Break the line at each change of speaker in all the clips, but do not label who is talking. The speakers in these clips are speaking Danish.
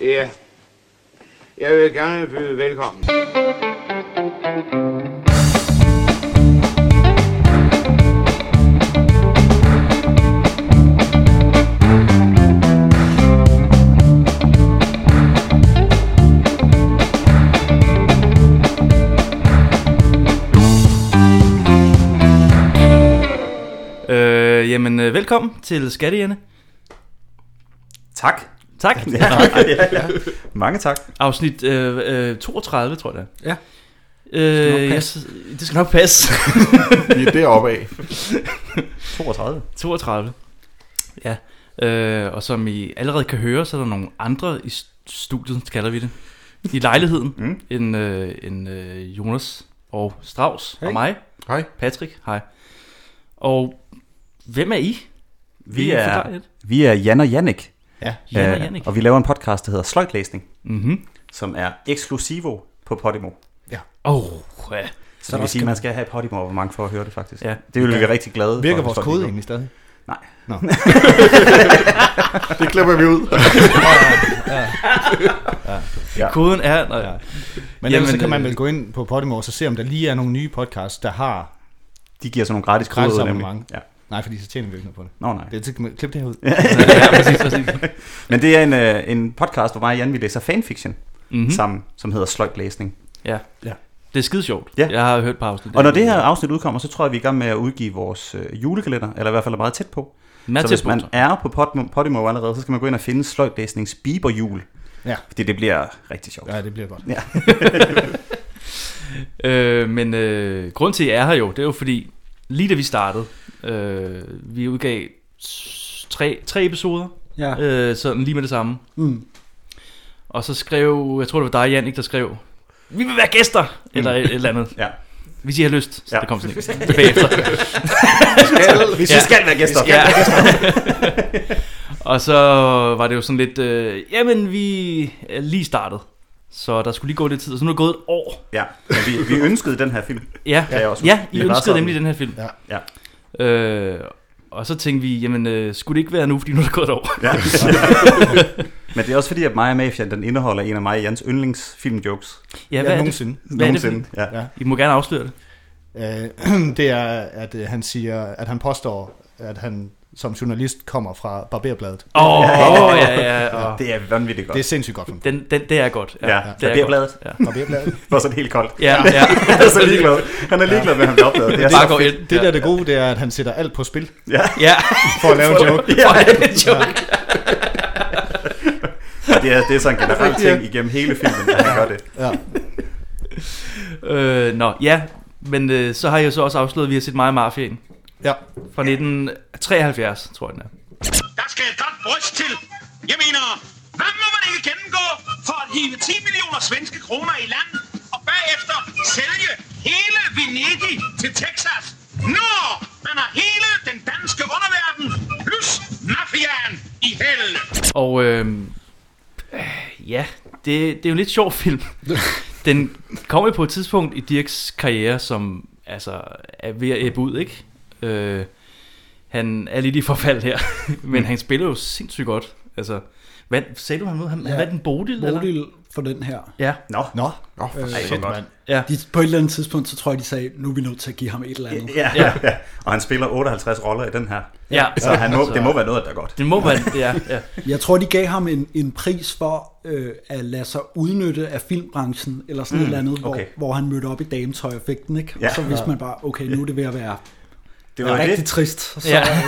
Ja. Jeg vil gerne byde velkommen.
Øh, jamen, øh, velkommen til Skattejerne.
Tak.
Tak.
Mange tak.
Afsnit øh, øh, 32, tror jeg det er.
Ja.
Øh, jeg, s- det skal nok passe.
Vi er deroppe af.
32.
32. Ja. Øh, og som I allerede kan høre, så er der nogle andre i st- studiet, kalder vi det. I lejligheden. mm.
Mm.
En, øh, en øh, Jonas og Strauss hey.
Hej.
og mig.
Hej.
Patrick, hej. Og hvem er I?
Vi
Vil I
er-
forklare lidt?
Vi er Jan og Jannik,
Jan og
øh,
Jannik.
og vi laver en podcast, der hedder Sløjtlæsning,
Mhm.
som er eksklusivo på Podimo.
Åh, ja.
Så det vil sige, at man skal have Podimo hvor mange for at høre det faktisk.
Ja.
Det vil vi være rigtig glade
Virker
for.
vores
hvis folk
kode
lytter.
egentlig stadig?
Det klipper vi ud.
Koden er... Nej. Ja.
Men ellers
Jamen,
så kan man
øh,
vel gå ind på Podimo og så se, om der lige er nogle nye podcasts, der har...
De giver sådan nogle gratis,
Gratis
koder,
abonnement.
Ja.
Nej, fordi så tjener vi ikke noget på det.
Nå nej.
Det er til klip det her ud.
ja, præcis, præcis.
Men det er en, øh, en podcast, hvor mig og Jan, vi læser fanfiction
Mm-hmm.
mm. sammen, som hedder Sløjtlæsning.
Ja.
Mhm. Ja.
Det er skide sjovt.
Ja.
Jeg har hørt på afsnit.
Og når det her afsnit udkommer, så tror jeg, vi er i gang med at udgive vores øh, julekalender, eller i hvert fald er meget tæt på.
Mad
så hvis man er på Podimo- Podimo allerede, så skal man gå ind og finde Sløjtlæsnings Bieber-jul.
Ja.
Fordi det bliver rigtig sjovt.
Ja, det bliver godt.
øh, men øh, grund til, at jeg er her jo, det er jo fordi, lige da vi startede, øh, vi udgav s- tre, tre episoder,
Ja.
øh, sådan lige med det samme.
Mm.
Og så skrev, jeg tror det var dig, Jan, ikke, der skrev, vi vil være gæster, eller et, et eller andet.
Ja.
Hvis I har lyst, så
Ja.
der kom sådan en bagefter.
Hvis
Ja.
ja. vi skal være gæster.
Ja. og så var det jo sådan lidt, øh, jamen vi er lige startet, så der skulle lige gå lidt tid, og så nu er der gået et år,
ja. Men vi, vi ønskede den her film.
Ja,
Kan jeg også
ja
huske.
I
Det var
ønskede
sådan.
nemlig den her film.
Ja.
Ja. Øh, og så tænkte vi, jamen øh, skulle det ikke være nu, fordi nu er det gået et år.
Ja. Men det er også fordi, at Maja Mafian, den indeholder en af mig og Jans yndlingsfilmjokes.
Ja,
Ja,
hvad er det?
nogensinde.
Hvad er det for-
nogensinde. Ja.
Ja.
I må gerne afsløre det.
Øh, det er, at øh, han siger, at han påstår, at han som journalist kommer fra Barberbladet.
Åh, oh, ja, ja, ja. Og
Det er vanvittigt godt.
Det er sindssygt godt for mig.
den, den, det er godt. Ja,
ja,
det er
ja.
godt.
bladet
Barberbladet.
var sådan helt koldt.
Ja, ja.
Han er så ligeglad. Han er ligeglad med, at han bliver opdaget. Det er
Bare
så...
går ind.
Det
ja.
der er det gode, det er, at han sætter alt på spil
Ja.
Ja,
for at lave en joke.
ja. det er en joke.
Det, er, det er sådan en generel ting igennem hele filmen, at han gør det.
Ja.
Øh, nå, ja. Men øh, så har jeg jo så også afsløret, at vi har set meget Mafiaen
ja.
fra 1973, tror jeg den er.
Der skal et godt bryst til. Jeg mener, hvad må man ikke gennemgå for at hive 10 millioner svenske kroner i land og bagefter sælge hele Venedig til Texas? Når man har hele den danske underverden plus mafiaen i hælene.
Og øhm, øh, ja, det, det er jo en lidt sjov film. Den kom jo på et tidspunkt i Dirks karriere, som altså er ved at æbbe ud, ikke? Øh, han er lidt i forfald her,
Mm.
men han spiller jo sindssygt godt. Altså, hvad, sagde du han ved? Han, ja.
Ja.
Hvad er den Bodil? Eller?
Bodil for den her. Øh,
Ja,
Nå,
Nå,
Oh, for
Ej,
Shit,
hvor godt.
ja.
De, på et eller andet tidspunkt, så tror jeg, de sagde, nu er vi nødt til at give ham et eller andet.
Ja,
Ja.
ja. ja. Og han spiller 58 roller i den her.
ja.
Så han må, det må være noget, der er godt.
Det må være, ja, ja.
Jeg tror, de gav ham en, en pris for øh, at lade sig udnytte af filmbranchen, eller sådan mm, et eller andet, hvor,
okay.
hvor han mødte op i dametøj og fik den, ikke?
Ja.
Ja, så hvis man bare, okay, nu er det ved at være
Det var,
ja, rigtig
det,
trist. Så, øh,
Ja.
ja.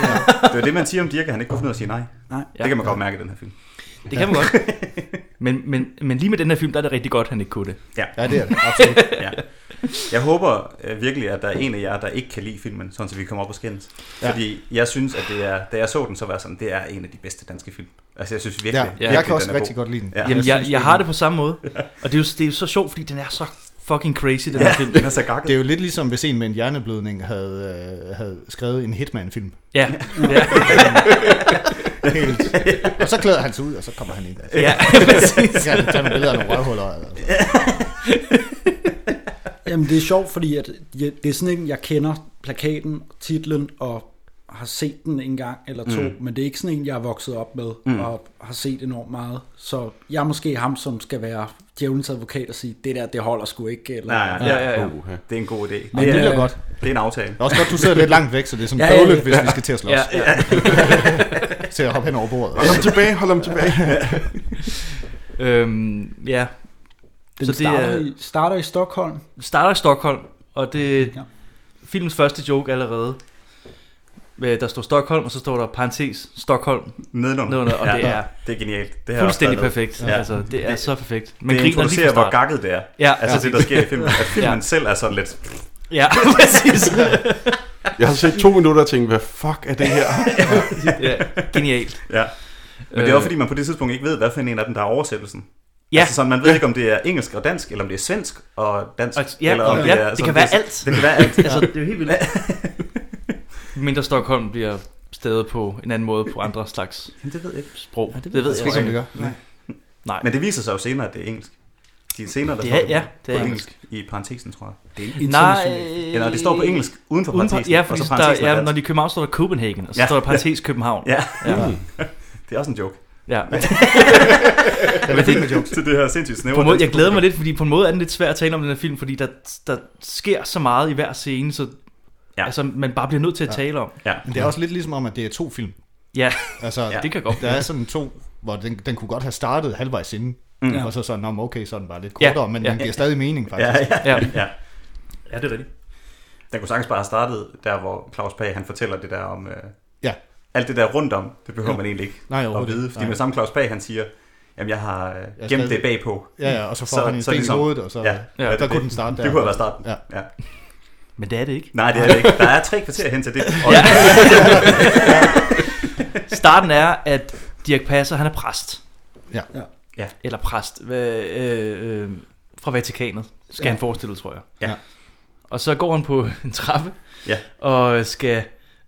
det var det, man siger om Dirk, at han ikke kunne finde ud af at sige nej.
Nej.
Det kan man godt mærke i den her film.
Det kan man godt. Men, men, men lige med den her film, der er det rigtig godt, han ikke kunne det.
ja, det er det. Absolut.
Ja. Jeg håber øh, virkelig, at der er en af jer, der ikke kan lide filmen, sådan så vi kommer op og skændes. Ja.
Ja.
Fordi jeg synes, at det er, da jeg så den, så var jeg sådan, det er en af de bedste danske film. Altså jeg synes virkelig,
Ja,
virkelig
jeg kan
den
også
er
rigtig
god.
godt lide den.
Ja.
Jamen, jeg,
synes,
jeg har det på samme måde. Og det er jo, det er jo så sjovt, fordi den er så fucking crazy, den her
Ja,
film.
den er så gakket.
Det er jo lidt ligesom, hvis en med en hjerneblødning havde, øh, havde skrevet en Hitman-film.
Ja, ja,
Helt. Og så klæder han sig ud, og så kommer han ind. Altså.
ja.
Så kan han tage nogle billeder af nogle røvhuller. Altså.
Jamen, det er sjovt, fordi at, jeg, det er sådan en, jeg kender plakaten, titlen og har set den en gang eller to, mm. men det er ikke sådan en, jeg er vokset op med mm. og har set enormt meget. Så jeg er måske ham, som skal være djævelens advokat og sige, det der, det holder sgu ikke. Eller,
Nej, ja, ja, ja.
Uha.
Det er en god idé. Det,
Men det lyder
er,
godt.
det er en aftale.
Det er også godt, du sidder lidt langt væk, så det er sådan
Ja, ja,
bøvlet,
ja.
hvis vi skal til at slås.
Ja,
ja. til at hoppe hen over bordet.
Hold ham tilbage, hold ham tilbage.
Øhm, ja.
Den
Så
så
det
det starter,
er-
i, starter i Stockholm.
Starter i Stockholm, og det
Ja.
er filmens første joke allerede. Øh, Der står Stockholm, og så står der parentes Stockholm.
Nedenunder.
Nedenunder, og det er
det er genialt. Det har jeg også
Fuldstændig
skrevet ned.
perfekt. Ja. Altså, det er
Det-
så perfekt. Man
Man det
griner lige
introducerer,
fra
hvor
start.
gakket det er.
Ja,
Altså det, der sker i filmen. At filmen
Ja.
selv er sådan lidt...
ja, præcis.
Jeg har set to minutter og tænkt, hvad fuck er det her?
ja, genialt.
Ja. Men det er
Øh.
også fordi, man på det tidspunkt ikke ved, hvad for en af dem, der er oversættelsen.
Ja.
Altså sådan, man ved ikke, om det er engelsk og dansk, eller om det er svensk og dansk.
Og- ja,
eller om
ja, det
sådan,
kan være
er-
alt.
Det kan være alt.
Altså, det er jo helt vildt. Mindre Stockholm bliver stadig på en anden måde på andre slags
Men det ved jeg ikke.
sprog. Ja, det,
ved jeg ikke, om det gør.
Nej. Nej.
Men det viser sig jo senere, at det er engelsk. De er senere, der
Det
står
er- ja, det er
på
engelsk.
I parentesen, tror jeg.
Nej, øh,
Eller det står på engelsk uden for
Uden for,
parentesen.
ja, fordi
og så
der,
parentesen er
ja,
dansk.
når de i København står der Copenhagen, og så
Ja.
ja. står der parentes København.
Ja,
Ja.
det er også en joke.
ja.
Den er fyldt med jokes.
Til det her sindssygt snævre.
På en måde,
danske
jeg glæder mig
publikum.
lidt, fordi på en måde er den lidt svær at tale om den her film, fordi der, der sker så meget i hver scene, så
Ja.
ja. altså, man bare bliver nødt til at tale om.
Men det er også lidt ligesom om, at det er to film.
Ja,
Altså,
ja. det kan godt
der er sådan to, hvor den, den kunne godt have startet halvvejs inden. Mm. Og så sådan, "Nå, men okay, så er den bare lidt
Ja.
kortere, men
Ja.
den giver stadig mening faktisk.
Ja, ja,
Ja.
ja.
Ja, det er rigtigt.
Den kunne sagtens bare have startet der, hvor Claus Pag, han fortæller det der om... Øh,
Ja.
alt det der rundt om, det behøver man egentlig ikke
Nej,
at
overhovedet
vide.
ikke.
Fordi
Nej.
med samme Claus Pag, han siger, jamen jeg har øh,
Jeg
gemt
stadig-
det bagpå.
Ja, ja, og så får
Så-
han en
så
sten
ligesom-
i hovedet, og så
Ja,
ja,
ja,
der
det-
kunne den starte der. altså.
Det kunne have været starten.
Ja.
ja.
Men det er det ikke.
Nej, det er det ikke. Der er tre kvarter hen til det. Og
Ja. Starten er, at Dirk Passer, han er præst.
Ja.
Ja.
Ja.
Eller præst. Hvad, øh, øh, fra Vatikanet, skal ja. han forestille, tror jeg.
Ja.
Og så går han på en trappe,
Ja.
og skal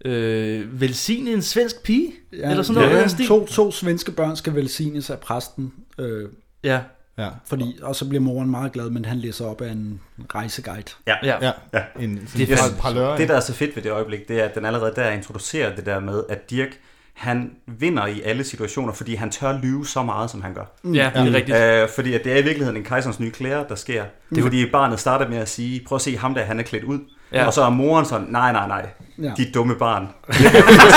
øh, velsigne en svensk pige, ja. eller sådan noget. i den stil.
To, to svenske børn skal velsignes af præsten, øh,
Ja,
Ja.
fordi, og så bliver moren meget glad, men han læser op af en rejseguide.
ja. ja.
Ja. ja. En,
Det
det
er
er
fandme-
par, par lørger,
det, der er så fedt ved det øjeblik, det er, at den allerede der introducerer det der med, at Dirk, han vinder i alle situationer, fordi han tør lyve så meget, som han gør.
Mm. ja det er rigtigt.
Øh, fordi at det er i virkeligheden en kejserens nye klæder, der sker. Det er fordi barnet starter med at sige, prøv at se ham der, han er klædt ud.
Ja.
Ja. Og så er moren sådan, nej, nej, nej,
Ja.
ja. dit dumme barn.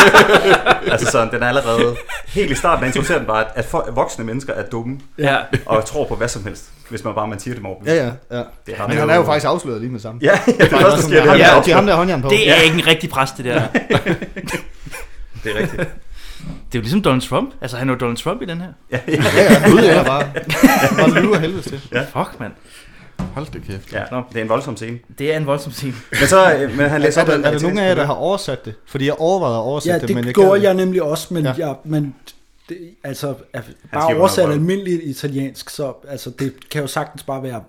altså sådan, den er allerede helt i starten, der introducerer den bare, at- at for, voksne mennesker er dumme
Ja.
og tror på hvad som helst, hvis man bare man siger dem over.
Ja, ja, ja.
Det er
Men han er jo faktisk afsløret lige med sammen.
Ja, ja, det første, der sker, det er,
ham,
at
der,
han
de
bliver
ham der håndjern på.
Det er ikke en rigtig præst, det der. Ja.
afsløret. Det er rigtigt.
Det er jo ligesom Donald Trump. Altså, han er jo Donald Trump i den her.
Ja, ja,
Ja, ja, Gud, jeg er bare, bare lyver helvedes til.
Ja. Fuck, mand.
Hold da kæft.
ja.
Nå.
Det er en voldsom scene.
Det er en vovoldsom scene.
Men så, øh, men han læser
Er
op ad
der, er der
latinsk-
nogen af jer, der har oversat det? Fordi jeg overvejede at oversætte
Ja,
det,
det,
men jeg
gjorde
gad
jeg nemlig også, men,
Ja.
ja. jeg, men det, altså, at bare
skriver
oversat
noget vrøvl.
almindeligt italiensk, så altså, det kan jo sagtens bare være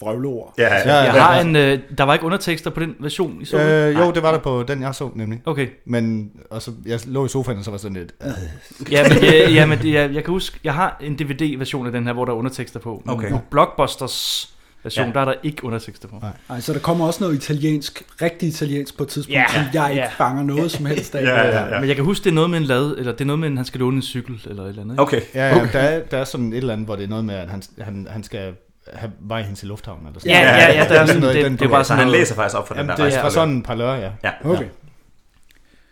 vrøvleord.
Ja,
Ja,
ja.
ja.
Jeg har en, øh, der var ikke undertekster på den version, I så? Øh.
Øh, jo, det var der på den, jeg så nemlig.
Okay.
Men og så, jeg lå i sofaen, og så var jeg sådan lidt... Øh,
Ja, men, ja, ja, men det, jeg, jeg kan huske, jeg har en DVD-version af den her, hvor der er undertekster på. Men
Okay.
på Blockbusters version,
Ja.
ja. der er der ikke undertekster på.
Nej.
Altså, der kommer også noget italiensk, rigtig italiensk på et tidspunkt,
Ja,
som jeg ikke
ja.
fanger noget som helst af.
Ja, ja, ja.
Men jeg kan huske, det er noget med en lad, eller det er noget med, at han skal låne en cykel, eller et eller andet. ikke?
Okay.
ja, ja, okay. der, er, der er sådan et eller andet, hvor det er noget med, at han, han, han skal have vej hen til lufthavnen. Eller sådan
Ja,
noget.
ja, ja, der er sådan,
Noget i
det,
den
det, det er
dur.
bare
Så
sådan
han
noget.
læser faktisk op for den
Jamen,
der
det var
rejse.
sådan en par lørger, ja.
Ja,
Okay,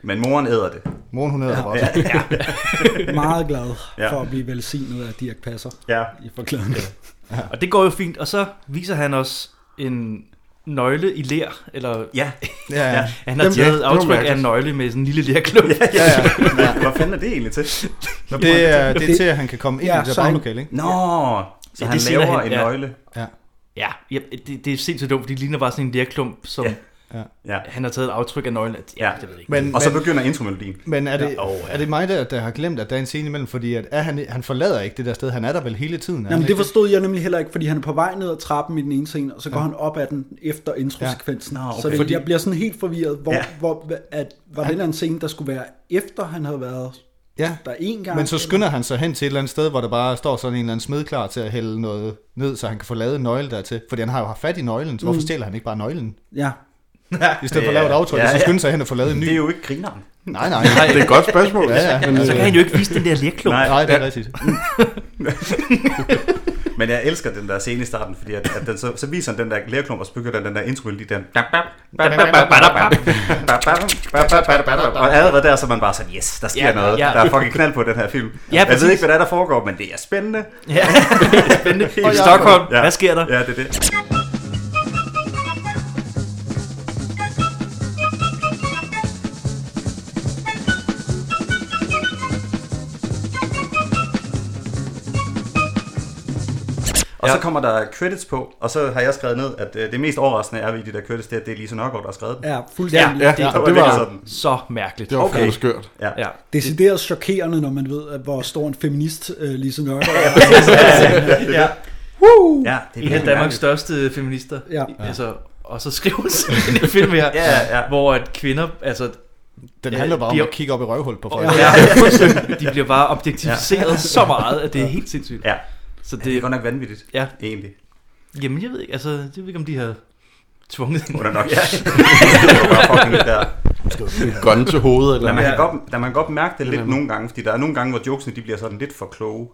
men moren æder det.
Morgen, hun hedder ja, ja.
meget glad
Ja.
for at blive velsignet af Dirk Passer
Ja.
i forklædningen.
Og det går jo fint, og så viser han os en nøgle i lær, eller
Ja,
ja, ja.
han har taget aftryk af en nøgle med sådan en lille lærklub. Ja,
ja, ja.
Hvad fanden er det egentlig til? Hvad bruger
Det,
han
er, det er til, at han kan komme ind
Ja,
i det der
så han-
baglokale, ikke?
Nå, så
Ja,
han
det siger
laver
han,
en
ja.
nøgle.
ja, ja det, det er sindssygt dumt, fordi det ligner bare sådan en lærklump, som
Ja.
Ja.
Ja.
han har taget et aftryk af nøglen. af. Ja,
Ja.
ja. det ved jeg ikke.
Men,
Og så
men,
begynder intromelodien.
men er, det,
Ja, åh, ja.
er det mig, der, der har glemt, at der er en scene imellem? Fordi at er han, han forlader ikke det der sted. Han er der vel hele tiden? er han
Jamen,
ikke
det forstod jeg nemlig heller ikke, fordi han er på vej ned ad trappen i den ene scene, og så går ja. han op ad den efter introsekvensen.
Ja.
Ja.
Nå, okay.
Så det,
Fordi-
jeg bliver sådan helt forvirret, hvor,
Ja.
ja. hvor at, var det en scene, der skulle være efter, han havde været
Ja.
der en gang?
Men så skynder han sig hen til et eller andet sted, hvor der bare står sådan en eller anden smed klar til at hælde noget ned, så han kan få lavet en nøgle dertil. Fordi han har jo haft fat i nøglen, så hvorfor stjæler han ikke bare nøglen?
Mm. Ja,
I stedet for at lave et aftryk,
Ja,
ja, så
ja.
skynder sig hen og få lavet en ny.
Det er jo ikke grineren.
Nej, nej.
Det er et godt spørgsmål.
Ja, ja.
Men,
Så kan
øh,
han jo ikke vise den der lirklump.
Nej.
Nej, det er rigtigt.
Men jeg elsker den der scene i starten, fordi at, at den, så, så viser han den der lærklump, og så begynder den, den der intro lige den. Og allerede der, så er man bare sådan, yes, der sker
Ja,
noget.
ja.
Der er fucking knald på den her film.
Ja,
jeg ved
præcis.
ikke, hvad der, er, der foregår, men det er spændende.
Ja. Spændende. I Stockholm, hvad sker der?
Ja, det er det. Og så
Ja.
kommer der credits på, og så har jeg skrevet ned, at øh, det mest overraskende er ved de der credits, det er, at det er Lise Nørgaard, der har skrevet dem.
Ja,
Ja,
fuldstændig.
ja,
det,
var
det var,
virkelig sådan.
så mærkeligt.
det var
Okay.
fandme skørt.
Ja.
Ja.
Decideret chokerende, når man ved, at hvor stor en feminist øh, Lise Nørgaard er.
ja, det
En af
virkelig
Danmarks
mærkeligt.
største feminister.
Ja.
Altså, og så skriver sådan en film her,
Ja, ja.
hvor at kvinder, altså
Den
Ja,
handler bare om
de-
at kigge op i røvhul på folk.
Ja, de bliver bare objektificeret ja. så meget, at det er helt sindssygt.
Ja.
Så det,
Det er godt nok vanvittigt,
ja,
egentlig.
jamen jeg ved ikke, altså, jeg ved ikke, om de har tvunget hende.
Under nok. Ja. det var bare fucking lidt der.
Gun til hovedet, eller
Der man,
ja.
kan godt, der man kan godt mærke det lidt nogle gange, fordi der er nogle gange, hvor jokesene de bliver sådan lidt for kloge.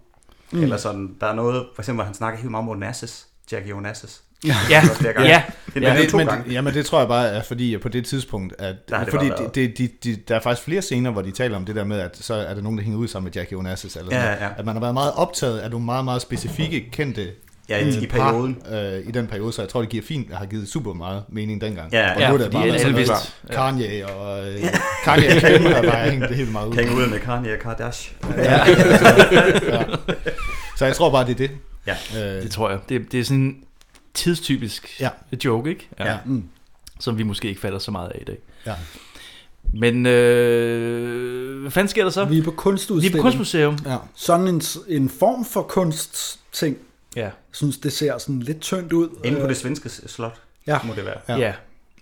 Mm. Eller sådan, der er noget, for eksempel, hvor han snakker helt meget om Onassis, Jackie Onassis.
Ja,
Det er flere gange.
ja.
Det
Ja,
er ja, to
men,
gange.
jamen det tror jeg bare er fordi at på det tidspunkt at
Der har det
fordi
bare været-
det, det, de, de, der er faktisk flere scener hvor de taler om det der med at så er der nogen der hænger ud sammen med Jackie Onassis eller sådan
Ja,
noget.
ja.
at man har været meget optaget af nogle meget meget specifikke kendte
Ja, i-
øh,
i perioden.
par, øh, i den periode så jeg tror det giver fint har givet super meget mening dengang
Ja,
og
ja,
nu er det
fordi
bare
alle
været sådan
vidste.
noget, Kanye og øh, Kanye og Kim har bare hængt det helt meget ud
Kan ikke ud med Kanye og Kardashian.
så jeg tror bare det er det
Ja.
øh,
Det tror jeg. Det, det er sådan en tidstypisk
Ja.
ja. joke, ikke?
ja. Mm.
Som vi måske ikke fatter så meget af i dag.
Ja.
Men øh, hvad fanden sker der så?
Vi
Vi
er på
er på
kunstudstilling.
kunstmuseum.
ja.
Sådan en, s- en form for kunstting.
Ja.
Jeg synes, det ser sådan lidt tyndt ud.
Inde på
Øh,
det svenske s- slot,
Ja.
må det være.
Ja.
Ja. ja.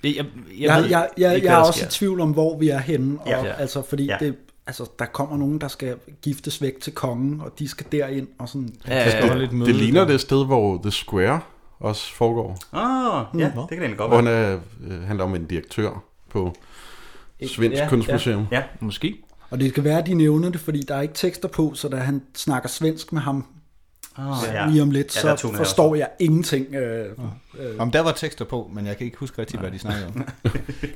Jeg, jeg, jeg,
Jeg,
ved
jeg, jeg,
ikke, hvad
jeg er
der
også i
sker.
tvivl om, hvor vi er henne. Og,
Ja.
ja. Altså, fordi
Ja.
ja. det, altså, der kommer nogen, der skal giftes væk til kongen, og de skal derind. Og sådan.
Ja, ja,
skal
ja.
holde et møde
Altså, Det ligner det sted, hvor The Square også foregår.
Åh, oh, ja,
Mm, Nå.
det kan det egentlig godt
Hvor han
være.
er, øh, handler om en direktør på Svensk
ja,
Kunstmuseum.
Ja.
Måske.
Og det kan være, at de nævner det, fordi der er ikke tekster på, så da han snakker svensk med ham
Oh,
ja. lige om lidt,
Ja,
ja,
der
så
tog den
forstår jeg ingenting. Øh, øh,
Om der var tekster på, men jeg kan ikke huske rigtig, hvad de snakkede om.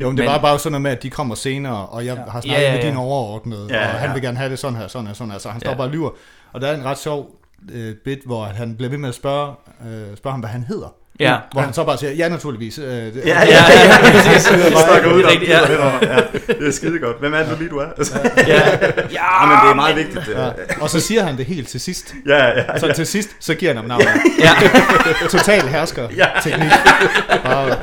Jo, men det var bare sådan noget med, at de kommer senere, og jeg har snakket
Ja, ja,
med
ja.
din overordnede,
Ja, ja,
og han
ja.
vil gerne have det sådan her, sådan her, sådan her, så han står
Ja.
bare og lyver. Og der er en ret sjov øh, bit, hvor han bliver ved med at spørge, øh, spørge ham, hvad han hedder.
Ja.
Hvor han så bare siger, ja naturligvis. Øh, det,
Ja,
Ja, ja, ja. præcis.
Jeg snakker ud
Det er
om
rigtigt, ja.
det. Det er skide godt. Hvem er det nu lige, du er?
Ja.
Ja, men det er meget vigtigt. det.
Ja. Og så siger han det helt til sidst.
Ja, ja,
Så til sidst, så giver han ham navnet.
Ja.
Total hersker teknik. Bare,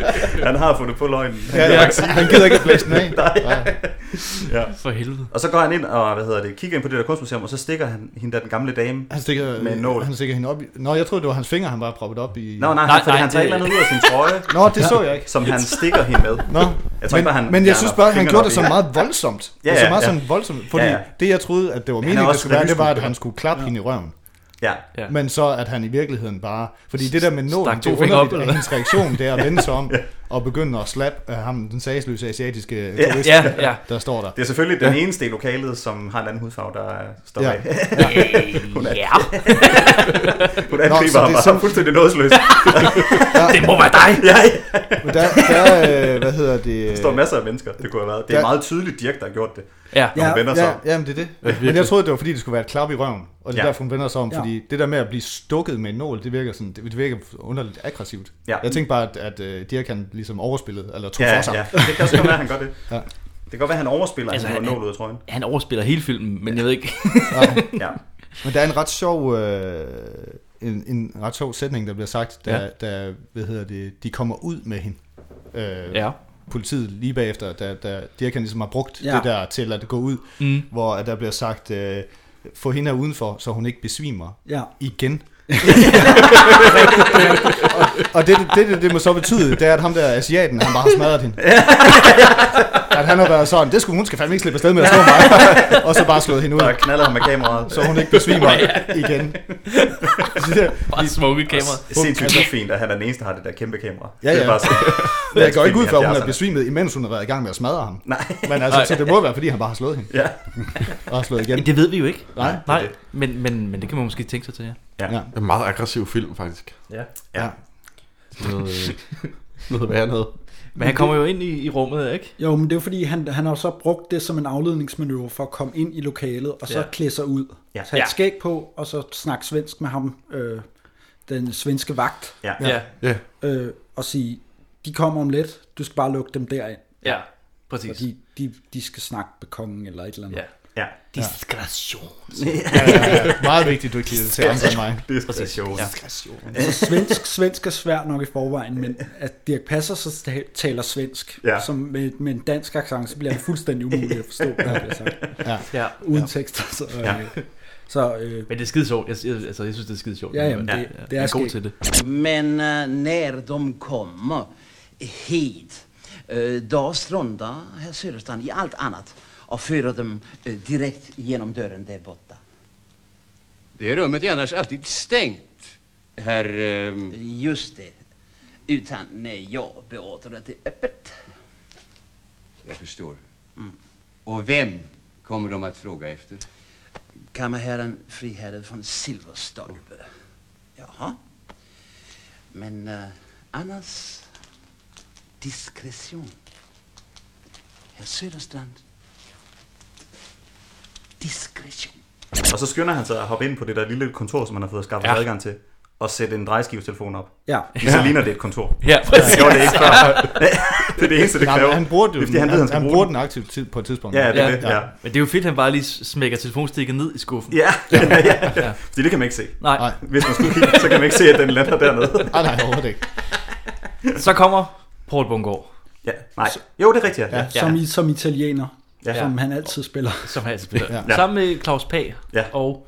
Han har fundet på løgnen.
ja, ja. Han gider ikke at blæse den af.
For helvede.
Og så går han ind og, hvad hedder det, kigger ind på det der kunstmuseum, og så stikker han hende der den gamle dame.
Han stikker,
Med en nål.
han stikker hende op i... Nå, jeg troede, det var hans fingre, han bare proppet op i...
Nå, nej,
Nej,
nej fordi
nej,
han tager
det-
et eller andet ud af sin trøje,
Nå, det så jeg ikke.
som han stikker hende med.
Nå,
Jeg tror
men,
ikke, bare, han
men jeg
fjerner
synes bare, han
fingrene
gjorde
op
det så
i-
meget voldsomt.
Ja,
Ja, ja, så
ja,
meget
ja.
sådan voldsomt, fordi
Ja, ja.
det jeg troede, at det var
han er
meningen, det
også
skulle være, det var, at
revyskuespiller.
han skulle klappe ja. hende i røven.
Ja.
Ja.
Men så, at han i virkeligheden bare... Fordi det der med nålen,
Stak
det er
to fingre op,
underligt,
eller
at
hvad?
hans reaktion, det er at vende sig om og begynde at slappe af ham, den sagsløse asiatiske
Ja,
turist,
Ja, ja.
der står der.
Det er selvfølgelig den eneste i lokalet, som har en anden hudfarve, der øh, står
Ja.
af.
Ja,
Hun
Nå,
angriber
så
ham
det er
bare
sådan-
fuldstændig nådesløst.
det må være dig.
Ja, ja.
Men der, der øh, hvad hedder det...
Der står masser af mennesker, det kunne have været. Det er
Ja.
meget tydeligt Dirk, der har gjort det.
Ja.
Når hun vender sig
ja,
om.
ja, men det er det. Men jeg troede, det var fordi, det skulle være et klap i røven. Og det er
Ja.
ja. derfor, hun vender sig om.
Ja.
Fordi det der med at blive stukket med en nål, det virker, sådan, det, det virker underligt aggressivt.
Ja.
Jeg tænkte bare, at, at uh, Dirk han ligesom overspillede, eller tog
Ja,
for sig.
ja. Det kan også godt være, han gør det.
Ja.
Det kan godt være, han overspiller, altså,
Altså,
han hiver
han-
nål ud af trøjen.
Han overspiller hele filmen, men jeg ved ikke.
Ja.
Men der er en ret sjov... Øh, en, en ret sjov sætning, der bliver sagt, da, ja.
Ja.
da hvad hedder det, de kommer ud med hende. Øh,
Ja.
politiet lige bagefter, da, da Dirk han ligesom har brugt
Ja.
ja. det der til at gå ud, mm. hvor at der bliver sagt, øh, få hende her udenfor, så hun ikke besvimer.
ja.
igen. og og det, det, det, det må så betyde, det er, at ham der asiaten, han bare har smadret hende. at han har været sådan, det skulle hun skal fandme ikke slippe afsted med at slå mig. og så bare slået hende ud,
Og knalder ham med kameraet.
så hun ikke besvimer igen.
Bare smukke kamera.
Sindssygt ufint, at han er den eneste, der har det der kæmpe kamera.
altså. Ja,
Det
ja.
er bare sådan,
Men jeg går ikke ud fra, at hun er
70'erne.
besvimet, imens hun har været i gang med at smadre ham.
Nej.
Men altså, så det må være, fordi han bare har slået hende.
Ja.
Og har slået igen.
Men Det ved vi jo ikke.
Nej.
Nej, men, men, men det kan man måske tænke sig til, ja.
Ja.
En meget aggressiv film, faktisk.
Ja.
Noget, øh,
Noget værre noget.
Men han kommer jo ind i, i rummet, ikke?
Jo, men det er jo fordi, han, han har så brugt det som en afledningsmanøvre for at komme ind i lokalet, og så
Ja.
ja. klæde sig ud.
Ja.
Ja. Tage
Ja.
et skæg på, og så snakke svensk med ham, øh, den svenske vagt,
Ja.
Ja. Ja,
Ja,
øh, og sige, de kommer om lidt, du skal bare lukke dem derind.
ja præcis.
Fordi de, de skal snakke med kongen eller et eller andet.
Ja.
ja.
Diskretion.
Meget vigtigt, du ikke lige til andre end mig.
Det er så sjovt. Ja.
Så svensk, svensk er svært nok i forvejen, men at Dirk Passer så ta- taler svensk,
Ja.
som med, med en dansk accent, så bliver det fuldstændig umuligt at forstå, hvad der bliver sagt.
Ja.
Uden tekster. Så, øh, ja. så øh,
Men det er skide sjovt. Jeg, jeg, altså, jeg synes, det er skide sjovt.
Ja, jamen, det- det er
jeg er god
skægt.
til det.
Men eh, när de kommer hit, eh, då struntar herr Söderstrand i allt annat och för dem eh, direkt genom dörren där borta.
Det rummet är annars alltid stängt, herr... ehm,
Just det. Utan nej, jag beordrar att det är öppet. Mm.
Jag förstår. Och vem kommer de att fråga efter?
Kammarherren friherre från Silverstolpe. Jaha. Men eh, annars... Diskretion. Herr Söderstrand. Diskretion.
Og så skynder han sig at hoppe ind på det der lille kontor, som han har fået skaffet ja. adgang til, og sætte en drejeskivetelefon op.
ja.
Ja. Så ligner det et kontor.
Ja, præcis.
Det gjorde det ikke før. det er det eneste, det
Nej,
kræver.
men han bruger den,
Det er, fordi han,
han,
ved, han, skal
han
bruge
bruger
den.
den aktivt tid på et tidspunkt.
Ja, det er
Ja.
det. Ja.
Men det er jo fedt, at han bare lige smækker telefonstikket ned i skuffen.
Ja. ja. ja. Fordi det kan man ikke se.
Nej,
Nej.
Hvis man skulle kigge, så kan man ikke se, at den lander dernede.
Ah, nej, overhovedet ikke.
så kommer Paul Bungård,
Ja. Nej. Jo, det er rigtigt. Ja.
Ja. Som, i, som italiener,
Ja.
ja. som han altid spiller.
som han spiller.
Ja.
Ja. Sammen med Claus Pag
Ja.
og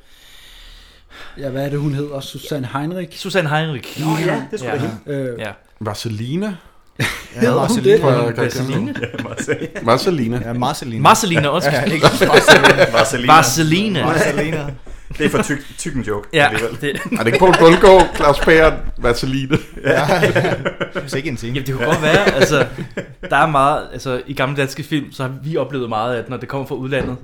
Ja, hvad er det, hun hedder? Susanne Heinrich?
Susanne Heinrich.
Nå ja, det skulle ja. da hende.
Øh,
Ja.
Marcelina.
Ja, Marceline.
tror jeg, jeg kan
Vaseline.
Ja, Marcel-
Marcelina.
Ja, Marceline.
Marceline også.
Ja, ikke Marceline.
Marcelina.
Vaseline.
Marceline.
Det er for tyk, tyk en joke.
Ja,
alligevel.
det,
Er det ikke Poul Bundgaard, Claus Pæren, Marceline?
Hvis ikke en ting.
jamen, det kunne godt være. Altså, der er meget, altså, i gamle danske film, så har vi oplevet meget, at når det kommer fra udlandet,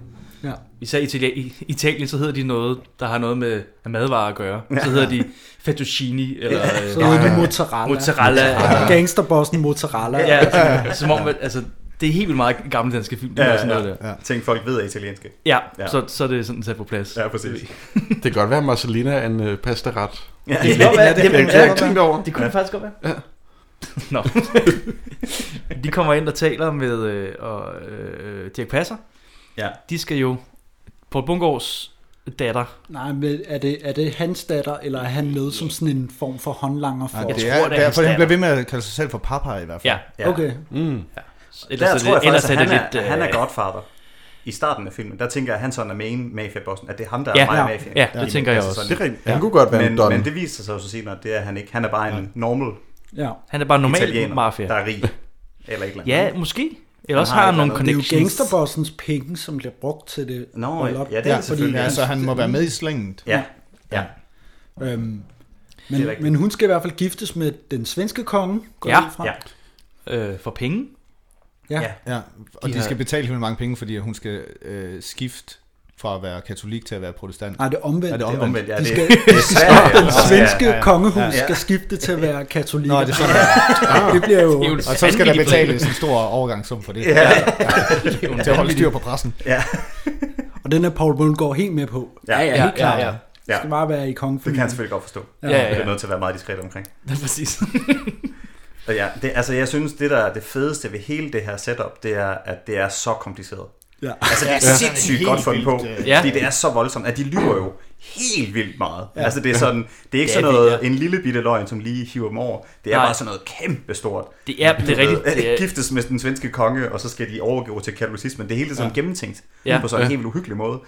ja.
især Italien, i Italien, så hedder de noget, der har noget med madvarer at gøre. Så hedder de fettuccine, eller øh,
Så hedder det Mozzarella.
mozzarella.
Ja. Gangsterbossen Mozzarella.
Ja, altså, som om, at, altså, det er helt vildt meget i gamle danske film, det
Ja,
ja,
ja,
sådan noget der.
ja. Tænk, folk ved er italienske.
Ja,
Ja.
ja. Så, så er det sådan sat på plads.
Ja, præcis.
Det kan godt være, at Marcelina er en øh, pastaret.
Ja,
Det kan godt være, det,
Det
det,
har jeg ikke tænkt over.
det kunne det faktisk godt være. Ja. Nå. De kommer ind og taler med øh, og, øh, Dirk Passer.
Ja.
De skal jo... Paul Bungårds datter.
Nej, men er det, er det hans datter, eller er han med som sådan en form for håndlanger for?
Nej,
Ja,
det
tror,
er,
det er
derfor,
hans
han bliver ved med at kalde sig selv for papa i hvert fald.
Ja.
Ja.
Okay,
Mm.
Der
Ellers
tror
er
jeg
det, ellers er
faktisk, at
det
han,
lidt...
er, han er
øh,
godfather. I starten af filmen, der tænker jeg, at han sådan er main mafiabossen, at det er ham, der
Ja,
er meget
ja.
mafia.
Ja, det tænker jeg også.
Det er
Sådan.
rigtigt. Han kunne godt være en
Men,
don.
men det viser sig jo så senere, at det er han ikke. Han er bare en normal
ja.
Han er bare normal
italiener,
mafia.
der er rig. Eller et eller andet.
Ja, måske. Eller også
Han har
har han
et
nogle
eller andet.
Det er jo
connections.
gangsterbossens penge, som bliver brugt til det.
Nå,
bryllup.
ja, det er det
Ja, fordi,
selvfølgelig.
ja,
altså,
så Altså, han må være med i slænget.
Ja, ja.
Øhm,
Det er
men,
rigtigt.
men hun skal i hvert fald giftes med den svenske konge. går jeg
Ja.
ud fra.
Ja.
øh, for penge.
ja.
Ja.
ja.
Ja, og de,
har-
skal betale hende mange penge, fordi hun skal øh, skifte fra at være katolik til at være protestant.
Nej, det er omvendt.
Er det
Det
Det er
omvendt?
omvendt. Ja,
De
det,
skal-
det er svært.
den svenske
Ja,
ja,
ja.
ja, kongehus
Ja.
ja. skal skifte til at være katolikker.
Nå, er det sådan,
det bliver jo...
Det er jo en
og så skal der
vanvittig
betales en stor overgangssum for det. Ja.
plan. Det er jo en
Til at holde
vanvittig-
styr på pressen.
Og den er Paul Bundgaard helt med på.
Ja, ja.
Ja,
helt
ja,
klart.
ja.
Ja.
Det skal bare være i
Det kan
kongefamilien.
jeg selvfølgelig godt forstå.
Ja, ja,
Det er
ja.
nødt til at være meget diskret omkring.
ja præcis.
Og ja, det, altså jeg synes, det der er det fedeste ved hele det her setup, det er, at det er så kompliceret.
Ja.
Altså det er ja. sindssygt godt fundet på,
vildt,
ja.
fordi det er så voldsomt, at de lyver jo helt vildt meget. Ja. Altså det er sådan, det er ikke
Ja,
sådan
det
noget,
er-
en lille bitte løgn, som lige hiver dem over. Det er
Nej.
bare sådan noget kæmpestort.
Det er, det er rigtigt. Det er,
Giftes med den svenske konge, og så skal de overgå til katolicismen. Det hele er sådan ja. gennemtænkt ja.
Ja.
på sådan en helt uhyggelig måde.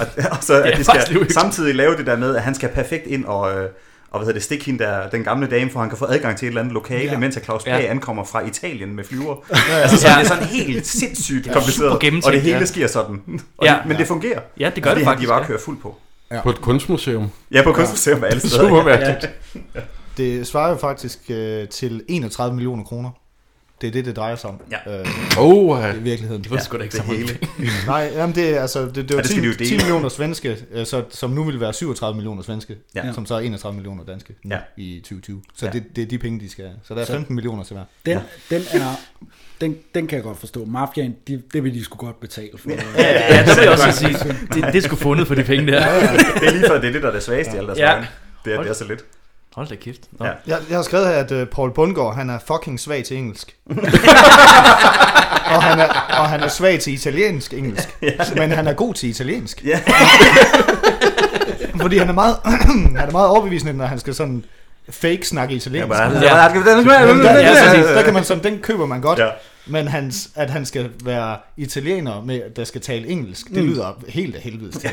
Og, og så
er
at de
faktisk lidt
skal
uhyggeligt.
samtidig lave det der med, at han skal perfekt ind og, øh, og hvad hedder det, stik hende der, den gamle dame, for han kan få adgang til et eller andet lokale,
Ja.
ja. mens at Claus
Ja.
Pag ankommer fra Italien med flyver. altså, så
Ja.
det er sådan helt sindssygt kompliceret,
gennemtænkt,
og det hele
ja.
sker sådan. Og
Ja.
det, men det fungerer.
Ja, det gør det
fordi
faktisk,
De bare
ja.
kører fuld på.
På et kunstmuseum.
Ja, på kunstmuseum ja. alle steder.
Super mærkeligt.
Det svarer jo faktisk øh, til 31 millioner kroner. Det er det, det drejer sig om.
Ja.
Øh,
Åh, ja.
I virkeligheden.
Det var sgu da ikke så
hele.
meget.
Nej, jamen det, er, altså, det, det var
Og det skal
10,
de jo dele.
10 millioner svenske, øh, så, som nu vil være 37 millioner svenske,
Ja.
ja. som så er 31 millioner danske nu
Ja.
ja. i 2020. Så
Ja.
ja. det, det er de penge, de skal Så der er
Så-
15 millioner til hver.
Den, den, er, den, den kan jeg godt forstå. Mafiaen, de, det vil de sgu godt betale for.
Ja, ja, det vil jeg også sige. Det, det er sgu fundet for de penge der.
det er lige før, det er det, der er det svageste i alt deres
Ja.
ja. Det er, det er så lidt.
Hold da kæft. Nå.
Ja.
Jeg, jeg har skrevet her, at uh, Paul Bundgaard, han er fucking svag til engelsk. og, han er, og han er svag til italiensk engelsk. Men han er god til italiensk.
Ja.
Fordi han er meget, han er meget overbevisende, når han skal sådan fake snakke italiensk. Jamen, der, ja, præcis. der kan man sådan, den køber man godt.
Ja.
Ja. Men hans, at han skal være italiener, med, der skal tale engelsk, det lyder helt af helvede.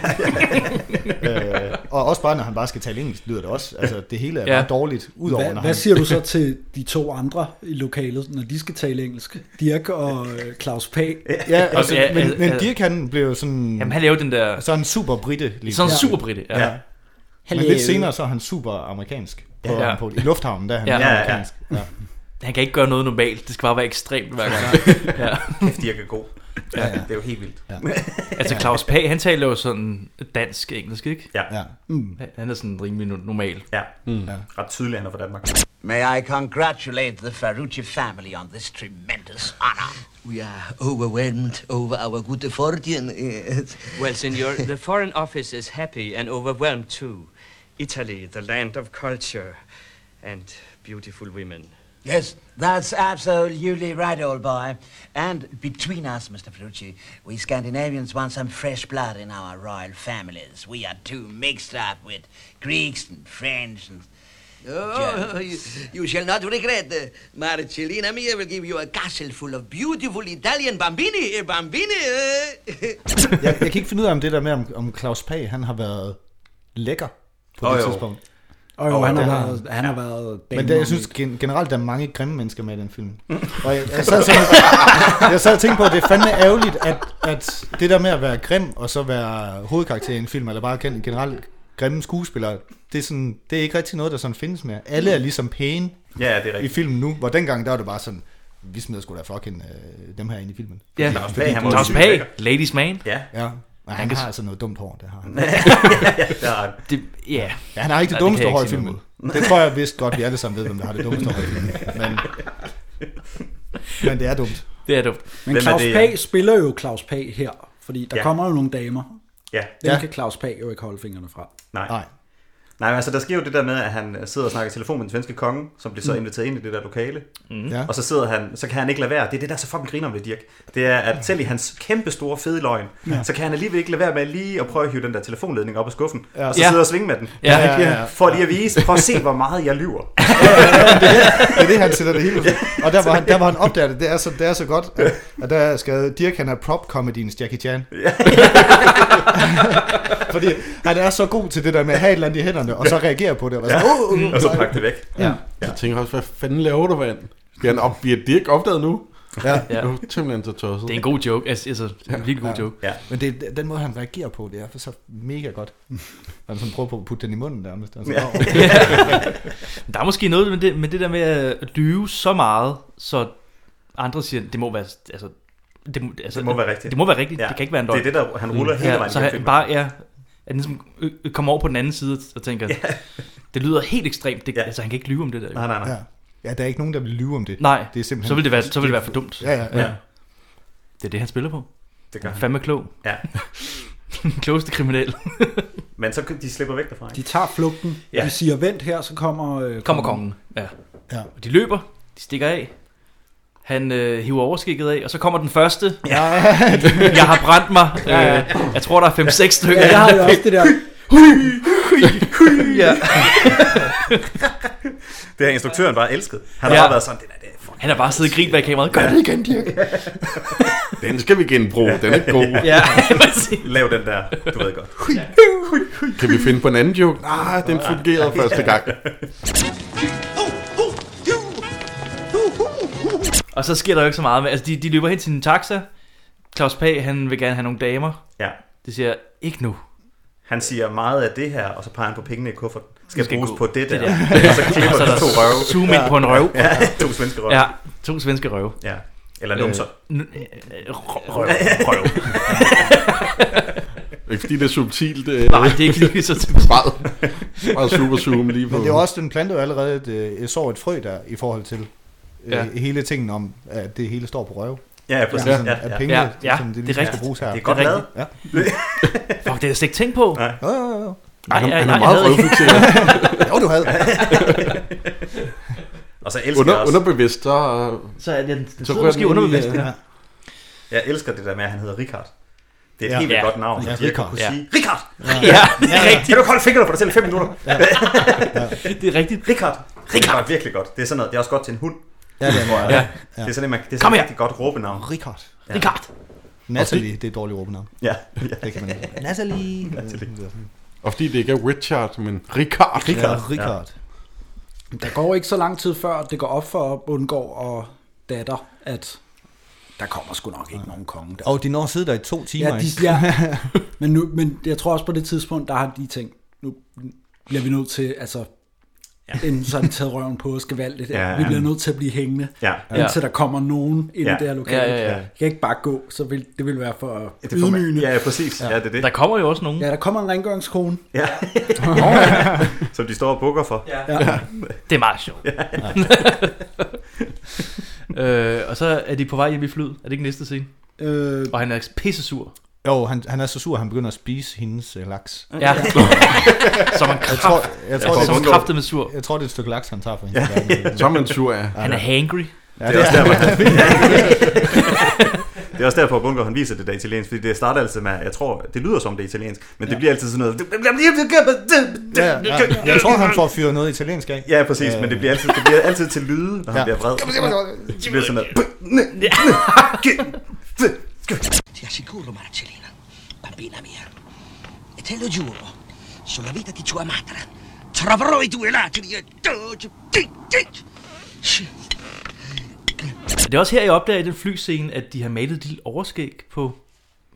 øh, og også bare, når han bare skal tale engelsk, lyder det også. Altså, det hele er
Ja.
bare dårligt, udover
Hvad,
når
hvad
han...
siger du så til de to andre i lokalet, når de skal tale engelsk? Dirk og øh, Claus Pag.
Ja, altså,
Ja,
men,
ja, ja.
men Dirk han blev jo sådan,
Jamen, han laver den der...
Mm. så er han super britte. Lige.
Sådan super britte. Ja.
Ja.
men lidt senere, så er han super amerikansk. På,
Ja.
ja. på, I lufthavnen, der er han
Ja.
ja.
Ja,
ja, ja.
amerikansk. Ja. Ja.
Han kan ikke gøre noget normalt. Det skal bare være ekstremt hver gang. ja.
Kæft, de er god. Ja, ja. Det er jo helt vildt.
Altså Claus Pag, han taler jo sådan dansk-engelsk, ikke?
Ja. ja.
Ja. Mm.
Han er sådan rimelig no- normal.
ja. Ret tydelig, han er fra Danmark.
May I congratulate the Ferrucci family on this tremendous honor.
We are overwhelmed Ah, over our good fortune. eh, well, senor, the Foreign Office is happy and overwhelmed too. Italy, the land of culture and beautiful women.
Yes, that's absolutely right, old boy. And between us, Mr. Ferrucci, we Scandinavians want some fresh blood in our royal families. We are too mixed up with Greeks and French and
Oh, you, you shall not regret. Uh, Marcellina Mia will give you a castle full of beautiful Italian bambini. eh, Bambini! eh.
Jeg, jeg kan ikke finde ud af, om det der med, om, om Claus Pag, han har været lækker på
Åh,
det
jo.
tidspunkt.
Og jo, han har
det har
været, han har været
Men der, jeg synes gen- generelt, der er mange grimme mennesker med i den film.
Mm.
Og jeg, jeg, sad, sådan, jeg sad og tænkte på, at det er fandme ærgerligt, at, at det der med at være grim, og så være hovedkarakter i en film, eller bare gen- generelt grimme skuespillere, det er, sådan, det er ikke rigtig noget, der sådan findes mere. Alle er ligesom pæne
Ja, det er
i
rigtigt.
filmen nu, hvor dengang der var det bare sådan, vi smider sgu da fucking øh, dem her ind i filmen.
Ja.
Claus Pag, han var
Claus
sygt
Pag,
lækker.
ladies man.
Ja,
Ja, og han har altså noget dumt hår, det har han.
der er
Det, ja.
Ja, han har ikke
Nej, det
det dummeste
kan jeg
hår i
ikke sige
filmen. Det tror jeg vist godt, vi alle sammen ved, hvem der har det dummeste hår i filmen. Men, men det er dumt.
Det er dumt.
Men
Hvem er
Claus
det?
Pag spiller jo Claus Pag her, fordi der
Ja.
ja. kommer jo nogle damer.
Ja,
Dem
Ja.
kan Claus Pag jo ikke holde fingrene fra.
nej.
Nej.
Nej, men altså der sker jo det der med, at han sidder og snakker i telefon med den svenske konge, som bliver så inviteret ind i det der lokale.
Mm.
Mm.
Ja.
Og så sidder han, så kan han ikke lade være. Det er det, der er så fucking griner ved Dirk. Det er, at selv i hans kæmpe store fede løgn, ja. så kan han alligevel ikke lade være med lige at prøve at hive den der telefonledning op af skuffen. Ja. Og så
Ja.
sidde og svinge med den.
Ja. Ja,
ja, ja.
For lige at vise, for at se, hvor meget jeg lyver.
Det er det, han sætter det hele for. Og der var han, der var han opdaget det. Det er så, det er så godt, at, at der skal Dirk, han er prop-comediens Jackie Chan. Fordi han er så god til det der med at have et eller andet i hænderne, og så reagere på det. Og være sådan, oh, oh,
Og så pakke det væk.
Jeg tænker også, hvad fanden laver du, mand? Bliver, han op, bliver Dirk opdaget nu?
Ja.
Ja. Nu er det simpelthen så tosset.
Det er en god joke. Altså, altså det er en virkelig god joke.
Men det, er den måde, han reagerer på, det er for så mega godt. Han sådan prøver på at putte den i munden nærmest. Altså, ja.
Men Der er måske noget med det, med det der med at lyve så meget, så andre siger, det må være... Altså, det, må- altså,
Det må være rigtigt.
Det må være rigtigt. Ja. Det kan ikke være en løgn. Mm.
Det er det, der han ruller hele
ja,
vejen
så
igennem
han
filmen.
bare ja, at ligesom ø- ø- kommer over på den anden side og tænker, ja. det lyder helt ekstremt. Det,
Ja.
ja. Altså, han kan ikke lyve om det der.
Nej, nej, nej.
Ja. ja, der er ikke nogen, der vil lyve om det.
Nej,
det er simpelthen...
så vil det være, så vil det være for dumt.
Ja, ja, ja.
Ja.
Det er det, han spiller på.
Det gør han.
Fandme klog.
Ja.
Den klogeste kriminel.
Men så de slipper væk derfra.
De
Ikke?
tager flugten,
Ja.
ja. de siger vent her, så kommer... Øh,
Kommer kongen. Ja.
Ja.
Og de løber, de stikker af. Han øh, hiver overskikket af, og så kommer den første. Ja. jeg har brændt mig. Øh, jeg tror, der er 5-6 stykker.
Ja, jeg har jo også det der,
ja.
Det har instruktøren bare elsket. Han har
Ja.
bare været sådan, det der, det er fucking
Han har bare siddet og grint bag kameraet. Gør det igen, Dirk.
Den skal vi genbruge, den er ikke god.
Ja, præcis.
Lav den der, du ved godt.
Kan vi finde på en anden joke? Ah, den fungerede første gang.
Og så sker der jo ikke så meget med, altså de, de løber hen til en taxa. Claus Pag, han vil gerne have nogle damer.
Ja.
Det siger jeg, ikke nu.
Han siger meget af det her, og så peger han på pengene i kufferten. Skal, skal
skal
bruges
gå.
på det der.
Det der.
og så klipper
Og så er
de
der
to røve.
zoom ind på en røv.
Ja, to svenske røve.
Ja, to svenske røve.
Ja. Eller numser.
Øh, n- øh, røv.
Røv.
Ikke fordi det er subtilt. Øh,
Nej, det er ikke lige så til
meget, meget super zoom lige på.
Men det er jo også, den planter jo allerede et, øh, et sår et frø der, i forhold til øh,
Ja.
hele tingen om, at det hele står på røv. Altså,
Ja, ja, præcis.
Sådan,
Ja,
at
ja.
pengene,
Ja, ja,
som det,
det er
lige skal
rigtigt.
bruges her.
Det er godt
Det er
lavet.
Ja.
Fuck, det har jeg slet ikke tænkt på.
Nej.
Jo, jo, jo, jo.
Han,
Nej,
er- han
nej,
er
jeg
meget
havde ikke-
røvfixeret.
Jo, du havde.
Og så elsker jeg
Under,
også.
underbevidst, så...
Så er det, den
Så
sidder
rører den
måske
lige,
underbevidst.
øh,
ja.
Jeg elsker det der med, at han hedder Richard. Det er et
Ja.
helt vildt
Ja.
godt navn.
Ja,
så Dirk
Richard.
kunne
Ja.
sige, Richard!
Ja, det er rigtigt.
Kan du ikke holde fingrene på dig selv i fem minutter?
Det er rigtigt.
Richard! Richard! Det er virkelig godt. Det er sådan noget. Det er også godt til en hund.
Ja, det er
Ja.
ja.
Det er sådan, at man, det
Kom
er sådan et
her.
rigtig godt råbenavn.
Richard.
Richard.
Natalie, det er et dårligt råbenavn.
Ja. ja.
Det kan man ikke. Natalie.
Og fordi det ikke er Richard, men Richard.
Ja, Richard.
Der går ikke så lang tid før, det går op for Bundgaard og datter, at der kommer sgu nok ikke nogen konge der.
Og de når at sidde der i to timer,
Ja, de,
ikke?
ja. Men, nu, men jeg tror også på det tidspunkt, der har de tænkt, nu bliver vi nødt til, altså, ja. enten så har de taget røven på os gevaldigt,
Ja,
ja,
ja.
ja. vi bliver nødt til at blive hængende,
Ja.
Ja.
indtil der kommer nogen ind
Ja.
ja. i det her lokale.
Ja, ja, ja.
Jeg kan ikke bare gå, så vil, det vil være for
Det får man,
ydmygende.
ja, ja, præcis. Ja, det er det.
Der kommer jo også nogen.
Ja, der kommer en rengøringskone.
Ja. Som de står og bukker for. Ja.
Det er meget sjovt. øh, og så er de på vej hjem i flyet. Er det ikke næste scene?
Øh,
Og han er pisse sur.
Jo, han, han er så sur, at han begynder at spise hendes øh, laks.
Ja. Som han
Jeg tror, jeg tror,
kraft,
det,
som kraftet med sur.
er, jeg tror, det er et stykke laks, han tager for hende. Ja,
Så er man sur, ja.
Han er hangry.
Det er også der, man... Det er også derfor, Bunker han viser det der italiensk, fordi det starter altid med, jeg tror, det lyder som det er italiensk, men det bliver altid sådan
ja, ja.
noget...
Jeg tror, han får fyret noget italiensk af.
Ja, præcis, men det bliver altid, det bliver altid til lyde, når han
Ja.
bliver vred. Det bliver sådan noget...
Ti assicuro, Marcellina, bambina mia, e te lo giuro, sulla vita di tua madre, troverò i due ladri e...
Det er også her, jeg opdager i den flyscene, at de har malet et lille overskæg på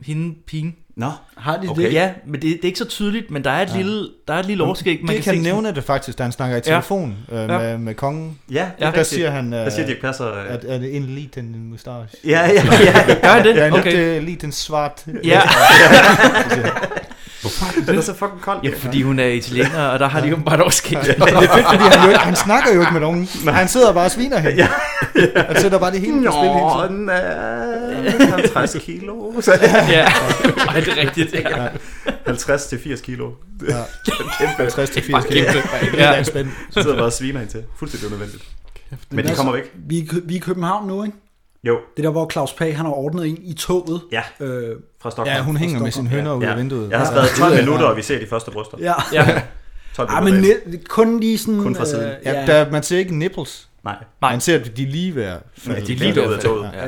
hende, pigen.
Nå,
har de
Okay.
okay. det?
Ja, men det, det er ikke så tydeligt, men der er et, ja. lille, der er et lille overskæg, man
det
kan,
kan,
se.
nævne det faktisk, da han snakker i telefon ja. øh,
Ja.
med, med kongen.
ja,
Ja.
Ja,
Der
der
rigtigt.
siger han, øh,
Der siger de ikke passer... øh,
at, at en lige den mustache.
Ja, ja, ja.
Gør han
Ja,
det?
en
Okay.
okay. lige den svart.
Ja,
Den er så fucking kold.
ja fordi hun er italiener, og der har de jo bare et overskæg.
Men det er fedt, fordi han, jo, ikke- han snakker jo ikke med nogen. Han sidder bare og sviner hende. Ja. Han sætter bare det hele på spil hele
Nå,
tiden.
den er 50 kilo. Så
Ja, Ej, det er rigtigt. Ja.
50 til 80 kilo.
Ja. 60 til 80 kilo.
Ja.
Ja. Spænd.
Så sidder bare og sviner hende til. Fuldstændig unødvendigt. Men de
altså-
kommer væk.
Vi, er i Kø- vi er i København nu, ikke?
Jo,
Det er der, hvor Claus Pag, han har ordnet en i toget.
ja,
Øh,
fra Stockholm.
Ja, hun hænger med sine hønder ud af vinduet.
Jeg har skrevet 12 minutter, og vi ser de første bryster.
ja. ja.
Ja.
12
Ah,
Ej, men
minutter. ind.
net- kun lige sådan...
Kun fra siden.
Øh,
Ja, der, man ser ikke nipples.
Nej,
Nej.
Man ser, at de er lige ved at
nej,
falde.
de er lige derude af toget.
Ja.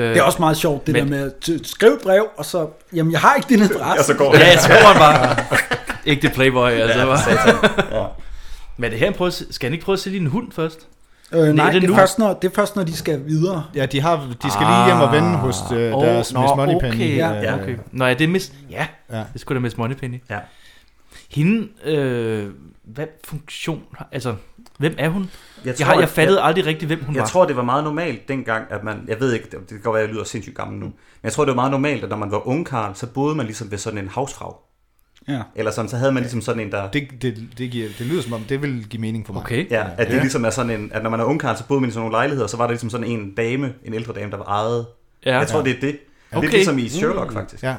Øh,
Det er også meget sjovt, det
Men-
men... der med at t- skrive et brev, og så, jamen jeg har ikke din adresse.
Og så går
Ja, jeg tror han bare. Ikke det playboy, altså. Ja,
Ja.
Men det her, han prøver, at se- skal han ikke prøve at sælge en hund først?
øh, nej,
er det
det, det,
nu?
er først, når, det er først, når de skal videre.
Ja, de, har, de skal lige hjem og vende hos øh,
Ah. Åh,
deres
nå,
Miss Moneypenny.
okay.
Ja,
øh,
Ja, okay. Nå, ja, det er Miss... Ja,
Ja.
det skulle da Miss Moneypenny.
Ja.
Hende, øh, hvad funktion... har- Altså, hvem er hun?
Jeg,
Jeg, har, jeg
at-
fattede aldrig rigtigt, hvem hun
Jeg
var.
tror, det var meget normalt dengang, at man, jeg ved ikke, det kan godt være, at jeg lyder sindssygt gammel nu, men jeg tror, det var meget normalt, at når man var ungkarl, så boede man ligesom ved sådan en havsfrag.
Ja.
Eller sådan, så havde man ligesom sådan en, der...
Det, det, det, giver, det lyder som om, det vil give mening for mig.
Okay.
Ja, at det ligesom er sådan en, at når man er ungkarl, så boede man i sådan nogle lejligheder, så var der ligesom sådan en dame, en ældre dame, der var ejet.
Ja.
Jeg tror, det er det. Okay.
Okay.
Lidt ligesom i Sherlock, faktisk.
Mm. Ja.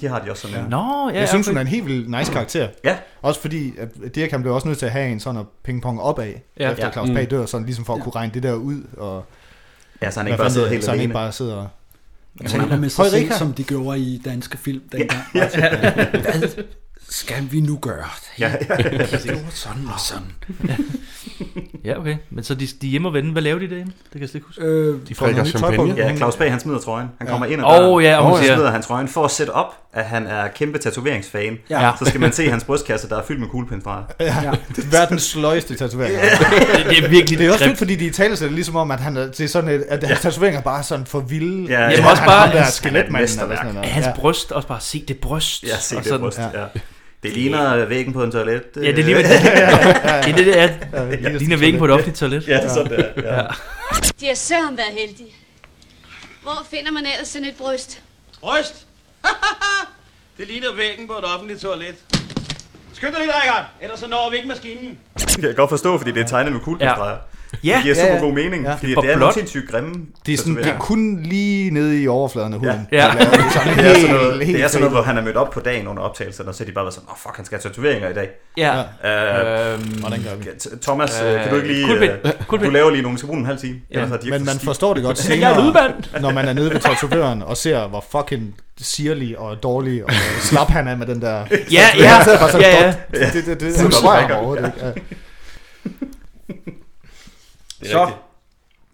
De har de også sådan en.
Nå, ja,
Jeg synes, hun
okay.
er en helt vildt nice karakter.
Ja,
Også fordi, at Dirk han blev også nødt til at have en sådan at pingpong opad,
Ja.
ja. efter
Ja.
Claus Pag dør, sådan ligesom for at kunne regne det der ud, og
ja så han
hvad
ikke bare sidder
fanden det,
helt
så han
alene.
ikke bare sidder og...
Jeg taler med sig
Høj,
selv,
Richard.
som de gjorde i danske film dengang. Ja. Hvad skal vi nu gøre?
Ja, ja.
Det var sådan og sådan.
Ja, okay. Men så de, de er hjemme og vende. Hvad laver de derinde? Det kan jeg slet ikke huske.
Øh,
De drikker champagne. Ja, Claus Bag, han smider trøjen. Han kommer ind
og
og
oh, ja, og hun siger,
smider han trøjen for at sætte op, at han er kæmpe tatoveringsfan.
Ja.
Så skal man se hans brystkasse, der er fyldt med kuglepindfrager.
Ja. Det er verdens sløjeste tatovering.
Det- det er virkelig
Det er også
grimt.
fedt, fordi de taler sig ligesom om, at, han, er- det er sådan et, at hans tatoveringer bare er sådan for vilde.
Ja,
Jamen,
ja. også bare
ham der
hans-
skeletmanden eller
mesterværk.
sådan noget.
Hans
Ja.
bryst, også bare se det bryst.
Ja, se
og
det
sådan.
bryst, ja. Det ligner væggen på en toilet.
Ja, det ligner, det, det, det, det, det, er. det,
Ja.
ligner væggen på et offentligt toilet.
Ja, det er sådan, det er, ja.
De har sørme været heldige. Hvor finder man ellers sådan et bryst?
Bryst? det ligner væggen på et offentligt toilet. Skynd dig lidt, Rikard, ellers så når vi ikke maskinen.
Det kan jeg godt forstå, fordi det er tegnet med kuglepindfrager.
Ja.
Det giver
Ja,
super
ja.
god mening,
Ja.
fordi
Det er
det er
blot.
nogle sindssygt grimme
Det er, sådan, det er
tatoveringer.
kun lige nede i overfladen af huden.
Ja.
der laver sådan
det er
helt-
sådan noget,
helt
det er sådan noget,
fake.
hvor han er mødt op på dagen under optagelserne, og så har de bare været sådan, åh oh, fuck, han skal have tatoveringer i dag.
Ja.
Øh,
Hvordan gør vi?
T- Thomas, øh, kan du ikke lige...
Kulpind.
øh,
Kulpind.
Du laver lige nogen, vi skal bruge en halv time.
Ja,
Ellers har de ikke
men man
stil.
forstår det godt senere, når man er nede ved tatovøren og ser, hvor fucking sirlig og dårlig og slap han er med den der...
ja.
Han sidder bare sådan,
Ja, ja.
"Dot." Det, det, det, det,
Fuldstændig.
han svarer overhovedet ikke. Ja.
Det er Så rigtigt.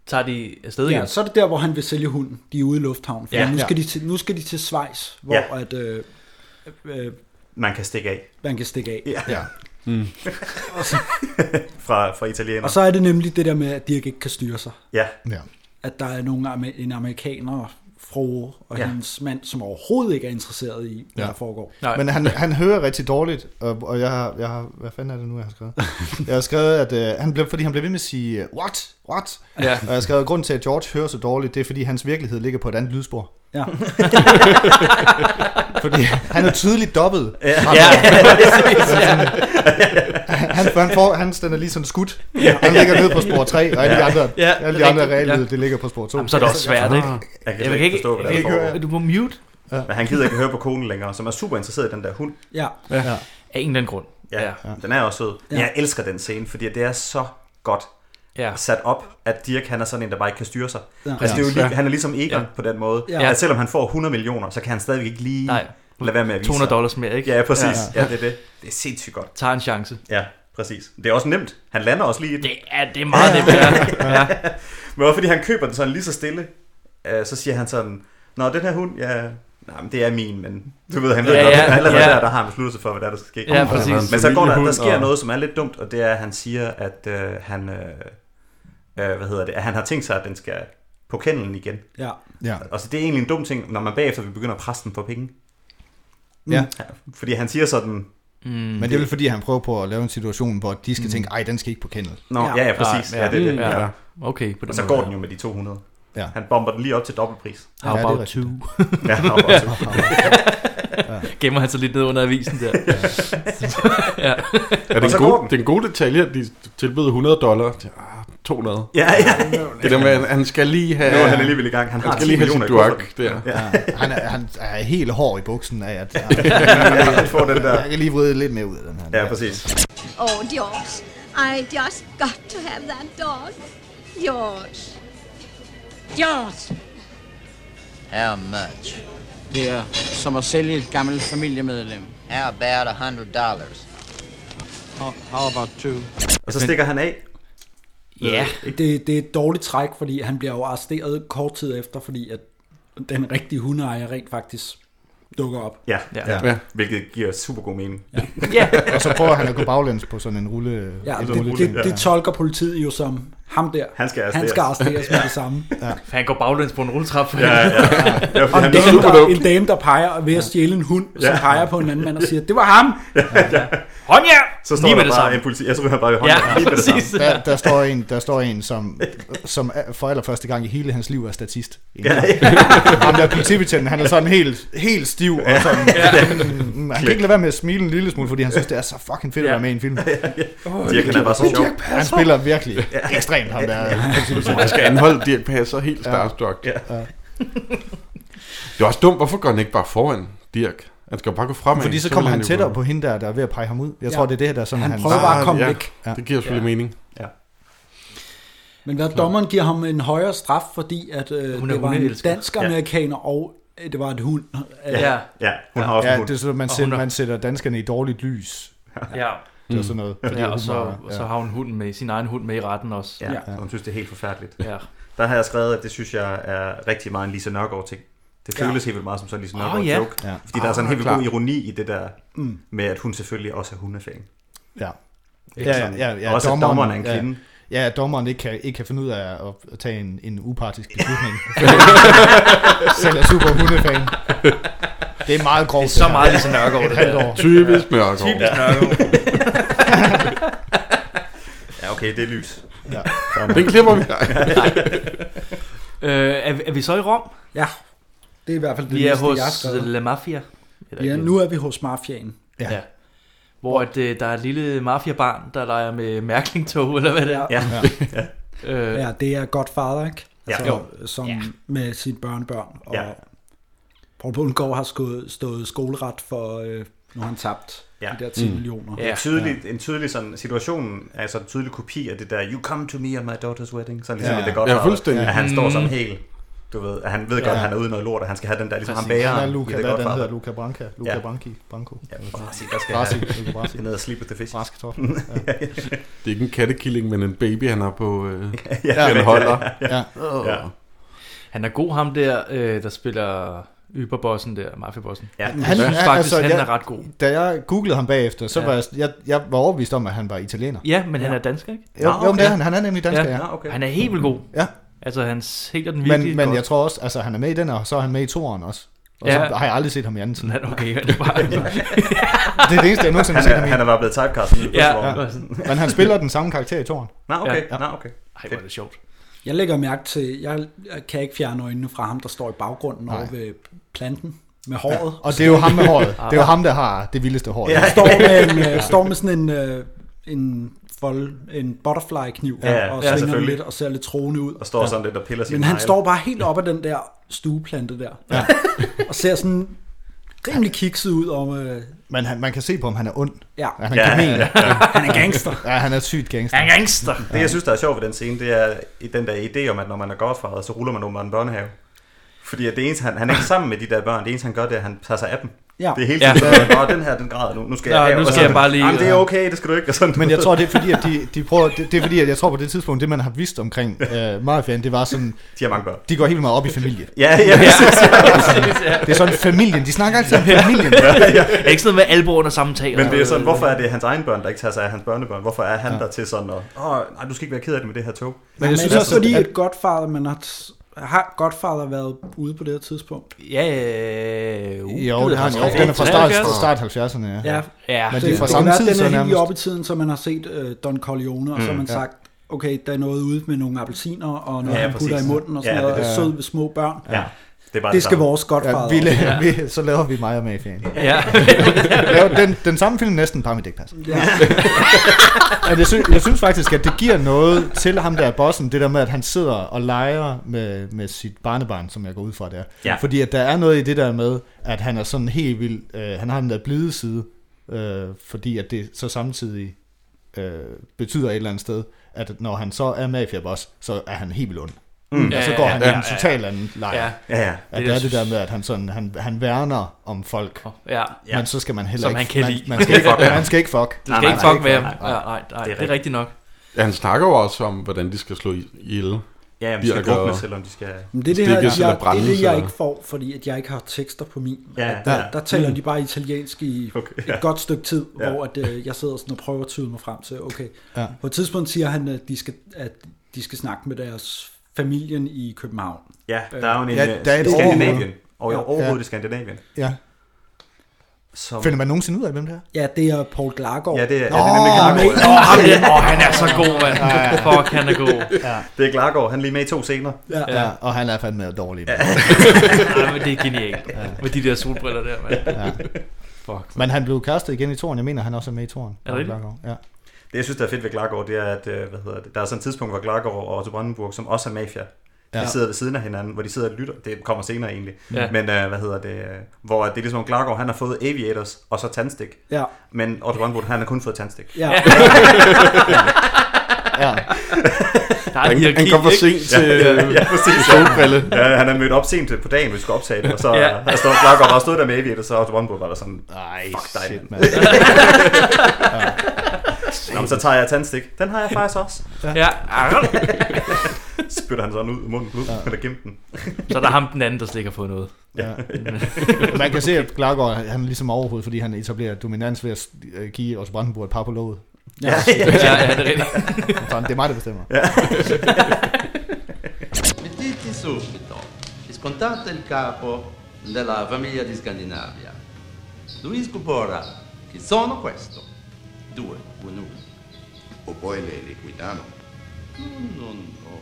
tager de afsted igen.
Ja, så er det der, hvor han vil sælge hunden. De er ude i lufthavnen. For
Ja.
ja. nu, skal
Ja.
de til, nu skal de til Schweiz, hvor
Ja.
ja. at, øh, øh,
Man kan stikke af.
man kan stikke af.
Ja.
ja.
Mm. fra, fra italiener.
Og så er det nemlig det der med, at Dirk ikke kan styre sig.
Ja.
ja.
At der er nogle, amer- en amerikaner, fru og
Ja.
ja. hendes mand, som overhovedet ikke er interesseret i, hvad ja. der foregår.
Men han, han hører rigtig dårligt, og, og jeg, har, jeg har... Hvad fanden er det nu, jeg har skrevet? Jeg har skrevet, at øh, han blev, fordi han blev ved med at sige, øh, what? What?
Ja.
Og jeg har skrevet, at grunden til, at George hører så dårligt, det er, fordi hans virkelighed ligger på et andet lydspor.
Ja.
fordi han er tydeligt dobbelt.
Ja.
Ham
Ja,
der.
præcis, ja.
han, han, får, han den er lige sådan skudt.
Ja.
Han ligger nede på spor 3, og alle de andre,
Ja,
alle
det
de
er
andre
rigtigt,
reallyde,
ja.
det ligger på spor Ah. 2.
Jamen, så er det også svært, ikke?
Jeg kan
Jeg
slet
kan
ikke
ikke-
forstå,
jeg
hvad der
kan ikke
foregår.
høre- Du må mute.
Ja. Men han gider ikke høre på konen længere, som er super interesseret i den der hund.
Ja.
Ja. Ja. Af en eller anden grund.
Ja.
Ja.
ja. Den er også sød. Ja. Jeg elsker den scene, fordi det er så godt
Ja.
sat op, at Dirk han er sådan en, der bare ikke kan styre sig.
Ja.
Ja. Altså, det er jo lige,
Ja.
han er ligesom Egon
Ja.
ja. på den måde.
Ja.
Ja. At selvom han får 100 millioner, så kan han stadigvæk ikke lige
Nej.
Nej. lade være med at vise
200
sig.
dollars mere, ikke?
Ja, præcis.
Ja.
Ja. ja, det er det. Det er sindssygt godt.
Tager en chance.
Ja, præcis. Det er også nemt. Han lander også lige i den.
Det er, det er meget nemt, ja. Ja.
Men også fordi han køber den sådan lige så stille, øh, så siger han sådan, Nå, den her hund, ja, nej, men det er min, men du ved, han ved
Ja,
ja, godt,
ja,
ja, allerede
ja.
der, der har han besluttet sig for, hvad der, er, der skal ske.
Ja, præcis.
Men så går der, der
Familiehund
sker
og-
noget, som er lidt dumt, og det er, at han siger, at øh, han, øh, øh, hvad hedder det, at han har tænkt sig, at den skal på kendelen igen.
Ja.
Ja.
Og så det er egentlig en dum ting, når man bagefter vil begynde at presse den for penge.
Ja.
Fordi han siger sådan...
Mm.
Men det er vel fordi, han prøver på at lave en situation, hvor de skal tænke, ej, den skal ikke på kendel.
Nå, ja, ja, præcis. Mm. Ah, Ja, det er det. Ja.
på den
og så
måde,
går
ja.
den jo med de 200.
Ja.
Han bomber den lige op til dobbeltpris.
How Ja, det er about rigtigt. two?
ja, how about two.
Ja. Gemmer han sig lidt ned under avisen der. ja.
Ja, det, er en god, det er en god detalje, at de tilbød 100 dollar. til, Ah, 200.
Ja, ja.
Det der med, at han skal lige have...
Nu er han alligevel i gang. Han
Han
har
skal
10
lige have sin
millioner i
duak
kufferten.
der.
Ja. Han, er, han er helt hård i buksen af, at
Han får den der.
jeg kan lige vride lidt mere ud af den her.
Ja, præcis.
Oh, George, I just got to have that dog. George. George.
How much? Det er som at sælge et gammelt familiemedlem. How about a hundred dollars? How, how about two?
Og så stikker han af.
Ja.
Det, det er et dårligt træk, fordi han bliver jo arresteret kort tid efter, fordi at den rigtige hundeejer rent faktisk dukker op.
Ja, ja. ja. hvilket giver super god mening.
Ja.
Og så prøver han at gå baglæns på sådan en rulle.
Ja,
en
det,
rulleting.
det, det tolker politiet jo som ham der.
Han skal
Han
arresteres.
skal arresteres med
Ja.
det samme.
Ja.
For han går baglæns på en rulletrap.
Ja, ja. Ja, fordi
Og en
han er
dame,
super
der,
dum.
en dame, der peger ved at stjæle en hund, som
Ja.
peger på en anden mand og siger, det var ham!
Hånd jer!
Så står
Lige med
der
det
bare
samme.
en politi. Jeg tror, han bare vil holde
Ja,
ja, lige med det samme.
præcis.
Der, der, står en, der står en, som, som er- for allerførste gang i hele hans liv er statist.
Ja.
Ham der politibetjenten, han er sådan helt, helt stiv. Og sådan,
Ja.
Mm, han kan ikke lade være med at smile en lille smule, fordi han synes, det er så fucking fedt at være med i en film.
Dirk, han er bare så
Åh,
sjov.
Dirk Passer. Han spiller virkelig
Ja.
ekstremt, ham der.
Man skal anholde Dirk Passer helt
Ja.
starstruck.
Ja.
Det er også dumt, hvorfor går han ikke bare foran Dirk? Han skal jo bare gå fremad.
Fordi så
vil
kommer han
jo
tættere
gå-
på hende der, der er ved at pege ham ud. Jeg
Ja.
tror, det er det her, der er sådan,
Han prøver bare at komme
ja,
væk.
Det giver selvfølgelig
Ja.
mening.
Ja.
Men hvad dommeren giver ham en højere straf, fordi at øh,
Hun er
det var en
hundeelsker.
dansk-amerikaner, og øh, det var et hund.
Ja.
Ja, det er sådan, man,
Og
sætter,
hun er-
man sætter danskerne i dårligt lys.
Ja.
Det var sådan noget. fordi
Ja,
hun
og, så,
var-
og så har hun hunden med, sin egen hund med i retten også.
Ja, ja. hun synes, det er helt forfærdeligt.
Ja.
Der har jeg skrevet, at det synes jeg er rigtig meget en Lise Nørgaard ting. Det
Ja.
føles helt vildt meget som sådan en Lise
Åh,
Nørgaard
ja.
joke.
Ja.
Fordi der er sådan en
Ah,
helt vildt god
klar.
ironi i det der
Mm.
med, at hun selvfølgelig også er hundefan.
Ja.
Ikke
Ja, ja,
sådan?
ja, ja,
Også at dommeren er en kvinde.
Ja, ja at dommeren ikke kan, ikke kan finde ud af at, at tage en, en upartisk beslutning. Selv er super hundefan. Det er meget grovt.
Det er så
her.
meget ligesom Nørgaard,
Et
det
halvt
der.
år.
Typisk Nørgaard. Typisk
Nørgaard. ja, okay, det er lys.
Ja.
Den klipper vi.
øh, er, vi- er vi så i Rom?
Ja, det er i hvert fald det
Vi er
næste,
hos
jeg har skrevet.
La Mafia.
Ja, nu er vi hos mafiaen.
Ja. ja. Hvor at, øh, der er et lille mafiabarn, der leger med mærklingtog, eller hvad det er.
Ja.
ja. øh,
Ja, det er Godfather, ikke?
Ja.
Altså, som ja. med sine børnebørn. Og
Ja.
ja. Poul Bundgaard har stået, stået skoleret for, øh, nu har han tabt ja. de der 10 mm. millioner.
Ja. En tydelig, en tydelig sådan, situation, altså en tydelig kopi af det der, you come to me at my daughter's wedding, sådan ligesom
Ja.
ja. det godt
Ja, fuldstændig.
At han står sådan
Mm.
helt, du ved, at han ved godt,
Ja.
at han er ude i noget lort, og han skal have den der, ligesom
Præcis.
han bærer.
Han er Luca,
i det
hvad er det, han
Godfather.
hedder? Luca Branca? Luca Branchi? Branco?
Ja, Brasi, der skal
Brasi,
have-
Luca Brasi.
skal ned og sleep with the fish.
Braskartoffel, ja.
Det er ikke en kattekilling, men en baby, han har på øh,
ja,
ja,
ja,
en holder.
ja, ja. Ja.
Han er god, ham der, øh, der spiller Yberbossen der, mafiabossen.
Ja.
Han, jeg synes faktisk, altså, han er ret god.
Da jeg googlede ham bagefter, så
Ja.
ja. var jeg, jeg, jeg var overbevist om, at han var italiener.
Ja, men han er dansker, ikke?
Jo, jo men det er han. Han er nemlig dansker, ja.
Han er helt vildt god.
Ja.
Altså, han sælger den virkelig
Men, men
godt.
jeg tror også, altså han er med i den, og så er han med i toeren også. Og ja.
Ja.
så har jeg aldrig set ham i anden tid.
Han er okay, han er bare...
det er det eneste, jeg nogensinde
Han
har set
er-
ham i.
han er bare blevet typecastet nu,
Ja.
på
ja.
Torben.
Men han spiller den samme karakter i toeren.
Nå, okay, ja. nå, okay.
Ej, hvor er det sjovt.
Jeg lægger mærke til, jeg kan ikke fjerne øjnene fra ham, der står i baggrunden
Nej.
over ved planten med håret.
Og det er jo ham med håret.
Ah.
Det er jo ham, der har det vildeste hår.
Ja. Han står med, en, øh, står med sådan en, øh, en, fold, en butterfly kniv
Ja, ja,
og
ja,
svinger den
selvfølgelig.
lidt og ser lidt troende ud.
Og står sådan lidt og piller sine
Men han
negle.
står bare helt op ad den der stueplante der. Ja. og ser sådan rimelig kikset ud om... Øh,
Men han, man kan se på, om han er ond.
Ja.
Han er
Ja,
kamel.
ja, ja. Han er gangster.
Ja, han er sygt gangster.
Det, jeg synes, der er sjovt ved den scene, det er i den der idé om, at når man er godfader, så ruller man over en børnehave. Fordi at det eneste, han, han er ikke sammen med de der børn. Det eneste, han gør, det er, at han tager sig af dem.
Ja.
Det er hele tiden,
Ja.
sådan, "Nå, den her, den græder nu. Nu skal jeg
Nå,
have.
nu
Og
skal
så-
jeg bare lige-
Jamen, det er okay, det skal du ikke. Og sådan,
Men jeg tror, det er fordi, at de, de prøver, det, det er fordi, at jeg tror på det tidspunkt, det man har vidst omkring øh, mafiaen, det var sådan...
De har mange børn.
De går helt meget op i familie.
Ja, ja, præcis, ja, præcis, ja.
Det er sådan familien. De snakker altid om familien.
Ikke sådan med albu under samme tag.
Men det er sådan, hvorfor er det hans egen børn, der ikke tager sig af hans børnebørn? Hvorfor er han ja. der til sådan at, åh, nej, du skal ikke være ked af det med det her tog?
Men jeg synes
Lad
også,
os-
fordi at Godfather, man har, har Godfather været ude på det her tidspunkt?
Ja, uh,
Jo, det har han jo. Den er fra start, fra start 70'erne, ja.
Ja.
ja. Men
Så
det er fra
kan
samme
være,
tid,
den
så
er helt
nærmest.
oppe i tiden, så man har set øh, Don Corleone, og så har
Mm.
man
Ja.
sagt, okay, der er noget ude med nogle appelsiner, og noget,
Ja,
ja,
ja,
han putter i
præcis.
munden, og sådan
Ja,
noget,
det-
og sød ved små børn.
Ja. Ja.
Det, er bare
det skal vores Godfather.
vi,
også.
la- vi, så laver vi mig og mafiaen.
Ja.
Laver den, den samme film næsten bare med dækpas.
Ja.
Men jeg, synes, jeg synes faktisk, at det giver noget til ham der bossen, det der med, at han sidder og leger med, med sit barnebarn, som jeg går ud fra det er.
Ja.
Fordi at der er noget i det der med, at han er sådan helt vild, øh, han har den der blide side, øh, fordi at det så samtidig øh, betyder et eller andet sted, at når han så er mafiaboss, så er han helt vildt ond.
Mm.
Og så
Ja,
går
ja,
han
ja,
i en
ja, ja.
total anden lejr.
Ja. Ja, ja.
At det er det der med, at han, sådan, han, han værner om folk,
Ja.
men så skal man heller
Som han
ikke...
kan
man,
lide.
man, skal ikke
Fuck, ja.
man skal ikke fuck.
Du skal ikke fuck med ham. Nej, nej, nej, det er rigtigt nok.
Ja, han snakker jo også om, hvordan de skal slå i- ihjel.
Ja, om de skal
Birker og-
druknes, eller om de skal-
Men det er det, her,
stikkes
jeg,
eller
jeg, det, er
brændes,
det, jeg
eller-
ikke får, fordi at jeg ikke har tekster på min.
Ja,
At der,
ja.
der taler
Mm.
de bare italiensk i okay, ja.
ja.
et godt stykke tid, ja.
Ja.
hvor at, øh, jeg sidder sådan og prøver at tyde mig frem til, okay.
Ja.
På et tidspunkt siger han, at de skal, at de skal snakke med deres familien i København.
Ja,
Øh,
der er jo en,
Ja,
øh,
der er et
Skandinavien.
overhoved.
Og i
Ja.
overhovedet i Skandinavien.
Ja.
Som...
Finder man nogensinde ud af, hvem det er?
Ja, det er Paul Glargaard.
Ja, det er, ja, det er nemlig Glargaard. Det er Glargaard, han er lige med i to scener.
Ja.
Ja. ja, og han er fandme dårlig. Ja.
Ej, men det er genialt. Med de der solbriller der, mand.
Ja.
Fuck.
Men han blev kastet igen i toren. Jeg mener, han også er med i toren.
Er det rigtigt?
Ja.
Det, jeg synes, der er fedt ved Klargaard, det er, at øh, hvad hedder det, der er sådan et tidspunkt, hvor Klargaard og Otto Brandenburg, som også er mafia, ja.
Ja.
de sidder ved siden af hinanden, hvor de sidder og lytter. Det kommer senere egentlig.
Ja.
Ja. Men øh, hvad hedder det? øh, Hvor det er ligesom, Klargaard, han har fået Aviators og så tandstik.
Ja.
Men Otto Brandenburg, han har kun fået tandstik.
Ja.
ja.
Der er en hierarki, ikke? ja, ja, ja, præcis, ja. ja, han er mødt op sent på dagen, vi skulle optage det, og så
Ja.
ja. der står Klargaard bare stod der med Aviators, og Otto Brandenburg var der sådan, Ej, fuck dig,
shit,
mand.
mand. Ja.
Nå, men så tager jeg tandstik. Den har jeg faktisk også.
Ja. Ja.
Spytter han sådan ud i munden, ud, ja. eller gemte den.
Så er der ham den anden, der slikker på noget.
Ja. Man kan se, at Klargaard, han er ligesom overhovedet, fordi han etablerer dominans ved at øh, give Otto Brandenburg et par på låget.
Ja. Ja, ja, ja, det er rigtigt.
Sådan, det er mig, der bestemmer.
Mettiti subito e scontate il capo della famiglia di Scandinavia. Luis Cupora, che sono questo. Due, uno.
Och poi le liquidiamo.
No, no.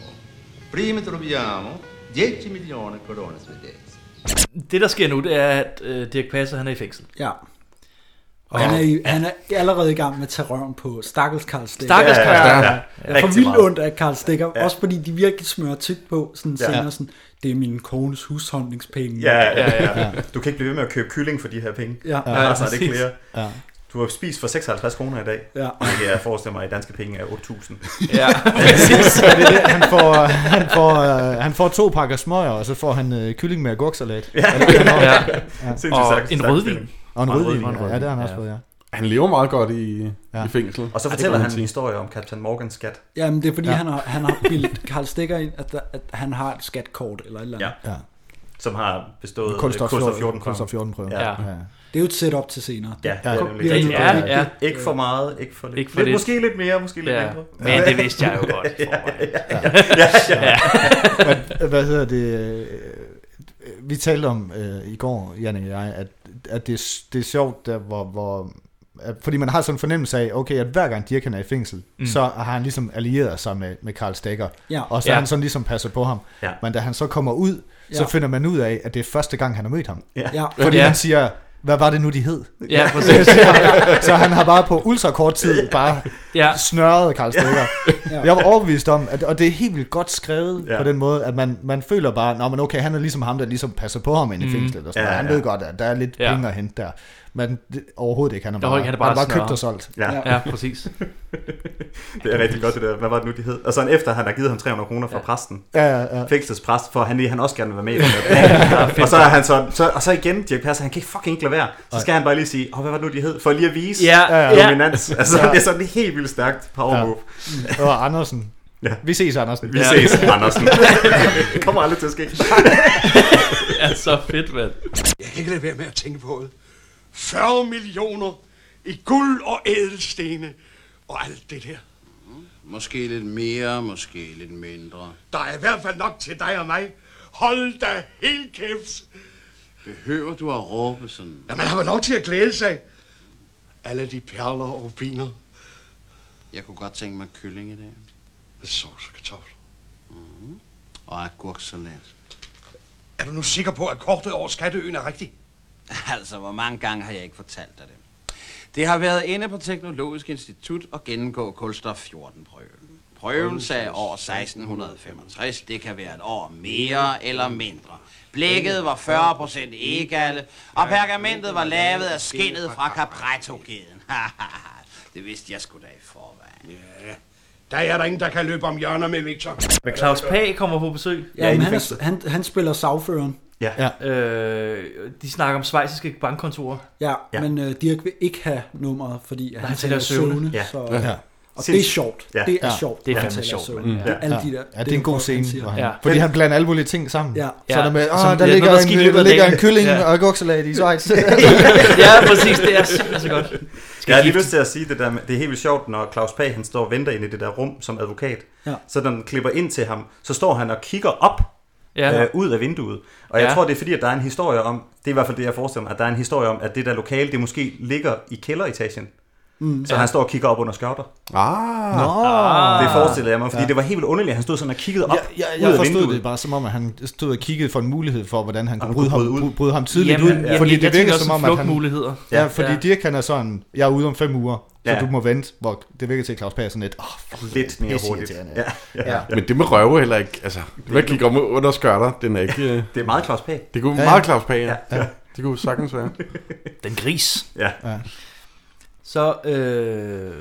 Prima troviamo 10 milioni corone svedesi.
Det, der sker nu, det er, at øh, Dirk Passer, han er i fængsel.
Ja. Og han er, i, han er allerede i gang med at tage røven på Stakkels Karl Stikker.
Stakkels Karl Ja, ja, ja. Stikker.
Jeg er for
Rigtig
vildt
meget.
ondt af Karl Stikker, ja. også fordi de virkelig smører tyk på sådan
Ja.
ja. senere. Sådan, det er min kones husholdningspenge.
Ja, ja, ja. Du kan ikke blive ved med at købe kylling for de her penge.
Ja.
ja,
Ja,
altså, det er ikke
præcis.
flere.
Ja.
Du har spist for 56 kroner i dag.
Ja.
Og jeg forestiller mig, at i danske penge er 8.000.
Ja,
Så det er det, han får, han får, øh, han får to pakker smøger, og så får han øh, kylling med agurksalat.
Ja.
Eller hvad han har.
Ja.
Sindssygt sagt- sagt film.
Og en rødvin, ja. ja, det har han også fået, ja.
Han lever meget godt i, ja. i fængsel.
Og så
Det
fortæller
kan
han
man
en
sige.
historie om Captain Morgans skat.
Jamen, det er fordi,
Ja.
ja. han har, han har bildt Karl Stikker ind, at, der, at han har et skatkort eller et eller andet.
Ja. Som har bestået øh,
Kulstof
Kulstof 14
14 Kulstof 14 prøven.
Ja.
Ja. Det er jo et setup til senere.
Ja, det
det
er
er
nemlig det. Ja, ja. Ikke for meget, ikke for lidt. Ikke for lidt. Måske lidt mere, måske lidt mindre.
Men det vidste jeg jo godt.
Ja,
Ja,
ja, ja. Ja, ja.
Hvad, hvad hedder det? øh, Vi talte om øh, i går, Janne og jeg, at, at det, er- det er sjovt, der, hvor, hvor at, fordi man har sådan en fornemmelse af, okay, at hver gang Dirk han er i fængsel,
Mm.
mm. så har han ligesom allieret sig med, med Karl Stegger,
Ja.
og så
Ja.
ja. han sådan ligesom passer på ham.
Ja.
Men da han så kommer ud, så
Ja.
finder man ud af, at det er første gang, han har mødt ham.
Ja. Ja.
Fordi
Ja.
han siger, hvad var det nu, de hed?
Ja, præcis.
så, så han har bare på ultrakort tid bare
Ja.
ja. snørret Karl Stegger.
Ja.
Ja. Jeg var overbevist om, at, og det er helt vildt godt skrevet
Ja.
ja. på den måde, at man, man føler bare, Nå, men okay, han er ligesom ham, der ligesom passer på ham inde i
Mm.
fængslet. Og sådan
Ja,
ja, ja. Han
ja.
ved godt, at der er lidt
Ja.
ja. penge at hente der. Men det, overhovedet ikke, han er
Der
bare,
var ikke, han er bare,
han er bare
snørret.
købt og solgt.
Ja, ja præcis.
Det er rigtig godt det der. Hvad var det nu, de hed? Og sådan efter, han har givet ham 300 kroner fra præsten.
Ja, ja, ja.
Fængselspræst, for han, han også gerne vil være med i den her
Ja,
plan.
fedt.
og så er han så, så, og så igen, Dirk Passer, han kan ikke fucking ikke lade være. Så skal han bare lige sige, oh, hvad var det nu, de hed? For lige at vise
Ja, ja.
dominans. Altså,
Ja.
det er sådan helt vildt stærkt power
Ja.
move.
Mm. Og Andersen.
Ja.
Vi ses, Andersen.
Vi ses, Andersen. det kommer aldrig til at ske.
Det er så fedt, mand.
Jeg kan ikke lade være med at tænke på det. 40 millioner i guld og ædelstene og alt det der.
Måske lidt mere, måske lidt mindre.
Der er i hvert fald nok til dig og mig. Hold da helt kæft.
Behøver du at råbe sådan?
Ja, man har vel lov til at glæde sig. Alle de perler og rubiner.
Jeg kunne godt tænke mig kylling i dag.
Med sovs og kartofler.
Mm. Og agurksalat.
Er du nu sikker på, at kortet over Skatteøen er rigtigt?
Altså, hvor mange gange har jeg ikke fortalt dig det? Det har været inde på Teknologisk Institut og gennemgå kulstof 14 prøven. Prøven sagde år 1665. Det kan være et år mere eller mindre. Blækket var 40 procent egalde, og pergamentet var lavet af skinnet fra Capretto-geden. det vidste jeg sgu da i forvejen.
Ja, der er der ingen, der kan løbe om hjørner med Victor.
Men Claus Pag kommer på besøg.
Ja, men han, er, han, han spiller sagføreren.
Ja. ja. Øh, de snakker om svejsiske bankkontorer.
Ja, ja. men øh, Dirk vil ikke have nummeret, fordi at
Nej,
han
han tæller
tæller
søvne.
søvne.
Ja.
Så,
Ja.
Og det er
Sindssygt.
sjovt.
Ja.
Det er
Ja.
sjovt.
Det er
at han
fandme
tæller
sjovt,
søvne.
mand. Ja.
Alle de der,
ja, det er en god
folk, han
scene,
siger.
hvor han, ja. fordi han blander alle mulige ting sammen.
Ja.
Så er der med,
Ja.
åh,
Som-
der,
ja,
ligger
noget
en,
skidt i løbet
der
af
ligger
dagen.
en kylling
Ja.
ja. og agurksalat i Schweiz.
Skal jeg har lige lyst til at sige det der, med- det er helt vildt sjovt, når Claus Pag, han står og venter inde i det der rum som advokat.
Ja.
Så når den klipper ind til ham, så står han og kigger op
Ja.
ja. øh, ud af vinduet. Og jeg
Ja.
tror, det er fordi, at der er en historie om, det er i hvert fald det, jeg forestiller mig, at der er en historie om, at det der lokale, det måske ligger i kælderetagen.
Mm.
Mm. Så
Ja.
han står og kigger op under skørter.
Ah.
Nå.
Det forestiller jeg mig, fordi
Ja.
det var helt vildt underligt, at han stod sådan og kiggede op
Jeg,
ud
jeg
af
forstod
vinduet.
det bare som om, at han stod og kiggede for en mulighed for, hvordan han kunne
han
bryde
kunne
ham,
bryde ud.
bryde- bryde ham tidligt
Jamen,
ud.
ja.
Fordi
Jeg
det
tænker
virker
også
som om,
som
at han...
flugtmuligheder.
Ja,
Ja.
fordi
Ja.
Dirk han er sådan, jeg er ude om fem uger, så
Ja.
du må vente, hvor det virker til Claus Pag er sådan lidt, åh, fuck,
Lidt mere hurtigt.
Ja. Ja. Ja.
Men det med røve heller ikke, altså, hvad gik om under skørter, den er ikke... øh,
Det er meget Claus Pag.
Det kunne
Ja, ja.
meget Claus Pag, ja.
Ja.
ja. Det kunne sagtens være.
Den gris.
Ja.
ja.
Så øh,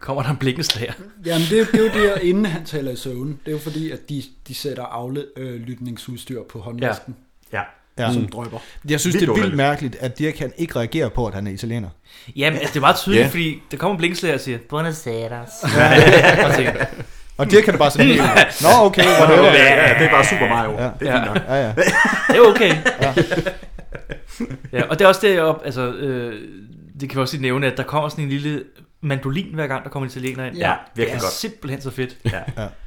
kommer der en blikkenslager.
Jamen, det, er- det er jo der, inden han taler i søvne. Det er jo fordi, at de, de sætter aflytningsudstyr øh, lytningsudstyr på håndvasken.
Ja.
Ja. Mm.
som drøber.
Jeg synes,
Vildt
det er vildt
underligt.
mærkeligt, at Dirk han ikke reagerer på, at han er italiener.
Jamen, altså, det er meget tydeligt,
Ja.
yeah. fordi der kommer Blinkslager og siger, Buenos Aires.
Ja. Og Dirk han er bare sådan helt, "Nå, okay, whatever."
Ja, ja, det er bare Super Mario.
Ja.
Det er fint nok.
Ja, ja.
Det er okay.
Ja.
Ja. ja, og det er også deroppe, altså, øh, det kan vi også lige nævne, at der kommer sådan en lille mandolin, hver gang der kommer en italiener ind.
Ja, virkelig
det er
godt.
simpelthen så fedt.
Ja.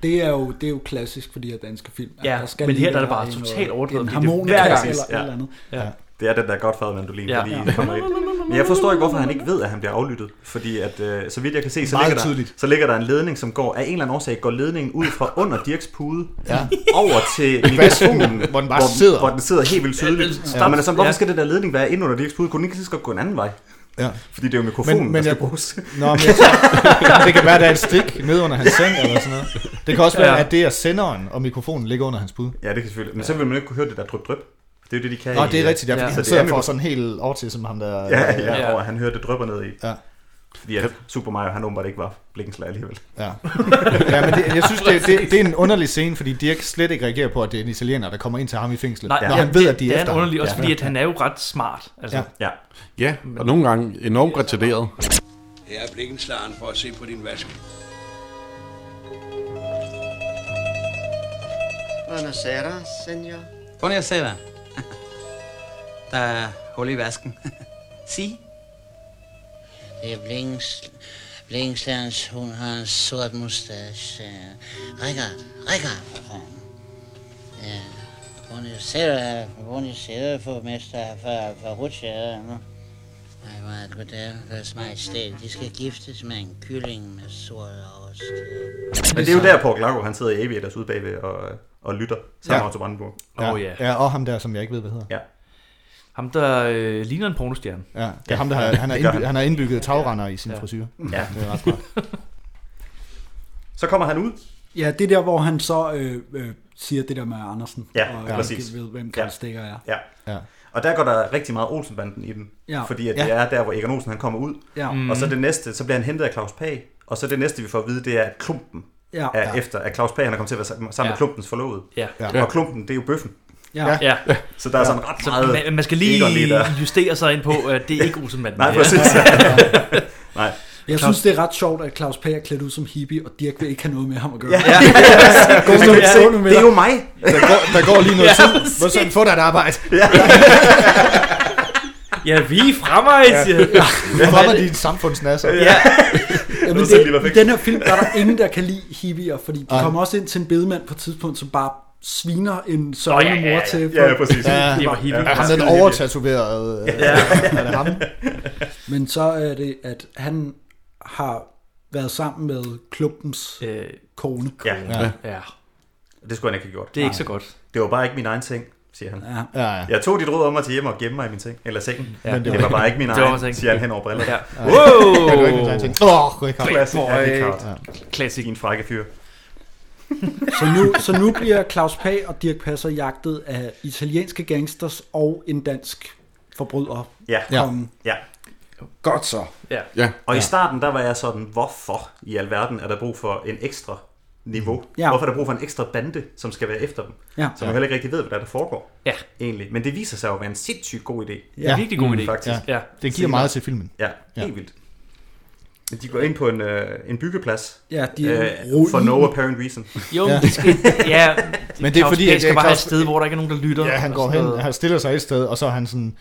Det er jo det er jo klassisk for de her danske film. at
Ja, men
lige
her der er det
være
bare
en- øh,
totalt overdrevet,
En
fordi det er
harmonika
hver
eller
gang.
et
Ja.
eller andet.
Ja.
Det er den der godfader mandolin,
Ja.
ja. fordi
Ja.
ja. kommer ind. Men jeg forstår ikke, hvorfor han ikke ved, at han bliver aflyttet. Fordi at, øh, så vidt jeg kan se, så
Meget
ligger, der,
tydeligt.
så ligger der en ledning, som går af en eller anden årsag, går ledningen ud fra under Dirks pude
Ja.
over til
I
mikrofonen,
bastionen, hvor den bare
hvor,
sidder.
Hvor den sidder helt vildt tydeligt.
Ja.
Ja. Men altså, hvorfor
Ja.
skal den der ledning være ind under Dirks pude? Kunne den ikke lige så godt gå en anden vej?
Ja.
Fordi det er jo mikrofonen, men, men der skal bruges.
Nå, men jeg tror, det kan være, der er et stik ned under hans seng eller sådan noget. Det kan også være,
Ja.
at det er senderen, og mikrofonen ligger under hans pude.
Ja, det kan selvfølgelig. Men så vil man ikke kunne høre det der dryp-dryp. Det er jo det, de kan.
Nå,
i- øh,
det er rigtigt, ja, fordi han
det
sidder
er
og får
mikro-
sådan helt over til, som ham der... øh,
Ja, ja, ja. Og han hører, det drypper ned i.
Ja.
Fordi at Super Mario, han åbenbart ikke var blikkenslager alligevel.
Ja. ja, men det, jeg synes, det, det, det, er en underlig scene, fordi Dirk slet ikke reagerer på, at det er en italiener, der kommer ind til ham i fængslet.
Nej,
når
ja,
han ved,
det-
at de
det
er
er
efter
en underlig,
ham.
også fordi, at han er jo ret smart. Altså.
Ja.
Ja.
Ja, og nogle gange enormt retarderet.
Her er blikkenslaren for at se på din vask.
Buonasera, senor.
Buonasera. Der er hul i vasken. Sig.
Det er Blings, Blingslands, hun har en sort mustache. Rikard, Rikard, for fanden. Ja, Buonasera, Buonasera, formester for, for Rutsja. Nej, hvor er det goddag, deres majestæt. De skal giftes med en kylling med sort ost.
Men det er jo der, Paul Lago, han sidder i Aviators ude bagved og, øh, og lytter sammen
Ja.
med Otto Brandenburg.
Ja. Oh, ja. ja, og ham der, som jeg ikke ved, hvad hedder.
Ja.
Ham, der øh, ligner en pornostjerne.
Ja, det er ja. ham, der har, han, har
Det gør
indby- han har indbygget tagrender i sin
Ja.
frisyr.
Ja.
Det er ret smart.
Så kommer han ud.
Ja, det er der, hvor han så øh, øh, siger det der med Andersen.
Ja,
og,
ja,
øh,
præcis.
Ved, hvem
ja.
Karl Stikker er.
Ja.
ja.
Og der går der rigtig meget Olsenbanden i den.
Ja.
Fordi at
Ja.
det er der, hvor Egon Olsen han kommer ud.
Ja. Mhm.
Og
Mm.
så det næste, så bliver han hentet af Claus Pag. Og så det næste, vi får at vide, det er, at klumpen
Ja.
ja. er efter, at Claus Pag han er kommet til at være sammen ja.
Ja.
med klumpens forlovede.
Ja.
Ja.
Og klumpen, det er jo bøffen.
Ja.
ja.
Så der er sådan ret
Så
meget...
man, man skal
Egon
lige
der.
justere sig ind på, at det er ikke Olsenmanden.
Nej,
Ja.
præcis. Nej.
Jeg
Claus-
synes, det er ret sjovt, at Claus Pag er klædt ud som hippie, og Dirk vil ikke have noget med ham at gøre.
Ja. Ja. Han kan
Gå nu,
ikke se,
gå nu med
det er
dig.
jo mig.
Der går, der går lige noget
Ja,
tid, hvor sådan, få dig et arbejde.
Ja.
Ja, vi er fremvejs.
Ja. Nu rammer de en samfundsnasser.
Ja. ja, men
Det er lige
det,
perfekt.
I den her film der er der ingen, der kan lide hippier, fordi de
Ej.
kommer også ind til en bedemand på et tidspunkt, som bare sviner en sørgende
Nå, ja, ja,
mor
ja.
til.
Ja, ja, præcis. Ja, det var hippie. Ja, ham den overtatoverede, øh, Ja. er det ham?
Men så er det, at han har været sammen med klumpens
øh,
kone.
Ja.
ja.
Det skulle han ikke have gjort.
Det er ikke så godt.
Det var bare ikke min egen ting, siger han.
Ja.
Ja, ja.
Jeg tog dit råd om at tage hjem og gemme mig i min ting, eller sengen.
Ja.
Ja. Det var bare ikke min
Det var også
egen,
ikke-
siger han hen over brillerne.
Ja.
Ja.
Ja. Wow! Det var ikke min egen ting. Åh, øh, Richard.
Classic.
Bad
Ja,
boy.
Richard.
Classic.
Din frække fyr.
Så nu, så nu bliver Claus Pag og Dirk Passer jagtet af italienske gangsters og en dansk forbryder.
Ja.
Kongen.
ja.
Godt så.
Ja.
ja.
Og
Ja.
i starten, der var jeg sådan, hvorfor i alverden er der brug for en ekstra niveau?
Mm. Ja.
Ja. Hvorfor er der brug for en ekstra bande, som skal være efter dem?
Ja.
Som
Ja.
man heller ikke rigtig ved, hvad der, er, der foregår.
Ja.
Egentlig. Men det viser sig jo at være en sindssygt god idé.
Ja. Virkelig god
Mm,
idé.
Faktisk.
Ja. Ja. Det giver meget til filmen.
Ja,
Ja.
helt vildt. Men De går ind på en, øh, en byggeplads.
Ja, de er en
øh, For
ruin.
no apparent reason.
Jo, ja. det skal, ja,
Men det er fordi,
han skal
at-
bare have et
Claus-
sted, hvor der ikke er nogen, der lytter.
Ja, han
og
går
sådan
hen,
noget.
han stiller sig et sted, og så er han sådan,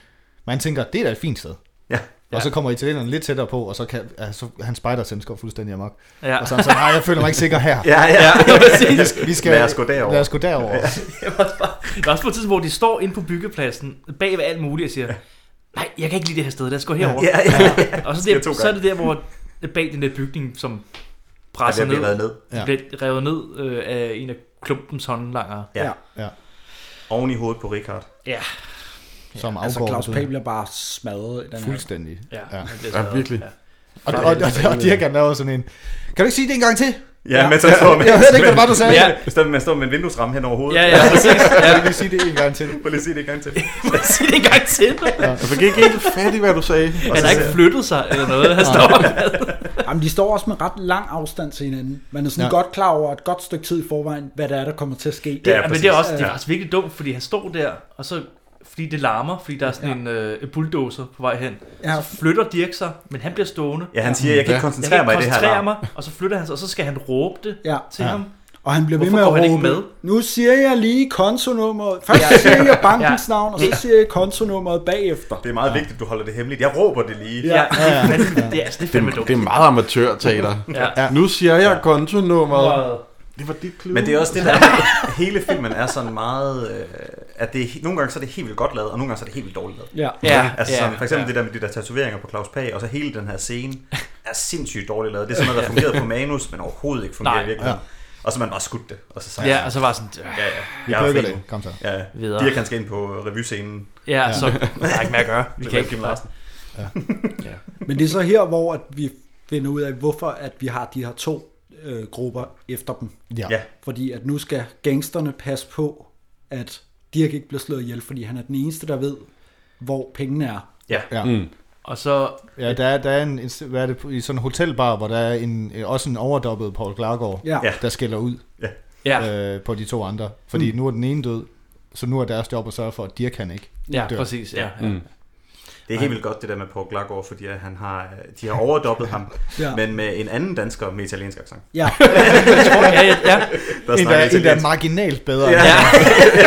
man tænker, det er da et fint sted.
Ja.
Og så kommer italienerne lidt tættere på, og så kan ja, så han spejder sig går fuldstændig amok.
Ja.
Og så er han sådan, nej, jeg føler mig ikke sikker her.
Ja, ja. Ja, præcis.
vi skal, vi skal,
Lad os gå derover.
Lad os gå derover.
Ja. Jeg var også bare- Der er også på et tidspunkt, hvor de står inde på byggepladsen, bag ved alt muligt, og siger, nej, jeg kan ikke lide det her sted, lad os gå herover.
Ja, ja, ja.
Og så,
Siger to
der,
gange.
så er det der, hvor bag den der bygning, som presser
Der bliver
ned,
revet ned. Ja.
bliver revet ned øh, af en af klumpens håndlanger.
Ja.
ja.
Oven i hovedet på Richard.
Ja.
Som
altså
afgår
Claus
ved-
Pag bliver bare smadret. i Den her.
Fuldstændig.
Ja,
ja.
han bliver
ja
smadret,
virkelig.
ja.
Og, og, og, og, og Dirk han er også sådan en, kan du ikke sige det en gang til?
Ja, men så står man...
Jeg hørte ikke, hvad det var, du sagde.
Ja. Så står man står med en vinduesramme hen over hovedet.
Ja, ja, præcis. Ja.
Prøv
lige sige det en gang til.
Prøv lige sige det en gang til.
Prøv lige sige det en gang til.
Jeg fik ikke helt fat i, hvad du sagde.
Han har ikke flyttet sig eller noget, han står med.
Jamen, de står også med ret lang afstand til hinanden. Man er sådan
Ja.
ja. godt klar over et godt stykke tid i forvejen, hvad der er, der kommer til at ske.
Det, ja, men det er også det er faktisk virkelig dumt, fordi han står der, og så fordi det larmer, fordi der er sådan ja. en øh, en bulldozer på vej hen. Ja.
Ja.
Så flytter Dirk sig, men han bliver stående.
Ja, han siger, "Jeg kan ikke
Ja.
koncentrere
jeg kan
mig i
ikke
det her
koncentrere
larm."
mig, og så flytter han sig, og så skal han råbe det
Ja.
til
Ja.
ham.
Og han bliver
Hvorfor
ved med
går
at
han
råbe,
ikke med?
nu siger jeg lige kontonummeret. Først siger jeg bankens
Ja.
navn, og så
Ja.
siger jeg kontonummeret bagefter.
Det er meget vigtigt, du holder det hemmeligt. Jeg råber det lige.
Ja. Ja, ja, ja.
Det er, altså, det er fandme
det, det er meget amatørteater.
Ja.
ja. Nu siger jeg kontonummeret.
Det
var dit clue.
Men det er også det, der hele filmen er sådan meget... Øh, at det, er- nogle gange så er det helt vildt godt lavet, og nogle gange så er det helt vildt dårligt lavet.
Ja.
Ja,
altså
ja,
sådan, for eksempel
ja.
det der med de der tatoveringer på Claus Pag, og så hele den her scene er sindssygt dårligt lavet. Det er sådan noget, der fungerede på manus, men overhovedet ikke fungerer
Nej.
virkelig. virkeligheden.
Ja.
Og så man bare skudt det. Og så sagde
Ja,
jeg-
og så var sådan, øh,
Ja, ja.
vi
Jeg er
plukker
fri
det.
nu.
Kom så.
Ja,
Videre.
Dirk han skal ind på revyscenen.
Ja, så der er ikke mere at gøre. Vi
Det
kan
var
ikke-
Kim Larsen.
Ja. Men det er så her, hvor at vi finder ud af, hvorfor at vi har de her to øh, grupper efter dem.
Ja. Ja.
Fordi at nu skal gangsterne passe på, at Dirk ikke bliver slået ihjel, fordi han er den eneste, der ved, hvor pengene er.
Ja.
Mm.
Og så...
Ja, der er, der er en, en- hvad er det, i sådan en hotelbar, hvor der er en, øh, også en overdoppet Paul Klargaard,
Ja. Ja.
der skiller ud
Ja.
Øh, på de to andre. Fordi
Mm.
mm. nu er den ene død, så nu er deres job at sørge for, at Dirk kan ikke.
Ja,
dør.
præcis, ja.
Mm.
Det er helt vildt godt, det der med Paul Glagård, fordi at han har, de har overdoppet ham,
Ja.
ja. men med en anden dansker med italiensk accent.
Ja.
Der
Ja, ja, ja.
snakker
En, der- en, der er
italiensk.
marginalt bedre.
Ja.
Ja.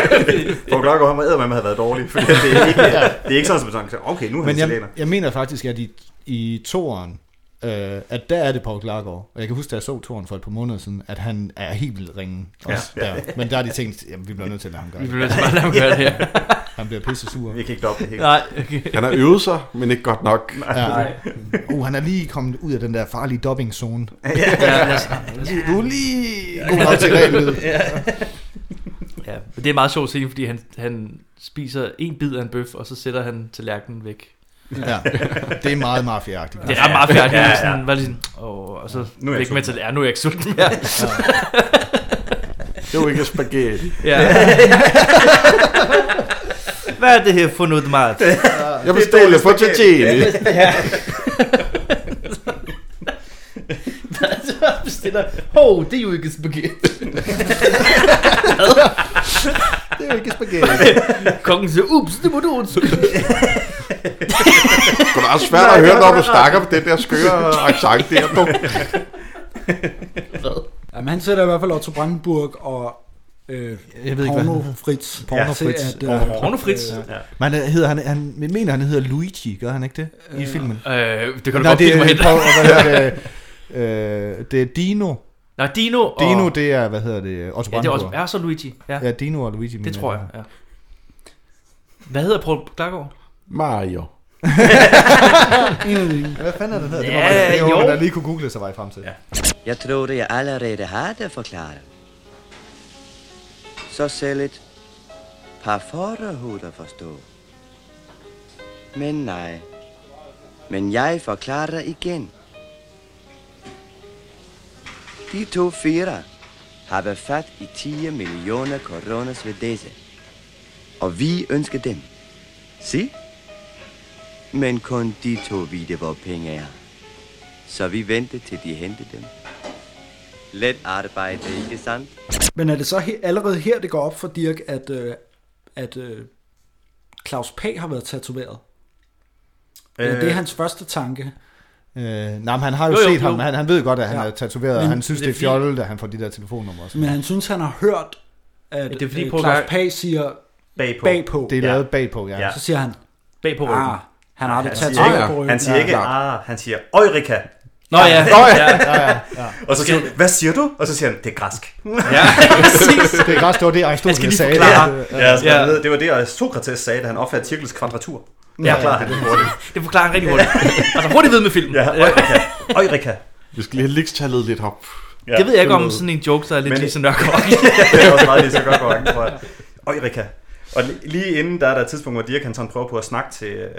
Paul Glagård, han med, at have været dårlig, for det er ikke, det er ikke sådan, som man siger, okay, nu er han
Men
italiener.
jeg, jeg mener faktisk, at i, i toeren, øh, at der er det Paul Klargaard. Og jeg kan huske, da jeg så toeren for et par måneder siden, at han er helt vildt ringen.
Ja.
Også ja. Der. Men der har de tænkt, jamen, vi bliver nødt til at lade ham gøre
Vi
det.
bliver nødt til at lade ham gøre det, ja.
Han bliver pisse sur.
Vi kan ikke doppe det hele.
Nej, okay.
Han har øvet sig, men ikke godt nok.
Ja. Uh, han er lige kommet ud af den der farlige dobbingzone.
Ja.
Lige- Du er lige god nok til reglyd.
Ja, men det er en meget sjov scene, fordi han, han spiser en bid af en bøf, og så sætter han tallerkenen væk.
Ja. Det er meget mafiaagtigt.
Det er ret mafiaagtigt.
Ja,
Ja,
ja.
ja. Sådan, var det sådan, og, og så
Nu er jeg
væk med
sulten.
til, ja, nu er jeg ikke sulten mere.
Det er jo ikke spaghetti.
Ja. Hvad er det her for noget mad?
Jeg bestiller for tjetjeni.
Ja. Så bestiller, hov, det er jo ikke spaghetti.
Det er jo ikke spaghetti.
Kongen siger, ups, det må du undskylde.
Det er også svært at høre, når du snakker på den der skøre accent der. Du.
Jamen, han sætter i hvert fald Otto Brandenburg og øh,
Jeg ved ikke, hvad
Porno
han-
Fritz.
Porno
til
Fritz.
at, øh, øh,
Ja. Men han hedder, han, han, jeg mener, han hedder Luigi, gør han ikke det? I
Øh,
filmen.
øh, det kan du
Nej,
godt
det
bilde mig
er
ind.
Paul- og hvad hedder det? Øh, det er Dino.
Nå, Dino og-
Dino, det er, hvad hedder det? Otto
Ja, det er
Brandenburg.
også, er så Luigi. Ja,
Ja, Dino og Luigi. mener
det tror jeg, ja.
jeg.
Hvad hedder Paul Klargaard?
Mario.
Hvad fanden er det hedder? Det var,
Ja,
ja, det var,
jo.
man da lige kunne google sig vej frem til. Ja.
Jeg troede, jeg allerede har det forklaret. Så selv et par forhuder forstå. Men nej. Men jeg forklarer igen. De to fire har været fat i 10 millioner kroner ved disse. Og vi ønsker dem. Se? Men kun de to vide, hvor penge er. Så vi venter til de henter dem. Let arbejde, ikke sandt?
Men er det så he- allerede her, det går op for Dirk, at, øh, at øh, Claus Pag har været tatoveret? Øh,
Øh.
det er hans første tanke.
Øh, nej, men han har jo,
Jo, jo,
set ham.
jo.
Han, han ved godt, at han
Ja.
ja. er tatoveret, og
Men
han synes,
det
det
er
er fjollet, at han får de der telefonnumre. og sådan
Men han synes, han har hørt, at
Det er fordi,
øh,
Poul
Claus
Gar-
Pag siger
bagpå.
bagpå.
Det er lavet bagpå, ja.
Så siger han,
bagpå
ryggen. Ah, han har det
siger
tatoveret
ikke-
på ryggen.
Han siger ikke,
Ja.
ah, han siger, Eureka.
Nå ja.
Nå ja.
Ja, ja, ja.
Og så siger hun, hvad siger du? Og så siger han, det er græsk.
Ja,
præcis. Det er græsk, det var det, Aristoteles sagde.
forklare.
Det-
Ja, jeg skal
Ja.
Ned. det var det, Sokrates sagde, da han opfandt cirklets kvadratur.
Ja.
Ja, forklarer han det hurtigt.
Det forklarer han rigtig hurtigt. Altså hurtigt ved med filmen.
Ja, Eureka. Eureka.
Vi skal lige have ligestallet lidt op.
Ja.
Det ved jeg ikke om sådan en joke, der er lidt
Men-
Lise Nørgaard.
det er også meget Lise Nørgaard, tror jeg. Eureka. Og li- lige inden, der er der et tidspunkt, hvor Dirk han sådan prøver på at snakke til, øh,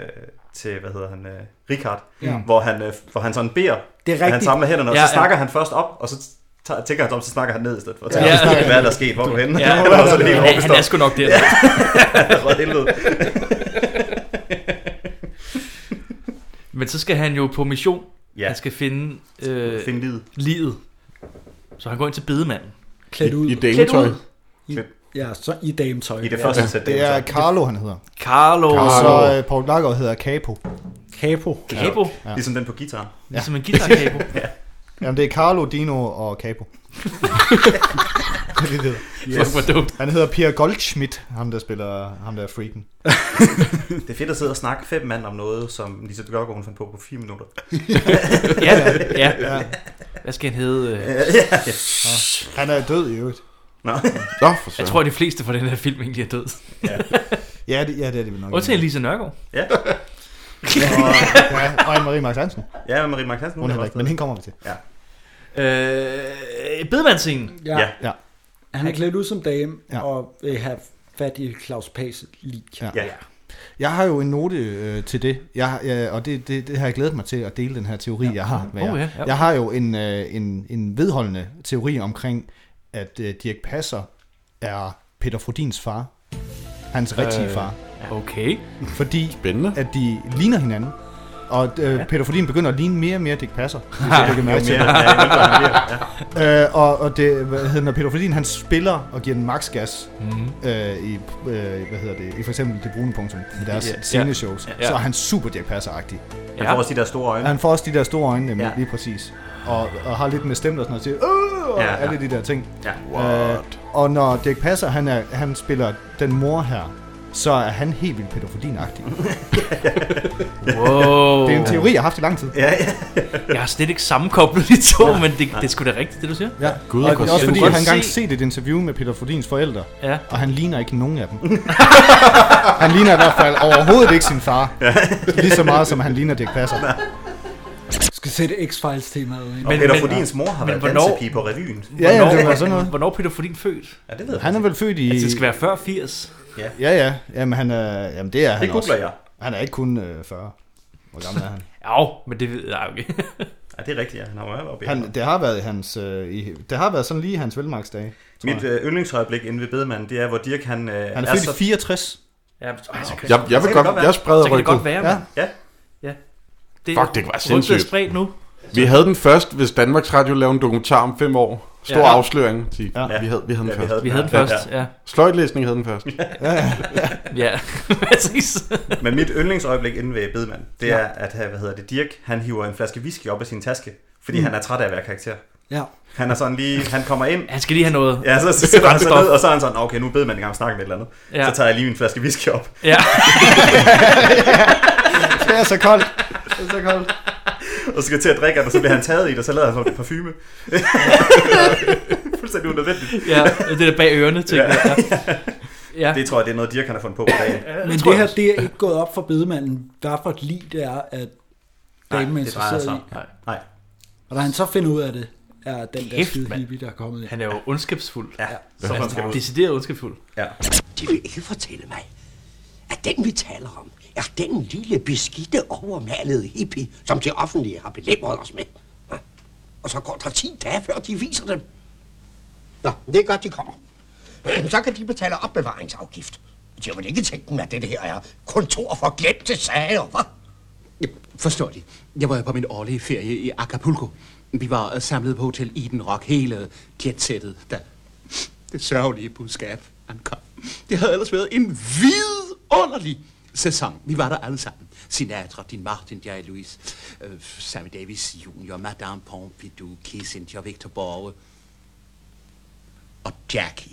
til hvad hedder han, øh, Richard,
Ja.
ja. hvor, han, øh, hvor han sådan beder,
Det er
at han
rigtigt.
samler hænderne, og
Ja,
så
ja.
snakker han først op, og så tager, tænker han sig om, så snakker han ned i stedet for.
Ja.
Ja. Ja.
Ja.
Hvad er der sket? Hvor er du henne?
Ja.
og så er det helt
Han-
overbevist
han er sgu nok der.
Ja. Råt helvede.
Men så skal han jo på mission.
Ja.
Han skal finde... Øh,
Finde livet.
Livet. Så han går ind til bedemanden.
Klædt ud.
Klædt ud.
I, ja, så i dametøj.
I det første sæt
Det er Carlo, han hedder.
Carlo.
Og så øh, Paul Lagergaard hedder Capo.
Capo.
Capo?
Ja. Ligesom den på guitaren.
Ligesom en guitar-capo.
ja. Jamen det er Carlo, Dino og Capo. det hedder.
Yes. Fuck, hvor dumt.
Han hedder Pierre Goldschmidt, ham der spiller, ham der er freaken.
Det er fedt at sidde og snakke fem mand om noget, som Lisa Bjørgaard hun fandt på på fire minutter.
ja, ja, ja. Hvad skal han hedde? øh?
Han er død i øvrigt.
Nå,
Nå for
Jeg tror, at de fleste fra den her film egentlig er død.
Ja. Ja, det, ja, det er det vel nok.
Undtagen Lisa Nørgaard.
Ja.
og, ja, og Marie Max Hansen.
Ja, Marie Max Hansen.
Hun er heller ikke, men hende kommer vi til.
Ja.
Øh, bedemandsscenen.
ja.
Han er klædt ud som dame,
Ja.
ja. og vil have fat i Claus Pace lige.
Ja. Jeg har jo en note øh, til det, jeg, jeg, og det, det, det har jeg glædet mig til at dele den her teori, ja. jeg har med
Oh,
jer.
ja, ja.
Jeg har jo en, øh, en, en vedholdende teori omkring, at øh, Dirk Passer er Peter Frodins far. Hans rigtige
Øh,
far.
Okay.
Fordi
Spændende.
at de ligner hinanden. Og øh, ja. Peter Fordin begynder at ligne mere og mere Dirk Passer. hvis jeg lægger mærke
Jo
til
mere-
det.
ja, jo ældre han
øh, og, og det, hvad hedder, når Peter Fordin, han spiller og giver den max gas
Mhm.
mm. øh, i, øh, hvad hedder det, i for eksempel Det Brune Punktum, i deres
Ja.
yeah. sceneshows,
Ja.
yeah. så er han super Dirk Passer-agtig.
Han får også de der store øjne.
Han får også de der store øjne, nemlig,
Ja.
ja. lige præcis. Og, og har lidt med stemt og sådan noget, siger, Åh! og
Ja,
ja,
ja.
ja. alle de der ting.
Ja.
Øh, og når Dirk Passer, han, er, han spiller den mor her, så er han helt vildt pædofilin-agtig.
Wow.
Det er en teori, jeg har haft i lang tid.
jeg har slet ikke sammenkoblet de to, ja. men det, det er sgu da rigtigt, det du siger.
Ja, Gud, og, også fordi jeg har engang set et interview med Peter Frodins forældre,
Ja.
og han ligner ikke nogen af dem. han ligner i hvert fald overhovedet ikke sin far, lige så meget som han ligner Dirk Passer.
Jeg skal sætte X-Files temaet ind.
Og Peter Frodins mor har været dansepige på revyen.
Ja, ja, det var sådan noget.
Hvornår er Peter Fordin født?
Ja, det
Han er vel født i...
Altså, det skal være før 80.
Ja.
Ja, ja. Jamen, han er, jamen det er han
googler
også.
jeg.
Han er ikke kun øh, 40. Hvor gammel er han?
Ja, men det ved jeg ikke.
Ja, det er rigtigt, ja. Han har jo været oppe i
han det har været i hans... Øh, i, det har været sådan lige i hans velmagsdage. tror
Mit
jeg.
øh, yndlingsøjeblik inde ved bedemanden, det er, hvor Dirk han... Øh,
Han er født i 64.
Ja, altså,
Jeg- jeg vil
Så kan det
godt-
være.
jeg spreder
Så kan det
rygtet.
godt være,
Ja.
mand.
Ja.
ja.
Fuck, det var
rygtet
sindssygt.
er spredt nu.
Vi havde den først, hvis Danmarks Radio lavede en dokumentar om fem år. Stor
Ja.
ja. afsløring. De,
Ja.
ja. Vi havde, vi havde den
Ja, vi
først.
havde den. Vi havde den først, ja.
Sløjtlæsning havde den først.
ja. præcis.
Men mit yndlingsøjeblik inde ved bedemanden, det
Ja.
er, at øh, hvad hedder det, Dirk, han hiver en flaske whisky op af sin taske, fordi
Mm.
han er træt af at være karakter.
Ja.
Han er sådan lige, han kommer ind.
Han skal lige have noget
Ja, så, så sætter han sig ned,
brændstof.
og så er han sådan, okay, nu beder man i gang at snakke med et eller andet.
Ja.
Ja. Så tager jeg lige min flaske whisky op.
Ja.
det er så koldt. Det er så koldt.
og så skal jeg til at drikke, den, og så bliver han taget i det, og så lader han sådan noget parfume. Fuldstændig unødvendigt.
Ja, det er bag ørerne, tænker jeg. Ja.
Det tror jeg, det er noget, Dirk han har fundet på på dagen.
Men det her, det er ikke gået op for bedemanden. Hvad for et lig det er, at
Nej,
damen er
det drejer
interesseret
sig
i.
om. Nej. Nej.
Og da han så finder ud af det, er den der
Kæft,
skide
mand.
hippie, der er kommet ind.
Han er jo ondskabsfuld.
Ja,
så han er
ondskabsfuld.
decideret ondskabsfuld.
Ja.
De vil ikke fortælle mig, at den vi taler om, er den lille beskidte overmalede hippie, som det offentlige har belemret os med. Hva? Og så går der 10 dage, før de viser dem. Nå, det er godt, de kommer. Så kan de betale opbevaringsafgift. De har vel ikke tænkt dem, at det her er kontor for glemte sager, hva?
Forstår de. Jeg var jo på min årlige ferie i Acapulco. Vi var øh, samlet på Hotel Eden Rock hele jetsættet, da det sørgelige budskab ankom. Det havde ellers været en vidunderlig sæson. Vi var der alle sammen. Sinatra, din Martin, jeg, Louise, øh, Sammy Davis Jr., Madame Pompidou, Kissinger, Victor Borge og Jackie.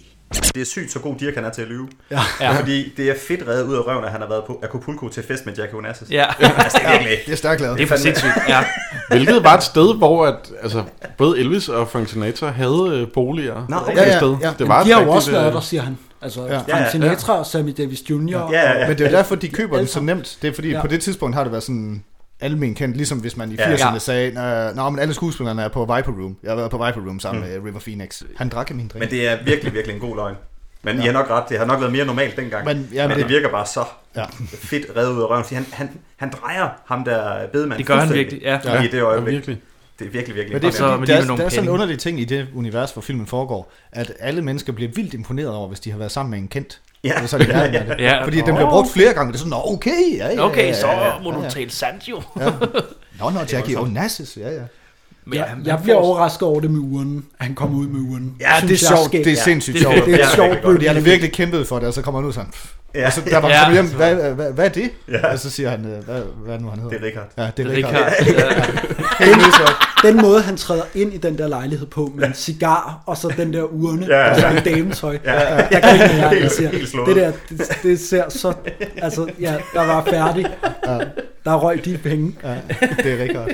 Det er sygt, så god Dirk han er til at lyve.
Ja.
Ja. Fordi det er fedt reddet ud af røven, at han har været på Acapulco til fest med Jack Onassis.
Ja.
altså, det er virkelig.
Ja, det er stærkt lavet.
Det er for
fandme-
sindssygt, ja.
Hvilket var et sted, hvor at, altså, både Elvis og Frank Sinatra havde øh, boliger.
Nå,
et
ja, ja,
sted.
ja.
Det var
de har
et
jo også
rigtigt, øh,
været der, siger han. Altså,
Ja.
ja.
Ja, ja.
Frank Sinatra og Sammy Davis Jr.
Men det er jo derfor, de køber den så nemt. Det er fordi,
Ja.
ja. på det tidspunkt har det været sådan almen kendt, ligesom hvis man i
Ja.
80'erne
Ja.
sagde, "Nå, Nå, men alle skuespillerne er på Viper Room. Jeg har været på Viper Room sammen mm. med River Phoenix. Han drak af min drink.
Men det er virkelig, virkelig en god løgn. Men ja.
Ja.
I har nok ret, det har nok været mere normalt dengang.
Men-
Men,
ja,
ja,
men
men det,
det-
det virker bare så
Ja.
ja. fedt reddet ud af røven, fordi han, han, han drejer ham der bedemand.
Det gør han
fuldstændig
virkelig, ja.
I
Ja,
det øjeblik.
ja,
virkelig. Det er virkelig, virkelig.
Men det
godt
er,
lavet.
fordi, der, er, der er sådan en underlig ting i det univers, hvor filmen foregår, at alle mennesker bliver vildt imponeret over, hvis de har været sammen med en kendt.
Ja.
Eller så er de lærere med det.
Ja.
Fordi den bliver brugt flere gange, og det er sådan, "Nå, okay, ja, ja,
Okay,
ja,
så
ja, ja,
må
ja,
du
ja.
tale sandt jo.
Ja. Nå, nå, Jackie Onassis, ja, ja.
Men jeg, jeg bliver overrasket over det med uren. At han kommer ud med uren.
Ja, det er sjovt. Det er sindssygt sjovt.
Det, det er sjovt.
fordi han har virkelig kæmpet for det, og så kommer han ud sådan... pff. Altså, Og så der var ja. hjem, hvad, hvad, hvad er det? Ja. Og så siger han, øh, hvad, hvad er nu han hedder?
Det er Richard.
Ja, det er
Richard.
Richard.
Ja.
Helt vildt sjovt.
Den, den måde, han træder ind i den der lejlighed på, med en cigar, og så den der urne,
Ja, ja.
og så en dametøj.
Ja, ja.
Jeg griner, jeg, jeg
Helt-
siger,
helt slået.
det der, det, det ser så... Altså, ja, der var færdig.
Ja.
Der røg de penge.
Ja, det er Richard.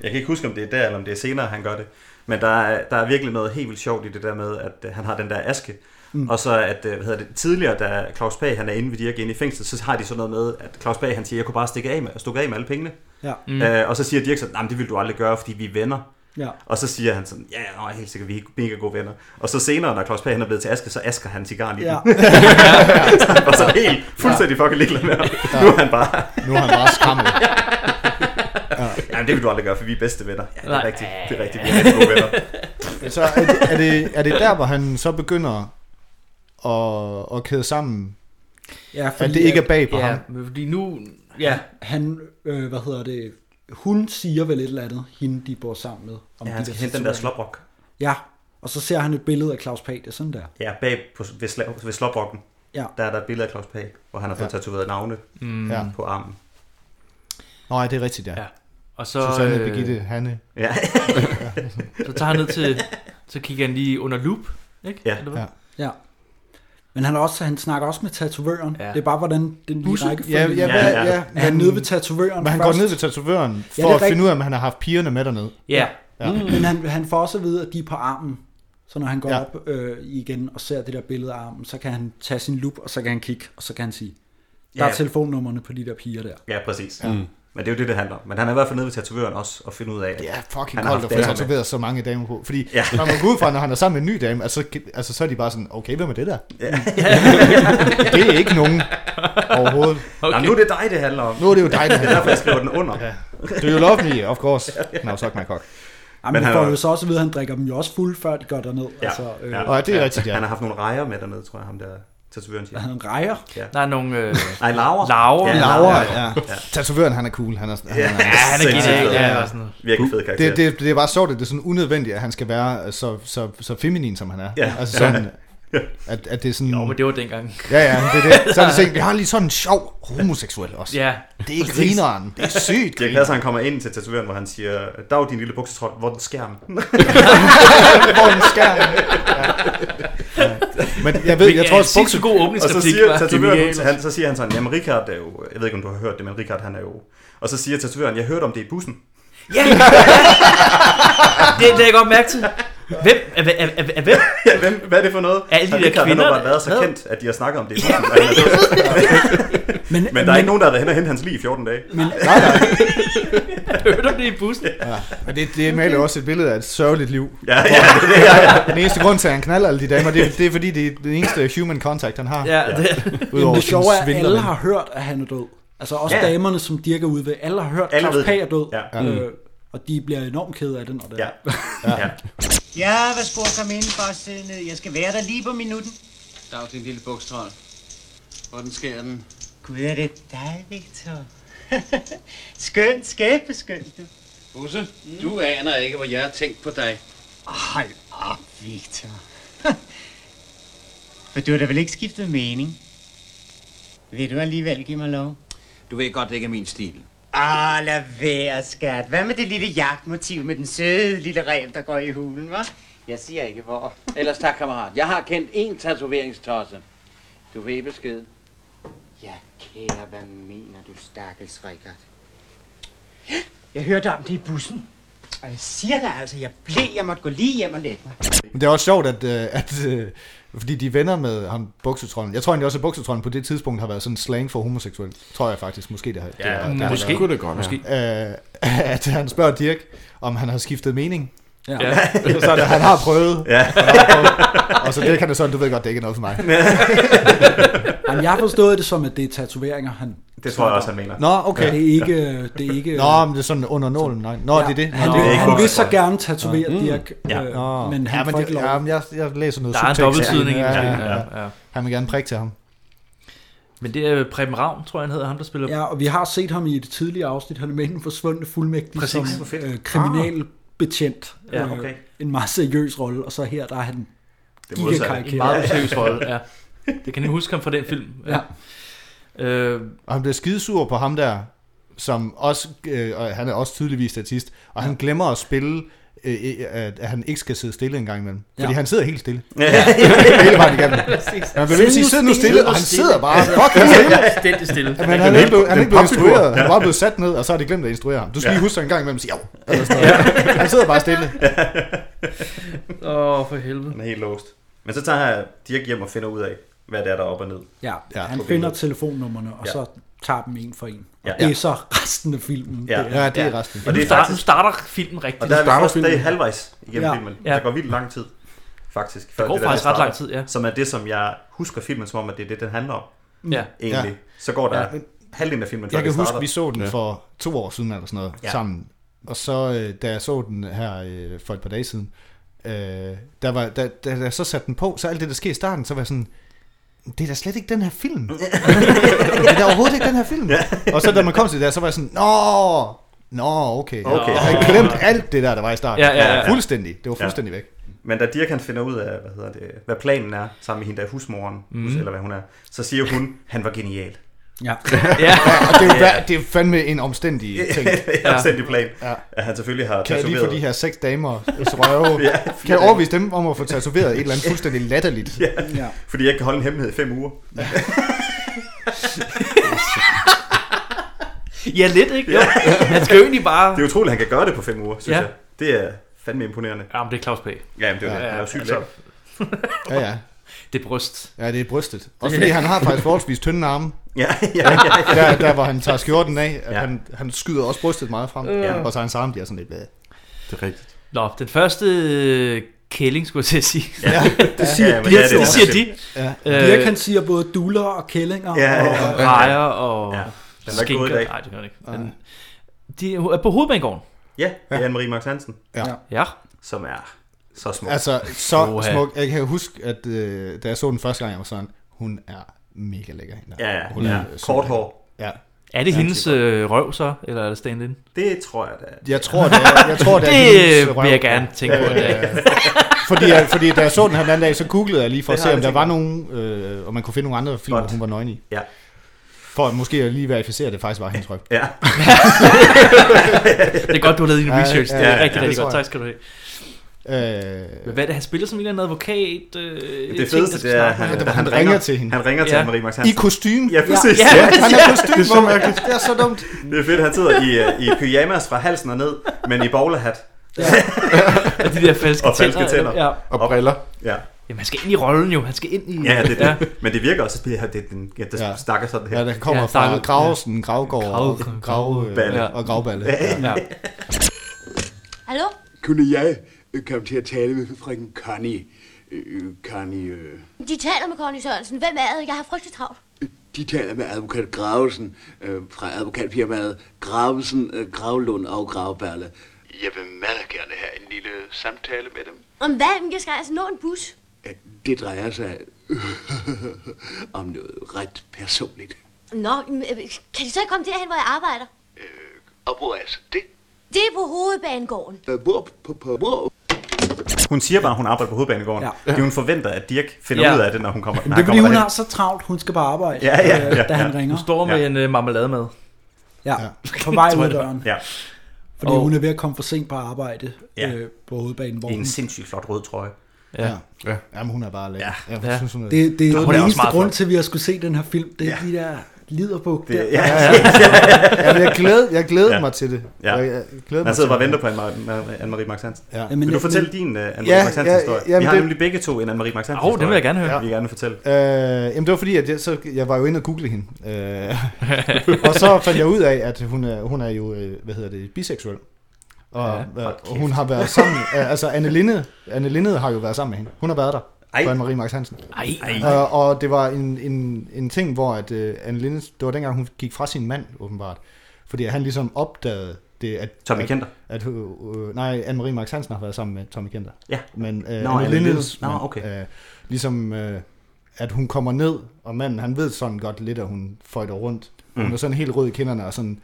Jeg kan ikke huske, om det er der, eller om det er senere, han gør det. Men der er, der er virkelig noget helt vildt sjovt i det der med, at øh, han har den der aske. Mm.
Mm.
Og så at, øh, hvad hedder det, tidligere, da Claus Pag han er inde ved Dirk inde i fængslet, så har de sådan noget med, at Claus Pag han siger, jeg kunne bare stikke af med, stikke af med alle pengene.
Ja.
Mm.
Mm.
Øh, og så siger Dirk så, nej, det vil du aldrig gøre, fordi vi er venner.
Ja.
Og så siger han sådan, ja, ja, nå, helt sikkert, vi er mega gode venner. Og så senere, når Claus Pag han er blevet til Aske, så asker han cigaren i
Ja.
den. så han var så helt fuldstændig fucking ligeglad med ham.
Ja.
Nu er han bare...
Nu er han bare skrammel.
Ja. Jamen, det vil du aldrig gøre, for vi er bedste venner. Ja, det er
Nej.
rigtigt. Det er rigtigt, vi er rigtig gode venner.
Så er det, er, det, er det der, hvor han så begynder at, at kæde sammen? at det ikke er bag på
ja,
ham?
men fordi nu... Ja, han, øh, hvad hedder det, hun siger vel et eller andet, hende de bor sammen med.
Ja, han
de
skal hente den
sexuelle-
der slåbrok.
Ja, og så ser han et billede af Claus Pate, sådan der.
Ja, bag på, ved, sla- ved slåbrokken,
Ja.
der er der et billede af Claus Pag, hvor han har fået
Ja.
tatoveret navne
Mm.
ja. på armen.
Nå, ja, det er rigtigt, ja. ja.
Og så,
Susanne,
øh,
Birgitte, Hanne.
Ja.
så tager han ned til, så kigger han lige under loop, ikke?
Ja.
Eller hvad?
Ja.
Ja. Men han, er også, han snakker også med tatovøren. Ja. Det er bare, hvordan den lige
Busse?
rækkefølge.
Ja, ja, ja, ja.
Er han nede ved tatovøren
Men han
først?
går ned ved tatovøren
Ja, det er
for ja, at
rigtigt.
finde ud af, om han har haft pigerne med dernede.
ja.
ja.
Mm. Men han, han får også at vide, at de er på armen. Så når han går ja. op øh, igen og ser det der billede af armen, så kan han tage sin lup, og så kan han kigge, og så kan han sige, der
Ja.
er telefonnummerne på de der piger der.
Ja, præcis.
Ja.
Ja. Mm. Men det er jo det, det handler om. Men han er i hvert fald nede ved tatovøren også og finde ud af, at
Ja, fucking
han har
koldt
haft
at få
damer med.
tatoveret så mange damer på. Fordi
Ja.
ja. når man går ud fra, når han er sammen med en ny dame, altså, altså så er de bare sådan, okay, hvem er det der?
Ja.
det er ikke nogen overhovedet.
Okay. Nå, nu er det dig, det handler om.
Nu er det jo dig, det
Det er
handler om.
derfor, jeg skriver den under.
Ja. Do you love me? Of course. Now suck my cock.
Jamen, men han får jo så også at vide, at han drikker dem jo også fuld, før de går derned.
Ja.
Altså, øh,
Og er det rigtigt, ja.
Han har haft nogle rejer med dernede, tror jeg, ham der tatovøren siger.
Han har nogle rejer?
Ja.
Der er nogle... Øh,
Nej, laver.
Laver.
Ja, Laura, ja. Tatovøren, han er cool. Han er,
Ja, han er genial, ja, og sådan noget. Virkelig fed karakter.
Det, det, det er bare sjovt, at det er sådan unødvendigt, at han skal være så, så, så feminin, som han er.
Ja.
Altså sådan,
Ja.
at, at det er sådan...
Jo, men det var dengang.
Ja, ja, men det er det. Så er det sådan, vi har lige sådan en sjov homoseksuel også.
Ja.
Det er grineren. Det er sygt.
Jeg er glad, at han kommer ind til tatovøren, hvor han siger, Dag, din lille buksetrøj, hvor er den skærm?
Hvor er den skærm? Ja. Ja. Men jeg ved, jeg tror, at bukser...
Og så siger tatovøren, han, så siger han sådan, jamen Richard er jo, jeg ved ikke, om du har hørt det, men Richard han er jo... Og så siger tatovøren, jeg hørte om det i bussen.
Ja! det lagde jeg godt mærke til. Hvem? Er, er, er, er, er hvem?
Ja, hvem? Hvad er det for noget?
Er alle
Og
de der
Richard,
kvinder?
Han har bare været så
hvad?
kendt, at de har snakket om det i bussen. og han er død. men,
men,
der er ikke nogen, der har været hen og hentet hans liv i 14 dage.
Men,
Hørte om det i bussen?
Ja. Men det, det maler også et billede af et sørgeligt liv.
Ja, ja,
Hvor-
det er det, ja.
Den eneste grund til, at han knalder alle de damer, det, er- det er fordi, det er den eneste human contact, han har.
Jamen,
Udover
det sjove er, at
svindler
alle
den.
har hørt, at han er død. Altså også
Ja.
ja. damerne, som Dirk er ude ved. Alle har hørt, at
Alle ved
Claus Pag er
det.
død.
Ja. Mm.
Øh, og de bliver enormt kede af det, når det ja.
ja.
Ja, hvad spor kom ind for at sidde ned? Jeg skal være der lige på minutten.
Dag, din lille bogstrøl. Hvordan sker den?
Gud, er det dig, Victor? skønt, skæbeskønt, du.
Busse, mm. du aner ikke, hvor jeg har tænkt på dig.
Hold op, Victor. For du har da vel ikke skiftet mening? Vil du alligevel give mig lov?
Du ved godt, det ikke er min stil.
Åh, lad være, skat. Hvad med det lille jagtmotiv med den søde lille rev, der går i hulen, hva'? Jeg siger ikke, hvor.
Ellers tak, kammerat. Jeg har kendt én tatoveringstosse. Du ved besked.
Ja, kære, hvad mener du, stakkels Rikard? Jeg hørte om det i bussen. Og jeg siger dig altså, jeg blev, jeg måtte gå lige hjem og lægge mig.
Men det er også sjovt, at, øh, at øh, fordi de er venner med ham, buksetrollen. Jeg tror egentlig også, at buksetrollen på det tidspunkt har været sådan slang for homoseksuel. Tror jeg faktisk. Måske det har.
Ja,
det, har- det,
måske.
har været.
Kunne det godt Måske.
Øh, at han spørger Dirk, om han har skiftet mening.
Ja.
ja. så er det, han har prøvet.
Ja.
Han har prøvet. Og så det kan det sådan, du ved godt, det er ikke noget for mig.
Jamen, jeg har forstået det som, at det er tatoveringer, han...
Det tror jeg også, han mener.
Nå, okay.
Ja. Det er ikke... Det er ikke
Nå, men det er sådan under nålen. Nej.
Ja,
Nå, det er det.
han
Nå,
vil-
det er
han
ikke
vil så
bukser.
gerne tatovere Dirk,
Ja.
øh,
Nå.
men han
ja, men
får
det-
ikke lov.
ja, men jeg, jeg læser noget
Der er en
subtekst.
dobbeltydning i
Ja,
det.
ja, ja.
Ja, ja.
Han vil gerne prikke til ham.
Men det er Preben Ravn, tror jeg, han hedder, ham der spiller...
Ja, og vi har set ham i et tidligere afsnit. Han er med i den forsvundne fuldmægtige
Præcis. Ej, hvor
som
fedt.
øh, kriminalbetjent.
Ja,
Øh,
okay.
En meget seriøs rolle, og så her, der er han
Det modsatte. En meget seriøs rolle, ja. Det kan jeg huske ham fra den film. Ja. Øh,
Og han bliver skidesur på ham der, som også, øh, og han er også tydeligvis statist, og han glemmer at spille, øh, øh, at at han ikke skal sidde stille en gang imellem. Fordi
Ja.
han sidder helt stille.
Ja.
Hele vejen igennem.
Præcis.
Han bliver ved med at sige, sid nu stille, og han sidder bare
Ja.
fucking stille.
Stændig stille.
Men han er ikke blevet, han er ikke blevet
Den
instrueret.
popfigur.
Han er
Ja.
bare blevet sat ned, og så har de glemt at instruere ham. Du skal
Ja.
lige huske at en gang imellem sige, jo. eller sådan noget. Han sidder bare stille.
Åh, oh, for helvede.
Han er helt låst. Men så tager jeg Dirk hjem og finder ud af, hvad det er, der er op og ned.
Ja, ja han
På
finder
billedet.
telefonnummerne, og
Ja.
ja. så tager dem en for en. Og
Ja.
ja. det er så resten af filmen.
Mm-hmm.
Ja, nu, starter, nu starter filmen rigtigt.
Og der er vi først der er halvvejs igennem
Ja.
ja. filmen.
Ja.
Der går vildt lang tid, faktisk. før
går
der
faktisk ret
starter,
lang tid, ja.
Som er det, som jeg husker filmen som om, at det er det, den handler om.
Ja.
Egentlig.
Ja.
Så går der
Ja.
ja. halvdelen af filmen, før
Jeg kan
det starter.
huske, vi så den for to år siden eller sådan noget
Ja.
ja. sammen. Og så, øh, da jeg så den her øh, for et par dage siden, øh, der var, da, da, da jeg så satte den på, så alt det, der sker i starten, så var jeg sådan, det er da slet ikke den her film. det er da overhovedet ikke den her film. Og så da man kom til det der, så var jeg sådan, nå, nå, okay.
Okay.
Jeg havde glemt alt det der, der var i starten. Fuldstændig. Det var
Ja.
fuldstændig væk.
Men da Dirk han finder ud af, hvad, hedder det, hvad planen er, sammen med hende der husmoren,
Mhm.
Mm.
mm. eller hvad hun er, så siger hun, han var genial.
Ja.
Ja. og det er, jo, hver- det er fandme en omstændig ting.
Ja. Omstændig plan. At han selvfølgelig har
Kan jeg lige få
tatoveret-
de her seks damer røve?
Ja.
ja, kan jeg overvise dem om at få tatoveret et eller andet fuldstændig latterligt?
Ja. ja. Fordi jeg ikke kan holde en hemmelighed i fem uger. Ja,
Ja, lidt, ikke? Jo. Han skal jo egentlig bare...
Det er utroligt, at han kan gøre det på fem uger, synes
Ja.
ja. jeg. Det er fandme imponerende.
Ja, men det er Claus P.
Ja, altså. men det er jo det. Han er jo sygt lækker.
Ja, ja.
Det er bryst.
Ja, det er brystet. Også fordi han har faktisk forholdsvis tynde arme.
Ja, ja, ja, ja.
Der, der hvor han tager skjorten af, at
Ja.
ja. han, han skyder også brystet meget frem.
Ja.
Ja. Og så hans arme bliver sådan lidt... Blad. Det er rigtigt.
Nå, den første øh, kælling, skulle jeg til at sige.
Ja.
Det siger
ja,
Dirk
det,
jo
det
også.
siger de.
Ja. Dirk han siger både duller og kællinger.
Ja, ja,
og,
ja. Og rejer og
Ja.
Den er ikke gået i dag.
Nej, det gør den ikke. Men, de er på hovedbanegården.
Ja, det er Anne-Marie Max Hansen.
Ja.
Ja.
Som er så smuk.
Altså, så Oha. smuk. Jeg kan huske, at øh, da jeg så den første gang, jeg var sådan, hun er mega lækker. hende der.
Ja, ja.
Hun
Ja.
er så
Kort
lækker.
hår.
Ja.
Er det hendes øh, røv så, eller er det stand-in?
Det tror jeg da.
Jeg tror, det er, jeg tror, det er hendes
det
røv.
vil jeg gerne tænke på. Ja.
Øh, fordi, jeg, fordi da jeg så den her den anden dag, så googlede jeg lige for at
Det
se,
har
om
jeg
der var nogen, øh, og man kunne finde nogle andre film, hvor hun var nøgen i.
Ja.
For at måske at lige verificere, at det faktisk var hendes røv.
Ja.
Det er godt, du har lavet din research. Det er rigtig, rigtig godt. Tak skal du have.
have. Øh,
Men hvad er det, han spiller som en eller anden advokat? Øh, ting, der
Det fedeste,
skal
det er,
snakke
at
med
han,
ham?
da
han ringer til hende.
Han ringer til
Ja.
Anne-Marie Max Hansen.
I kostume.
Ja, præcis.
Ja, ja, han er kostume.
Det er så mærkeligt.
Det er så dumt.
Det er fedt, han sidder i, øh, i pyjamas fra halsen og ned, men i bowlerhat. Ja.
Og de der falske
og falske
tænder,
tænder.
ja. Og
briller.
Ja.
Jamen, han skal ind i rollen jo. Han skal ind i...
Ja, det, er det. Men det virker også, at det her, det er den, ja, der ja. snakker sådan her.
Ja, der kommer ja, fra Gravesen, Gravgård og, grav,
Balle.
øh, og Gravballe.
Ja.
Hallo?
Kunne jeg øh, komme til at tale med frøken Connie? Øh, Connie, øh,
De taler med Conny Sørensen. Hvem er det? Jeg har frygtelig travlt.
de taler med advokat Gravesen øh, fra advokatfirmaet Gravesen, øh, Gravlund og Gravballe. Jeg vil meget gerne have en lille samtale med dem.
Om hvad? Men Jeg skal altså nå en bus.
Det drejer sig om noget ret personligt.
Nå, men, øh, kan de så ikke komme derhen, hvor jeg arbejder?
Og hvor altså det?
Det er på hovedbanegården.
Øh, Hvor, på, på, hvor?
Hun siger bare, at hun arbejder på hovedbanegården. Ja. Det hun forventer, at Dirk finder
Ja.
ud af det, når hun kommer.
Jamen,
når
det er
han
fordi,
kommer
hun
derhen.
har så travlt, hun skal bare arbejde,
Ja, ja,
øh,
ja,
da han
ja.
ringer.
Du står med en øh, marmelademad.
Ja,
Ja.
på vej
Tror
ud af
jeg.
døren.
Ja.
Fordi
Og-
hun er ved at komme for sent på arbejde
Ja.
øh, på hovedbanen. Hvor
I en sindssygt flot rød trøje.
Ja. ja. Jamen, hun er bare lækker. Ja.
Ja.
Jeg synes, hun er...
Det, det er
Hun
den
også
eneste
meget
grund
flot.
til, at vi har skulle se den her film. Det er ja. de der liderbuk der.
Det- ja, ja. Jamen, jeg glæd- jeg glæder mig til det.
Ja.
Jeg- jeg glæder mig
jeg sidder
til
bare og
det.
venter på Anne-Marie- Ma- Anne-Marie Max Hansen.
Ja.
Vil
Jamen,
du
jeg-
fortælle
men-
din uh, Anne-Marie
Ja,
Max
ja,
Hansen-historie?
jamen,
vi har
det-
nemlig begge to en Anne-Marie Max Hansen-historie.
Hov, den vil jeg gerne høre.
Vi vil gerne fortælle.
Øh, jamen det var fordi, at jeg, så, jeg var jo inde og google hende. Øh, og så fandt jeg ud af, at hun er, hun er jo, øh, hvad hedder det, biseksuel. Og,
Ja,
ja,
hold
og hun har været sammen, øh, altså Anne Linde, Anne Linde har jo været sammen med hende. Hun har været der. Ej. Anne Marie Max Hansen.
Ej. Ej.
Øh, og det var en, en, en ting, hvor at, øh, Anne Linde, det var dengang, hun gik fra sin mand, åbenbart. Fordi han ligesom opdagede det, at...
Tommy
at-
Kenter.
At, øh, øh, nej, Anne-Marie Max Hansen har været sammen med Tommy Kenter.
Ja.
Men øh,
Nå,
Anne
Anne
Lindes,
Lindes. Nå,
mand,
okay.
øh, ligesom øh, at hun kommer ned, og manden, han ved sådan godt lidt, at hun føjter rundt. Hun
Mm.
er sådan helt rød i kinderne, og sådan,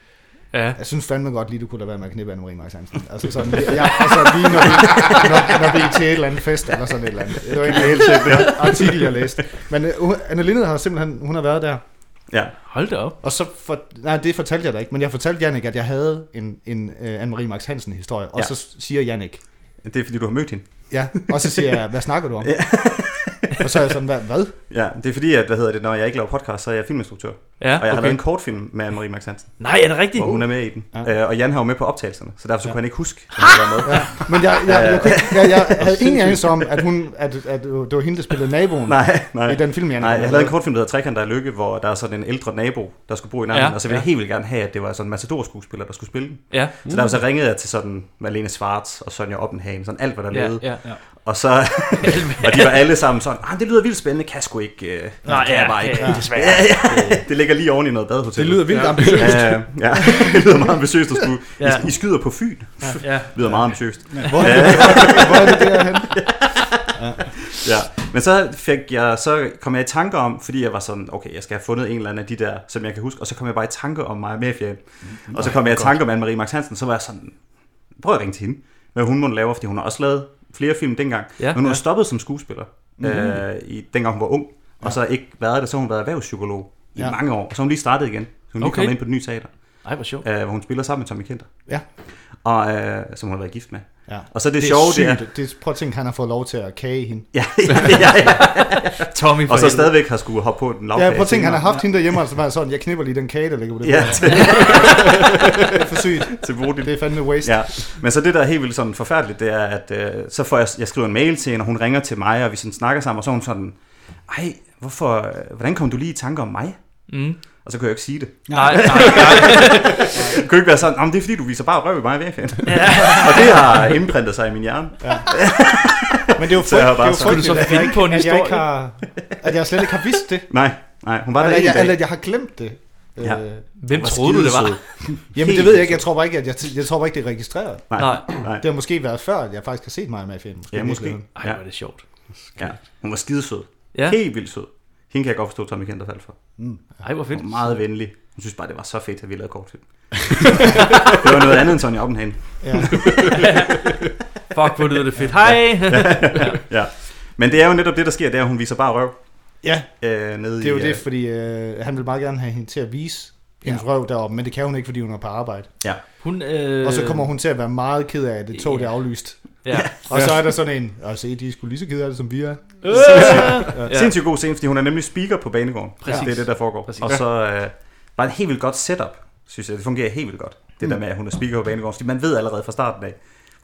Ja.
Jeg synes fandme godt lige, du kunne lade være med at knippe Anne-Marie Max Hansen. Altså sådan, ja, altså lige når vi, når, når vi er til et eller andet fest eller sådan et eller andet. Det var en helt sikkert artikel, jeg læste. Men uh, Anne Lindet har simpelthen, hun har været der.
Ja,
hold da op.
Og så, for, nej, det fortalte jeg da ikke, men jeg fortalte Jannik, at jeg havde en, en uh, Anne-Marie Max Hansen historie, og
Ja.
ja. så siger Jannik,
Det er fordi, du har mødt hende.
ja, og så siger jeg, hvad snakker du om? Ja. og så er jeg sådan, hvad? hvad?
Ja, det er fordi, at, hvad hedder det, når jeg ikke laver podcast, så er jeg filminstruktør.
Ja,
og jeg har
okay.
lavet en kortfilm med Anne-Marie Max Hansen.
Nej, er det rigtigt?
Og hun er med i den. Ja.
Ja.
Øh, og Jan har jo med på optagelserne, så derfor så
Ja.
kunne han ikke huske, at han var med.
Ja, men jeg, jeg, jeg, jeg, jeg, jeg
Og
havde ingen
sindssygt.
anelse om, at, hun, at, at det var hende, der spillede naboen
Nej, nej.
i den film, jeg
Nej, jeg lavede en kortfilm, der hedder Trekant der er lykke, hvor der er sådan en ældre nabo, der skulle bo i nærheden, ja,
Ja,
og så ville ja.
ja.
jeg helt vildt gerne have, at det var sådan en Matador-skuespiller, der skulle spille den.
Ja.
Så der var så ringede jeg til sådan Malene Svarts og Sonja Oppenhagen, sådan alt, hvad der
Ja,
lavede.
ja, ja.
Og så, og de var alle sammen sådan, ah, det lyder vildt spændende, kan jeg sgu ikke. Øh, det
Nej,
kan
ja,
jeg bare ikke.
ja, desværre.
Ja, ja. Det ligger lige oven i noget badehotel.
Det lyder vildt ambitiøst.
Ja, ja, det lyder meget ambitiøst at skulle.
Ja.
Ja. I, I skyder på Fyn.
Ja, ja.
Det lyder meget ambitiøst.
Ja. Hvor-
Ja.
hvor er det derhen?
Ja. Men så, fik jeg, så kom jeg i tanke om, fordi jeg var sådan, okay, jeg skal have fundet en eller anden af de der, som jeg kan huske, og så kom jeg bare i tanke om Maja Mafia.
Mm.
Og så kom jeg i
Godt.
tanke om Anne-Marie Max Hansen, så var jeg sådan, prøv at ringe til hende, hvad hun måtte lave, fordi hun har også lavet flere film dengang.
Ja,
men hun har
ja.
stoppet som skuespiller,
Mhm.
øh, i, dengang hun var ung, og så ikke været der, så har hun været erhvervspsykolog i
Ja.
mange år, og så har hun lige startet igen. Så hun okay. lige
Okay.
kommet ind på det nye teater.
Ej, hvor sjovt.
Øh, hvor hun spiller sammen med Tommy Kenter.
Ja.
Og, øh, som hun har været gift med.
Ja.
Og så det, det sjove, det er,
sygt. det er... Prøv at tænke, han har fået lov til at kage hende.
Ja, ja, ja, ja. Tommy for Og så helvede. stadigvæk har skulle hoppe på den lavkage
Ja, prøv at tænke, han har
senere.
haft hende derhjemme, og så var han sådan, jeg knipper lige den kage, der ligger på det.
Ja,
bord."
til-
det er for sygt.
til Bodil.
Det er fandme waste.
Ja. Men så det, der er helt vildt sådan forfærdeligt, det er, at øh, så får jeg, jeg skriver en mail til hende, og hun ringer til mig, og vi sådan snakker sammen, og så er hun sådan, ej, hvorfor, øh, hvordan kom du lige i tanke om mig?
Mm.
Og så kunne jeg jo ikke sige det.
Nej, nej, nej.
Det kunne ikke være sådan, "Nå, men det er fordi, du viser bare røv i mig i weekenden." og det har indprintet sig i min hjerne.
Ja. Men det er jo
Så jeg har
frygt- det er
sådan-
jo frygteligt, at jeg, ikke, at, jeg ikke har, at jeg slet ikke har vidst det.
Nej, nej, hun var der
eller,
en
jeg,
dag.
eller jeg har glemt det.
Ja.
Øh,
Hvem troede du, det var?
Jamen det
Helt
ved jeg ikke. Jeg tror bare ikke, at jeg, jeg tror bare ikke, det er registreret.
Nej, Nej. nej.
Det har måske været før, at jeg faktisk har set mig med i filmen.
Ja, måske.
Ej, hvor er det sjovt.
Ja, hun var skidesød. Ja.
Ja.
Helt vildt sød. Hende kan jeg godt forstå, Tommy Kenter faldt for.
Mm.
Ej, hvor fedt.
Hun var meget venlig. Hun synes bare, det var så fedt, at vi lavede kortfilm. det var noget andet end Sonja Oppenhagen.
Ja. Fuck, hvor lyder det fedt. Hej!
ja. ja. ja. Men det er jo netop det, der sker, det er, at hun viser bare røv.
Ja.
Øh, nede
Det er jo
i,
det,
øh,
fordi øh, han vil meget gerne have hende til at vise hendes røv deroppe, men det kan hun ikke, fordi hun er på arbejde.
Ja.
Hun, øh...
Og så kommer hun til at være meget ked af, at det tog det er aflyst.
Ja.
Og så er der sådan en, og se, de er sgu lige så kede af det, som vi er.
Øh!
Ja.
Ja. Sindssygt god scene, fordi hun er nemlig speaker på banegården.
Præcis.
Det er det, der foregår. Præcis.
Præcis.
Og så øh, bare et helt vildt godt setup, synes jeg. Det fungerer helt vildt godt, det der
Mm.
med, at hun er speaker på banegården. Fordi man ved allerede fra starten af,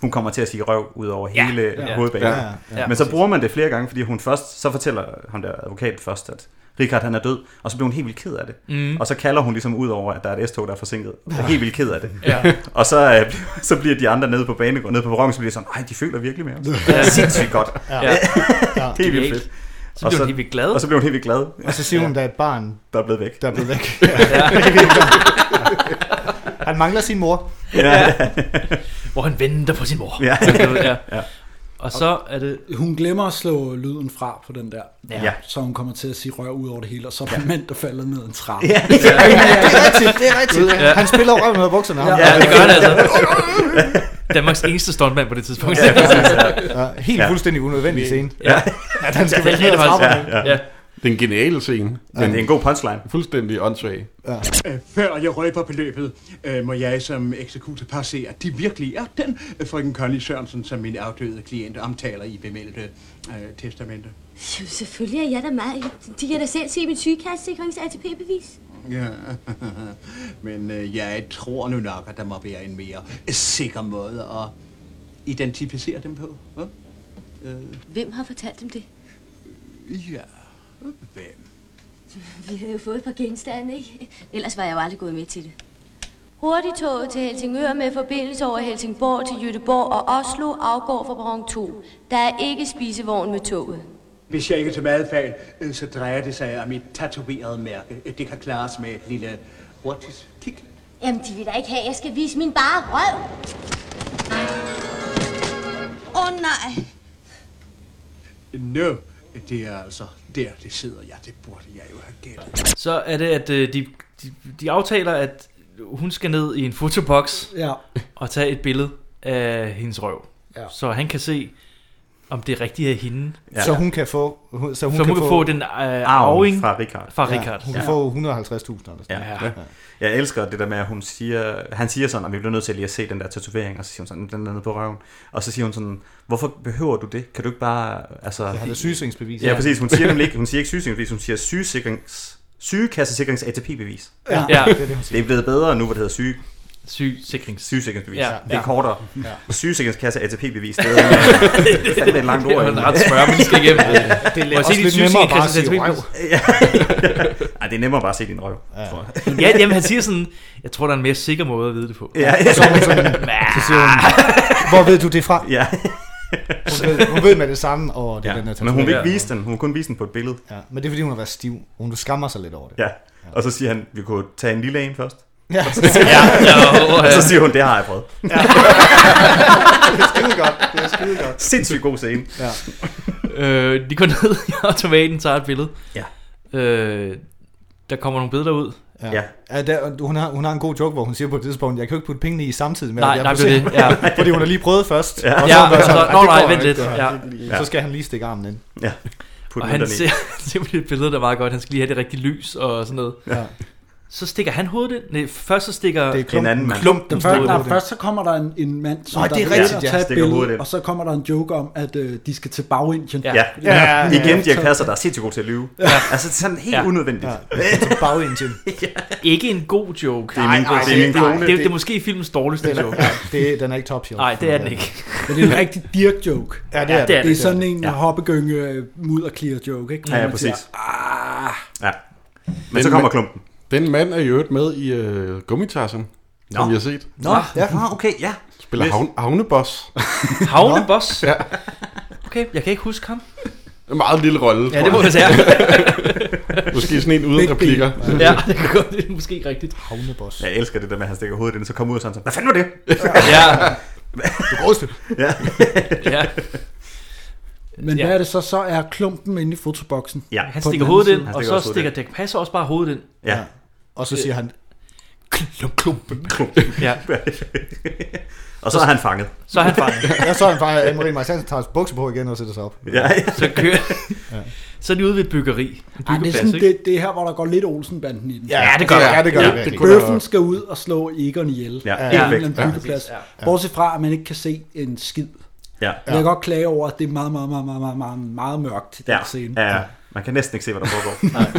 hun kommer til at sige røv ud over
Ja.
hele
Ja.
hovedbanen.
Ja, ja, ja.
Men så bruger man det flere gange, fordi hun først, så fortæller ham der advokat først, at Richard han er død, og så bliver hun helt vildt ked af det.
Mm.
Og så kalder hun ligesom ud over, at der er et S-tog, der er forsinket. Og er helt vildt ked af det.
Ja.
Og så, øh, bliver- så bliver de andre nede på banegården, nede på perronen, så bliver de sådan, nej, de føler virkelig med ham. Det er sindssygt godt.
Ja.
Det
Ja.
er helt vildt fedt.
Så
Og
bliver hun helt vildt glad.
Og så bliver hun helt vildt glad.
Og så siger hun, der er et barn,
der er blevet væk.
Der er blevet væk.
Ja.
Han mangler sin mor.
Ja. Hvor han venter på sin mor.
Ja.
ja.
Ja.
ja. Og så er det...
Hun glemmer at slå lyden fra på den der.
Ja. Ja.
Så hun kommer til at sige rør ud over det hele, og så er der en mand, der falder ned ad en trappe.
Ja. Ja. Det er rigtigt, det er rigtigt. Ja. Han spiller over med bukserne. ham.
Ja, det gør han altså. Danmarks eneste stuntmand på det tidspunkt.
Ja, præcis, ja. Ja, helt Ja. fuldstændig unødvendig scene.
Ja.
At han skal
Ja,
vælge
det
ned ad
er altså. faktisk-
trapperne.
Ja. ja.
Det er en genial scene.
Ja, det er en
god punchline.
Fuldstændig åndssvag.
Ja.
Øh, Før jeg røber beløbet, øh, må jeg som eksekutor passere, at de virkelig er den øh, frøken Connie Sørensen, som min afdøde klient omtaler i bemeldte øh, testamente.
Jo, selvfølgelig er jeg da meget. De kan da selv se min sygekassekrings ATP-bevis.
Ja, men øh, jeg tror nu nok, at der må være en mere sikker måde at identificere dem på. hva? Øh,
Hvem har fortalt dem det?
ja, hvem?
Vi havde jo fået et par genstande, ikke? Ellers var jeg jo aldrig gået med til det. Hurtigtoget til Helsingør med forbindelse over Helsingborg til Jødeborg og Oslo afgår fra perron 2. Der er ikke spisevogn med toget.
Hvis jeg ikke til meget fejl, øh, så drejer det sig om et tatoveret mærke. Øh, Det kan klares med et lille hurtigt kig.
Jamen, de vil da ikke have, at jeg skal vise min bare røv.
Åh oh, nej.
Nå, Det er altså der, det sidder jeg. Det burde jeg jo have gættet.
Så er det, at øh, de, de, de aftaler, at hun skal ned i en fotoboks
ja.
og tage et billede af hendes røv.
Ja.
Så han kan se, om det rigtigt er hende.
Ja. Så hun kan få, hun, så hun
så
kan,
hun kan få den øh, arving Fra Richard.
Ja, hun kan ja. få 150.000 eller sådan
Ja.
noget.
Ja. Jeg elsker det der med, at hun siger, han siger sådan, at vi bliver nødt til lige at se den der tatovering, og så siger hun sådan, den er nede på røven. Og så siger hun sådan, hvorfor behøver du det? Kan du ikke bare... Altså,
Jeg har da sygesikringsbevis.
Ja,
Ja.
præcis. Hun siger nemlig ikke, hun siger ikke sygesikringsbevis, hun siger sygesikrings, sygekassesikrings ATP-bevis.
Ja. Ja.
Det, er det, hun siger. det er blevet bedre nu, hvor det hedder syge...
Sygesikring.
Sygesikringsbevis.
Ja.
Ja. Det er
Ja.
kortere.
Ja.
Ja. Sygesikringskasse ATP-bevis. Det er, det er fandme et langt
Det er
ord.
en ret spørge menneske igennem. Ja, ja. Det er Må jeg også se lidt dit nemmere bare at sige sygesikringsbevis? røv.
Ja. Ej, det er nemmere bare at se din røv, ja. tror jeg.
ja, jamen han siger sådan, jeg tror, der er en mere sikker måde at vide det på.
Ja, ja.
Så, er hun sådan, så siger hun, hvor ved du det fra?
Ja.
Hun ved, hun ved med det samme, og det ja.
Ja,
den der
men hun vil ikke
tatovering.
vise den. Hun vil kun vise den på et billede.
Ja, men det er fordi, hun har været stiv. Hun skammer sig lidt over det.
Ja. Og så siger han, vi kunne tage en lille en først.
Ja.
Og så siger,
Ja.
og så siger hun, det har jeg prøvet.
Ja. Det er skidegodt. Det er skidegodt.
Sindssygt god scene.
Ja.
øh, de går ned i automaten, tager et billede.
Ja.
Øh, der kommer nogle billeder ud.
Ja. ja der, hun, har, hun har en god joke, hvor hun siger på et tidspunkt, jeg kan jo ikke putte pengene i samtidig med,
Nej,
at jeg
nej,
er på
det er
scenen."
det, ja.
Fordi hun har lige prøvet først.
Ja.
og
Ja,
så, har hun været
og så,
sådan,
"Nå,
"Ej, det
nej,
går
vent
ikke,
lidt."
det her."
Ja. Ja.
Så skal han lige stikke armen ind.
Ja.
og han ser, ser på det billede, der var godt. Han skal lige have det rigtige lys og sådan noget.
Ja.
Så stikker han hovedet ind. Nej, først så stikker
Det er klumpen. En anden mand.
klumpen
Den første,
hovedet
nej,
ind.
først så kommer der en, en mand, som
Nå,
der
det er
vil
rigtigt, ja.
tage et
Stikker hovedet
billede,
ind.
og så kommer der en joke om, at øh, de skal til bagindien.
Ja. Ja. ja. Igen, Dirk Passer, der er sindssygt god til at lyve. Ja. Altså, det er sådan helt
Ja.
ja. unødvendigt.
Ja. Til bagindien.
Ikke en god joke.
Det er min- Nej, nej, det er min
det,
kone.
det, det, det er måske filmens dårligste
Den er-
joke.
ja, det, den er ikke top, jo.
Nej, det er den ikke.
Men det er en rigtig dirk joke.
Ja, det er det.
det. Det
Det
er
er
sådan
det.
en ja.
Ja.
hoppegynge mudder clear joke, ikke?
Ja, ja,
Man
præcis.
siger, Ah,
Ja. Men så kommer klumpen.
Den mand er i øvrigt med i øh, Gummitarsen, som vi har set.
Nå, ja. Nå, okay, ja.
Spiller
Yes.
havn, havneboss.
Havneboss? ja. Okay, jeg kan ikke huske ham.
En meget lille rolle.
Ja,
tror
det må
jeg.
det være.
Måske sådan en uden replikker.
Ja, det kan godt, det er måske ikke rigtigt.
Havneboss.
Jeg elsker det der med, at han stikker hovedet ind, så kommer ud og sådan, hvad fanden var det?
Ja.
Du gråste. Ja.
ja.
Men hvad er det så? Så er klumpen inde i fotoboksen.
Ja.
Han
På den
stikker
anden
hovedet
side.
ind, og så stikker Dirk Passer også bare hovedet ind.
Ja.
Og så siger han,
klump, klumpen.
Klumpen.
Ja.
Og så er han fanget.
Så er han fanget.
Ja, så er han fanget. Anne-Marie Marciansen tager bukser på igen og sætter sig op.
Ja, ja.
Så kører Så er de ude ved et byggeri. En
Ej, det, er
byggeplads,
sådan,
ikke?
det, det er her, hvor der går lidt Olsenbanden i den.
Ja, det gør
Ja, det gør det
det
virkelig.
Bøffen skal ud og slå Egon ihjel.
Ja,
Ja,
perfekt.
ja, ja,
Ja.
byggeplads.
Ja.
Bortset fra, at man ikke kan se en skid.
Ja.
Jeg kan godt klage over, at det er meget, meget, meget, meget, meget, meget, meget mørkt i den
Ja.
scene.
ja. Man kan næsten ikke se, hvad der foregår.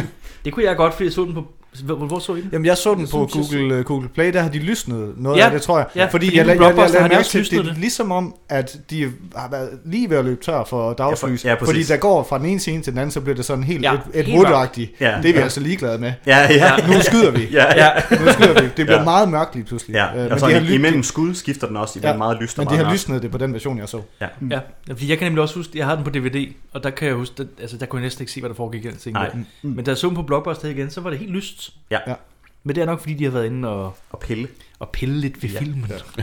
Det kunne jeg godt, fordi jeg så den på... Hvor, hvor så I den?
Jamen, jeg så den
Jeg
på
synes, jeg så-
Google, øh, Google Play, der har de lysnet noget
Ja,
ja, af det, tror jeg.
ja,
fordi,
fordi
jeg,
nu
jeg, jeg, jeg
Blockbuster har de
lader mærke
også
til,
lysnet
det er
det.
ligesom om, at de har været lige ved at løbe tør for dagslys.
Ja, for- ja, præcis.
fordi der går fra den ene scene til den anden, så bliver det sådan helt
Ja,
ja, et, et
helt mørkt.
woodagtigt.
Ja.
Ja, det er vi
Ja.
altså ligeglade med.
Ja, ja.
Nu skyder vi.
Ja, ja.
Nu skyder vi. Det bliver
Ja.
meget mørkt lige pludselig.
Ja,
Øh,
og
men
så
de har
i-
lyst-
imellem skud skifter den også, de bliver meget lyst og
Men de
meget
har
mørk.
lysnet det på den version, jeg så.
Ja.
Ja, ja, fordi jeg kan nemlig også huske, jeg har den på DVD, og der kan jeg huske, den, altså der kunne jeg næsten ikke se, hvad der foregik i den scene.
Nej.
der. Men da jeg så den på Blockbuster igen, så var det helt lyst.
Ja.
Mm, Ja.
Men det er nok, fordi de har været inde og,
og pille.
Og pille lidt ved
Ja.
filmen.
Ja.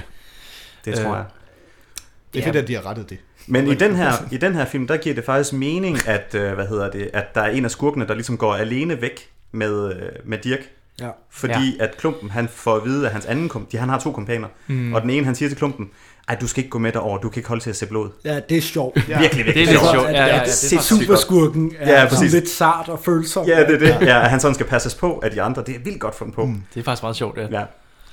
Det tror jeg.
Øh, Det er fedt, at de har rettet det.
Men i den, her, i den her film, der giver det faktisk mening, at, øh, hvad hedder det, at der er en af skurkene, der ligesom går alene væk med, øh, med Dirk.
Ja.
Fordi ja. at Klumpen, han får at vide, at hans anden kom, de, han har to kompaner.
Mm.
Mm. Og den ene, han siger til Klumpen, ej, du skal ikke gå med derover, du kan ikke holde til at se blod.
Ja, det er sjovt.
Ja. Virkelig, virkelig
Altså,
sjovt.
at-
Ja, ja, ja,
at
det er
se
faktisk godt.
superskurken er
Ja,
ja,
præcis.
lidt sart og følsom.
Ja, det er det. Ja, at han sådan skal passes på af de andre. Det er vildt godt fundet på. Mm.
Det er faktisk meget sjovt, ja.
ja.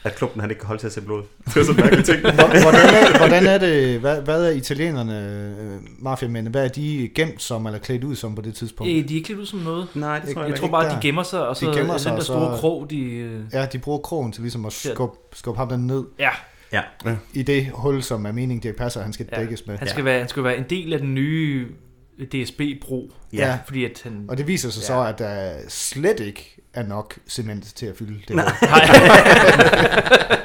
At klumpen, han ikke kan holde til at se blod. Det er sådan en mærkelig ting.
hvordan, er, hvordan er det, hvad, hvad er italienerne, øh, mafiamændene, hvad er de gemt som, eller klædt ud som på det tidspunkt?
Øh, de er ikke klædt ud som noget.
Nej,
det tror jeg ikke. tror bare, de gemmer sig, og så
de gemmer
den
sig,
der
og så-
store krog, de, øh,
Ja, de bruger krogen til ligesom at
Ja.
skubbe, skubbe ham der ned.
Ja.
Ja.
I det hul, som er meningen, Dirk Passer, han skal
ja.
dækkes med.
Han skal, være, han skal være en del af den nye DSB-bro. Fordi at han...
Og det viser sig ja. så, at der slet ikke er nok cement til at fylde det.
Nej.
hul.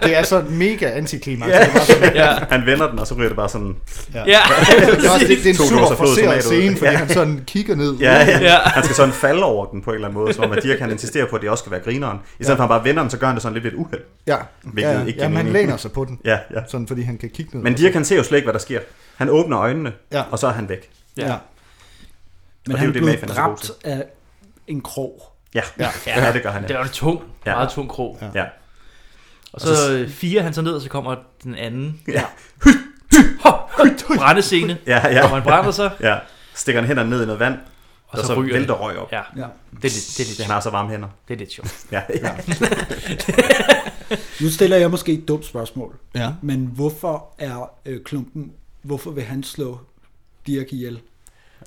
det er så et mega antiklimaks.
Ja.
Det er bare sådan-
ja. Han vender den, og så ryger det bare sådan...
Ja. Ja, det er også- det er en super forceret scene, fordi han sådan kigger ned.
Ja, ja.
Ja.
ja. Han skal sådan falde over den på en eller anden måde, som om at Dirk han insisterer på, at det også skal være grineren. I stedet
Ja.
ja. for at han bare vender den, så gør han det sådan lidt ved et uheld.
Ja,
Hvilket
ja, ja.
ikke giver
Jamen, han
mening.
læner sig på den,
Ja, ja.
sådan fordi han kan kigge ned.
Men Dirk han ser jo slet ikke, hvad der sker. Han åbner øjnene,
Ja.
og så er han væk.
Ja.
Men
det er
han
jo
er
det, Mayfair
blevet
er så god
dræbt
til.
af en krog.
Ja. Ja. ja, det gør han.
Det var en tung, ja. meget tung krog.
Ja.
Og så, øh, firer han sig ned, og så kommer den anden.
Ja.
Brændescene.
Ja, ja.
Hvor man brænder sig.
Ja. Stikker han hænderne ned i noget vand, og,
så
så, så
ryger det.
vælter røg op.
Ja. Ja. Det er lidt- det er lidt
Han har så varme hænder.
Det er lidt sjovt.
ja, ja.
Nu stiller jeg måske et dumt spørgsmål.
Ja.
Men hvorfor er øh, klumpen, hvorfor vil han slå Dirk ihjel?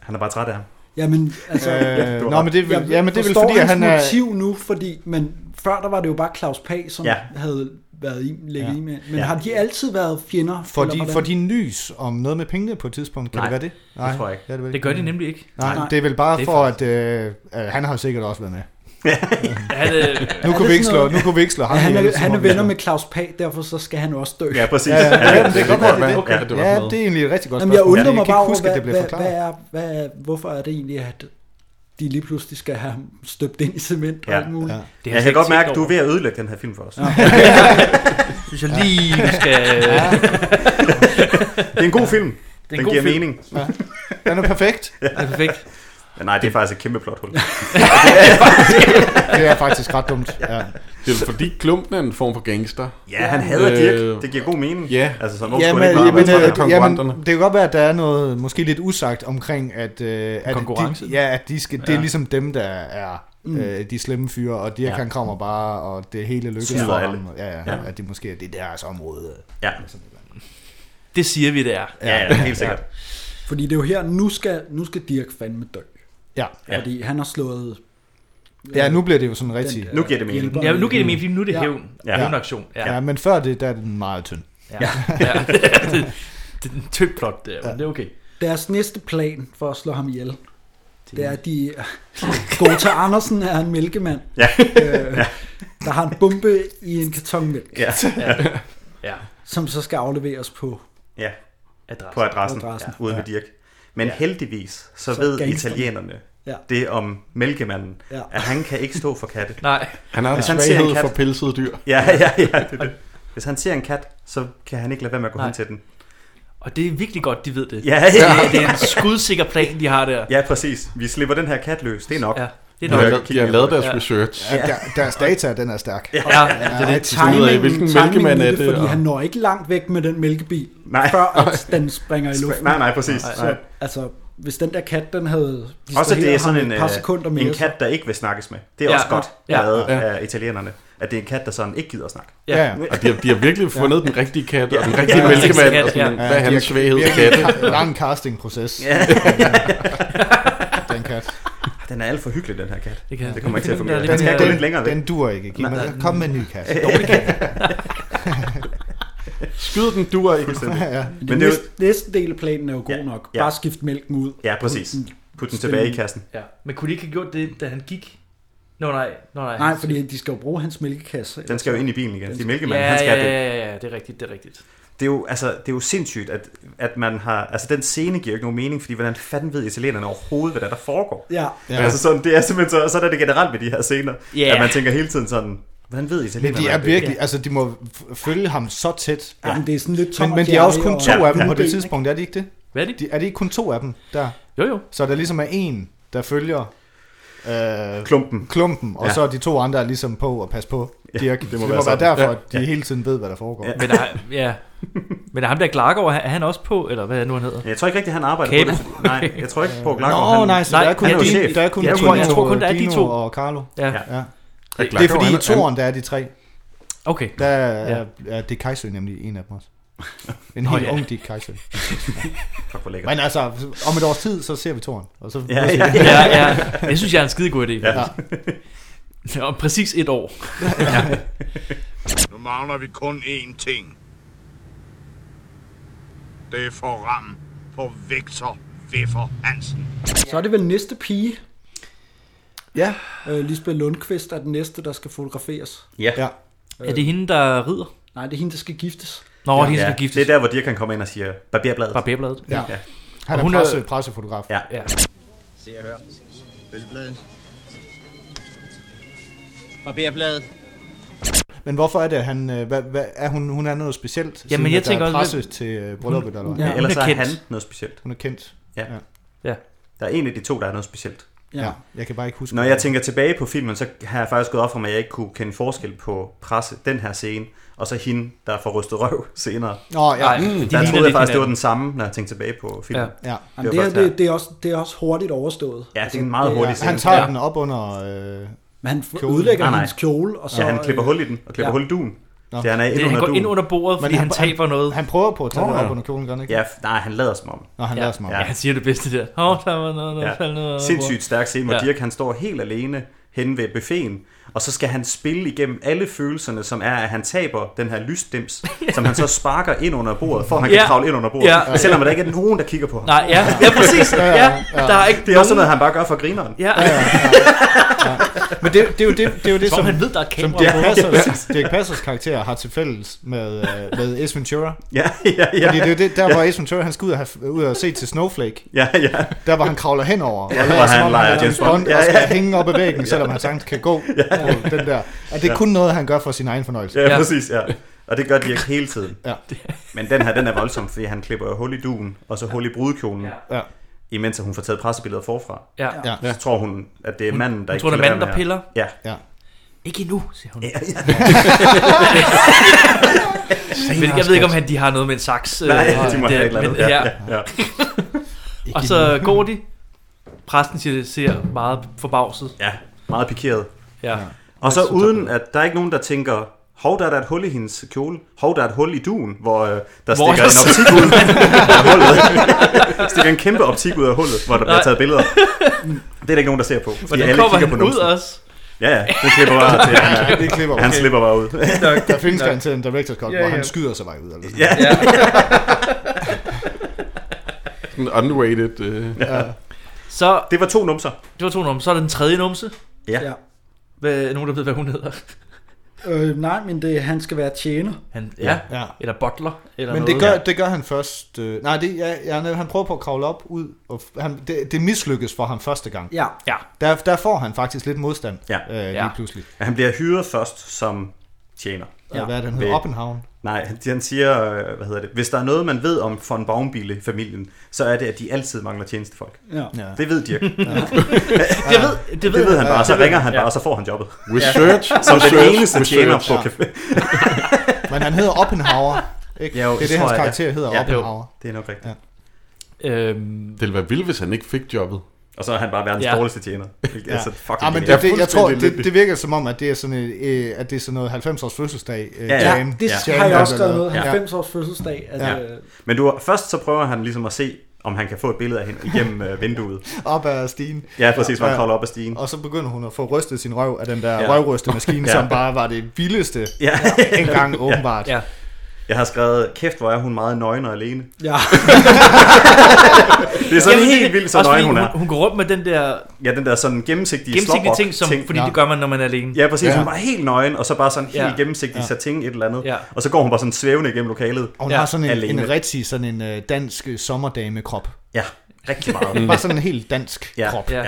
Han er bare træt af ham.
Jamen, altså...
Øh, nå, men det er vel-
jeg
ja, men det er vel
forstår
fordi, at
hans
han er-
motiv nu, fordi... Men før der var det jo bare Claus Pag, som
Ja.
ja. havde været i, ligget
Ja.
ja. i med. Men
Ja.
ja. har de altid været fjender?
Får
eller
de,
hvordan?
får de nys om noget med pengene på et tidspunkt? Kan
Nej,
det være det?
det tror jeg ikke.
er vel
Det gør de nemlig ikke.
Nej,
Nej.
det er vel bare
Det er
for, at øh, øh, han har jo sikkert også været med.
Ja, øh, det-
nu,
Er
kunne
det
vi
sådan
ikke slå,
noget-
nu kunne vi ikke slå ham.
Ja, han,
ihjel,
er,
som
han er
om-
venner med Claus Pag, derfor så skal han også dø.
Ja, præcis. altså. Ja, ja, ja, ja, men det kan godt være, det er det.
Okay.
Ja, det var sådan noget. Ja, det er egentlig et rigtig godt
Jamen, jeg
spørgsmål.
undrer
Ja, jeg
mig
kan
bare
ikke
over,
huske, at
hvad,
det blev
hvad, hvad, er,
forklaret.
hvad, hvorfor er det egentlig, at de lige pludselig skal have ham støbt ind i cement og
Ja.
alt muligt?
Ja. Det
altså
har jeg kan godt mærke, at du er ved at ødelægge den her film for os.
Ja.
Synes jeg lige, vi skal-
Ja. Det er en god film.
Det er en
den
god
giver
film.
mening.
Ja.
Den er perfekt.
Ja.
Den er perfekt.
Ja, nej, det er faktisk et kæmpe plot hul.
Det er faktisk ret dumt. Ja.
Det er fordi klumpen er en form for gangster. Øh,
Ja, han hader Dirk. Det giver god mening.
Ja.
Altså, som ung
Ja,
skulle han
men,
ikke
jamen,
bare være
øh,
træt af
jamen,
konkurrenterne.
det kan godt være, at der er noget måske lidt usagt omkring, at, øh, at,
Konkurrence.
de, ja, at de skal, det er
Ja.
ligesom dem, der er øh, de slemme fyre, og Dirk
Ja.
ja. han kommer bare, og det hele lykkes
Snyder
for
alle.
ham. Ja, ja,
Ja.
ja. At det måske er det deres område.
Ja.
Det siger vi, det er.
Ja, ja, helt sikkert.
Fordi det er jo her, nu skal, nu skal Dirk fandme dø.
Ja.
Fordi han har slået...
Ja, nu bliver det jo sådan rigtigt.
Nu giver det mening.
Ja, nu giver det mening, fordi nu er det
Ja.
hævn.
Ja.
Hævnaktion.
Ja. ja, men før det, der er den meget tynd.
Ja. ja. det, er- det, det er en tynd plot, det er, men det er okay.
Deres næste plan for at slå ham ihjel, det er, at de... Gota Andersen er en mælkemand,
Ja.
øh, der har en bombe i en karton mælk,
Ja. Ja.
Ja.
som så skal afleveres på
Ja,
adressen.
på adressen,
Adressen.
adressen. Ja. ude ved
Ja.
Dirk. Men
Ja.
ja. heldigvis, så,
Så
så ved
gangsterne.
italienerne
Ja.
ja. det om mælkemanden,
Ja.
ja. at han kan ikke stå for katte.
Nej.
Han har en
Hvis
svaghed
kat-
for pelsede dyr.
Ja, ja, ja. Det, er det. Hvis han ser en kat, så kan han ikke lade være med at gå
Nej.
hen til den.
Og det er virkelig godt, de ved det.
Ja,
Det
ja.
er- det er en skudsikker plan, de har der.
Ja, præcis. Vi slipper den her kat løs. Det er nok. Ja,
det er nok.
De har lavet deres research.
Ja. Der, deres data, den er stærk.
Ja.
Ja, det er
og
det.
timingen-
ud af, hvilken
timingen
mælkemand
i
er
det,
det,
fordi
og-
han når ikke langt væk med den mælkebil,
nej.
før at den springer i
Spring-
luften.
nej, nej, præcis.
Så,
Nej.
altså, hvis den der kat, den havde
Også at det er
distraheret ham
sådan en,
et par
øh,
sekunder mere,
en kat, der ikke vil snakkes med. Det er
Ja.
også godt
Ja.
ja. lavet
Ja.
af italienerne. At det er en kat, der sådan ikke gider at snakke.
Ja. Ja. Og de har- de har virkelig fundet den rigtige kat, og den rigtige mælkemand, og sådan, hvad er
de
hans
har
svaghed i
virkelig
katte?
en ka- Lang castingproces.
Ja.
den kat.
Den er alt for hyggelig, den her kat.
Det
Det,
kan-
kan, det kommer ikke til at
Den
fungere.
der
Den,
lidt-
skal gå
den-
lidt længere væk.
den dur ikke, Kim.
Nej.
Kom med en ny kat.
Dårlig kat.
Skyd den dur ikke.
Ja. Men den
Men det er
næste, næste del af planen er jo god nok.
ja.
Bare skift mælken ud. Mm.
Ja, præcis. Put den tilbage i kassen.
Ja. Men kunne de ikke have gjort det, da han gik? Nå nej, nå, nej.
Nej, fordi de skal jo bruge hans mælkekasse.
Den skal jo ind i bilen igen.
Den
Det er
skal-
mælkemanden,
ja,
han skal
ja,
det.
ja, ja, ja, det er rigtigt, det er rigtigt.
Det er jo, altså, det er jo sindssygt, at, at man har... Altså, den scene giver jo ikke nogen mening, fordi hvordan fanden ved italienerne overhovedet, hvad der, er, der foregår?
Ja.
ja. Altså, sådan, det er simpelthen så... Og sådan er det generelt med de her scener,
Ja.
at man tænker hele tiden sådan... Hvordan ved italienerne?
Men de er
det?
virkelig, altså de må f- følge ham så tæt.
Ja, men det er sådan lidt Tom
men,
og
men de er også
Jerry
kun
og-
to
Ja,
af dem
ja.
på det
Ikke?
tidspunkt, er de ikke det?
Hvad er det?
De, er det ikke kun to af dem der?
Jo, jo.
Så der ligesom er en, der følger øh,
klumpen.
klumpen, og
Ja.
ja. så er de to andre er ligesom på at passe på
Ja,
Dirk. Ja, det må, det må være,
sådan.
derfor,
Ja.
at de
Ja.
hele tiden ved, hvad der foregår.
Ja. Men, er, ja. Men er ham der Glargaard, er han også på, eller hvad er nu han hedder?
Jeg tror ikke rigtig, han arbejder på det, fordi- nej, jeg tror ikke, Poul
Nå, han, nej, så der er kun,
han
Dino-
chef.
der er kun
jeg,
Dino,
tror, jeg tror kun, der er de
Dino
to.
og Carlo.
Ja.
ja.
Det
Det,
er
det er fordi i
klart.
toren, der er de tre.
Okay.
Der er,
Ja.
ja. er Dick Kajsø nemlig en af dem også. En
Nå,
helt
ja.
ung Dick Kajsø.
Fuck, hvor lækkert.
Men altså, om et års tid, så ser vi toren. Og så
Ja, ja, ja, ja. Det synes jeg er en skide god idé.
Ja.
Ja. Om præcis et år. Ja.
Nu mangler vi kun én ting. Det er for ram på Victor Viffer Hansen.
Så er det vel næste pige.
Ja.
Øh, Lisbeth Lundqvist er den næste, der skal fotograferes.
Ja.
ja.
Er det hende, der rider?
Nej, det er hende, der skal giftes.
Nå, det er hende, der skal giftes.
Det er der, hvor Dirk kan komme ind og siger, barberbladet.
Barberbladet.
Ja. Han
Og
er
hun
hun
er-
presse, pressefotograf.
Ja.
ja.
Se og hør. Bælbladet. Barberbladet.
Men hvorfor er det, at han, øh, hvad, hvad, er hun, hun er noget specielt? siden
Jamen, jeg
at der
tænker
er
også,
presse
hvem-
til øh, brylluppet, eller
Ja,
hvad?
hun Ellers er er kendt. han
noget specielt.
Hun er kendt.
Ja.
Ja.
Der er en af de to, der er noget specielt.
Ja. Ja, jeg kan bare ikke huske,
Når
hvad
jeg
det
tænker tilbage på filmen, så har jeg faktisk gået op for mig, at jeg ikke kunne kende forskel på presse, den her scene, og så hende, der får rystet røv senere.
Nå, ja.
Ej,
Mm. De
der
ligner
troede jeg faktisk,
lidt
det var
hinanden.
den samme, når jeg tænkte tilbage på filmen.
Ja.
Jamen, det,
var
er,
først her.
det, det, er også, det er også hurtigt overstået. Altså,
Ja, det er en meget hurtig scene.
Han tager
Ja.
den op under øh,
Men han udlægger
Nej, nej.
hendes kjole, og så...
Ja, han klipper
øh,
hul i den, og klipper hul i duen. Det er, han er inde under duen.
Men Han prøver på at tage
Nå,
den op
ja.
under kjolen, gør han ikke?
Ja, f- nej, han lader som om.
Nå, han
ja.
lader som om.
Ja, han siger det bedste der. Åh, der var noget, der faldt noget
Ja.
over
Sindssygt
bordet.
stærk scene, hvor
Ja.
ja. Dirk han står helt alene hen ved buffeten, og så skal han spille igennem alle følelserne, som er, at han taber den her lysdims, som han så sparker ind under bordet, for at han kan
Ja.
kravle ind under bordet.
Ja.
Ja. Selvom der ikke er nogen, der kigger på ham.
Nej, ja. Ja, præcis. Ja, ja. Der er ikke
det er også sådan noget,
nogen-
han bare gør for grineren.
Ja. Ja, ja,
Men det, det er jo det, det, er jo det
Som
som,
han ved, der er
som
kamera
Dirk,
på.
Passers,
Ja.
Dirk Passers karakter har til fælles med, øh, med Ace Ventura.
Ja, ja, ja.
Fordi det er jo det, der
Ja.
hvor Ace Ventura han skal ud og, have, ud og se til Snowflake.
Ja, ja.
Der hvor han kravler henover.
Ja,
og
hvor
lader,
han
som om,
leger
er
James Bond.
Og
Ja,
skal
ja.
hænge op ad
Ja.
vægen, selvom han sagtens kan gå
Ja.
på den der. Og det er kun noget, han gør for sin egen fornøjelse.
Ja, ja, præcis, ja. Og det gør Dirk hele tiden.
Ja.
Men den her, den er voldsom, fordi han klipper jo hul i duen, og så hul i brudekjolen.
Ja.
Imens at hun får taget pressebilleder forfra.
Ja. Ja.
Så tror hun, at det er
Hun-
manden, der
hun
ikke
tror, det er
kan lade
manden,
være
der
med
piller.
her. Ja.
Ikke endnu, siger hun.
Ja, ja.
jeg, ved, ikke- jeg ved ikke, om han, de har noget med en saks. øh,
Nej, de må
der,
have et eller
men-
andet. Ja,
ja.
ja, ja.
og så går de. Præsten siger, ser meget forbavset.
Ja, meget pikeret.
Ja.
Og så uden, at der er ikke nogen, der tænker, hov, der er der et hul i hendes kjole, hov, der er et hul i duen, hvor øh, der
Hvor
hvor stikker
der
en optik
sidder-
ud af hullet. stikker en kæmpe optik ud af hullet, hvor der bliver
Nej.
taget billeder. Det er der ikke nogen, der ser på, fordi
Hvordan
alle
kommer
kigger på
han ud
numsen.
også?
Ja, ja, det klipper bare til. Han,
det klipper,
han slipper bare ud.
Der, der findes garanteret en director's cut,
Ja,
ja, hvor
ja.
han skyder sig bare ud. Eller sådan
Ja.
Sådan unrated. Øh.
Ja.
Så,
det var to numser.
Det var to numser. Så er der den tredje numse.
Ja.
Ja.
Hvad, nogen, der ved, hvad hun hedder.
Øh, nej, men det, han skal være tjener.
Han, ja, ja. Eller butler. Eller
Men
noget.
det gør, det gør han først... Øh, nej, det, ja, ja, han- han prøver på at kravle op ud, og f- han, det, det mislykkes for ham første gang.
Ja.
ja.
Der, der får han faktisk lidt modstand
Ja.
øh, lige pludselig.
Men Han bliver hyret først som tjener.
Ja, hvad er det, han hedder?
Ved-
Oppenhavn?
Nej, han- han siger, øh, hvad hedder det, hvis der er noget, man ved om von Baumbille-familien, så er det, at de altid mangler tjenestefolk.
Ja.
Ja.
Det ved Dirk.
Ja.
det, ved, det, ved han bare, så ringer han bare, og så får han jobbet. Som den eneste tjener på café.
Men han hedder Oppenhauer. Ikke?
Ja, jo,
det er
tror jeg, ja.
det, hans karakter hedder,
Ja,
Oppenhauer.
jo, Det er nok rigtigt.
Ja.
Øhm,
Det ville være vildt, hvis han ikke fik jobbet.
Og så er han bare verdens
Ja.
dårligste tjener.
Ja.
Altså, fucking
ja, Ah, men
genialt.
det, det, jeg tror,
Fuldstændig
det,
lidt-
det virker som om, at det er sådan, et, øh, at det er sådan noget 90-års fødselsdag. Øh,
Ja, ja.
jam.
Det
jam,
har jeg
der
også
bliver
skrevet ned.
lavet.
90 års fødselsdag. At,
Ja.
øh,
Men du, først så prøver han ligesom at se, om han kan få et billede af hende igennem øh, vinduet.
op ad stigen.
Ja, præcis, hvor han kravler op ad stigen.
Og så begynder hun at få rystet sin røv af den der
Ja.
ja. røvrystemaskine,
Ja.
ja. som bare var det vildeste
Ja.
engang åbenbart.
Ja.
Jeg har skrevet, kæft hvor er hun meget nøgen og alene.
Ja.
det er sådan
Jamen,
helt
det-
vildt, så
også
nøgen
fordi
hun er.
Hun, hun går rundt med den der
Ja, den der sådan gennemsigtige,
gennemsigtige
slåbrok-
ting, som, ting. fordi ja. det gør man, når man er alene.
Ja, præcis. Ja. Hun var helt nøgen, og så bare sådan helt
Ja.
ja. gennemsigtig ja. satin, et eller andet.
Ja.
Og så går hun bare sådan svævende igennem lokalet.
Og hun ja. har sådan en, en rigtig sådan en øh, dansk øh, sommerdamekrop.
Ja, rigtig meget.
Bare sådan en helt dansk
ja.
krop.
Ja. ja,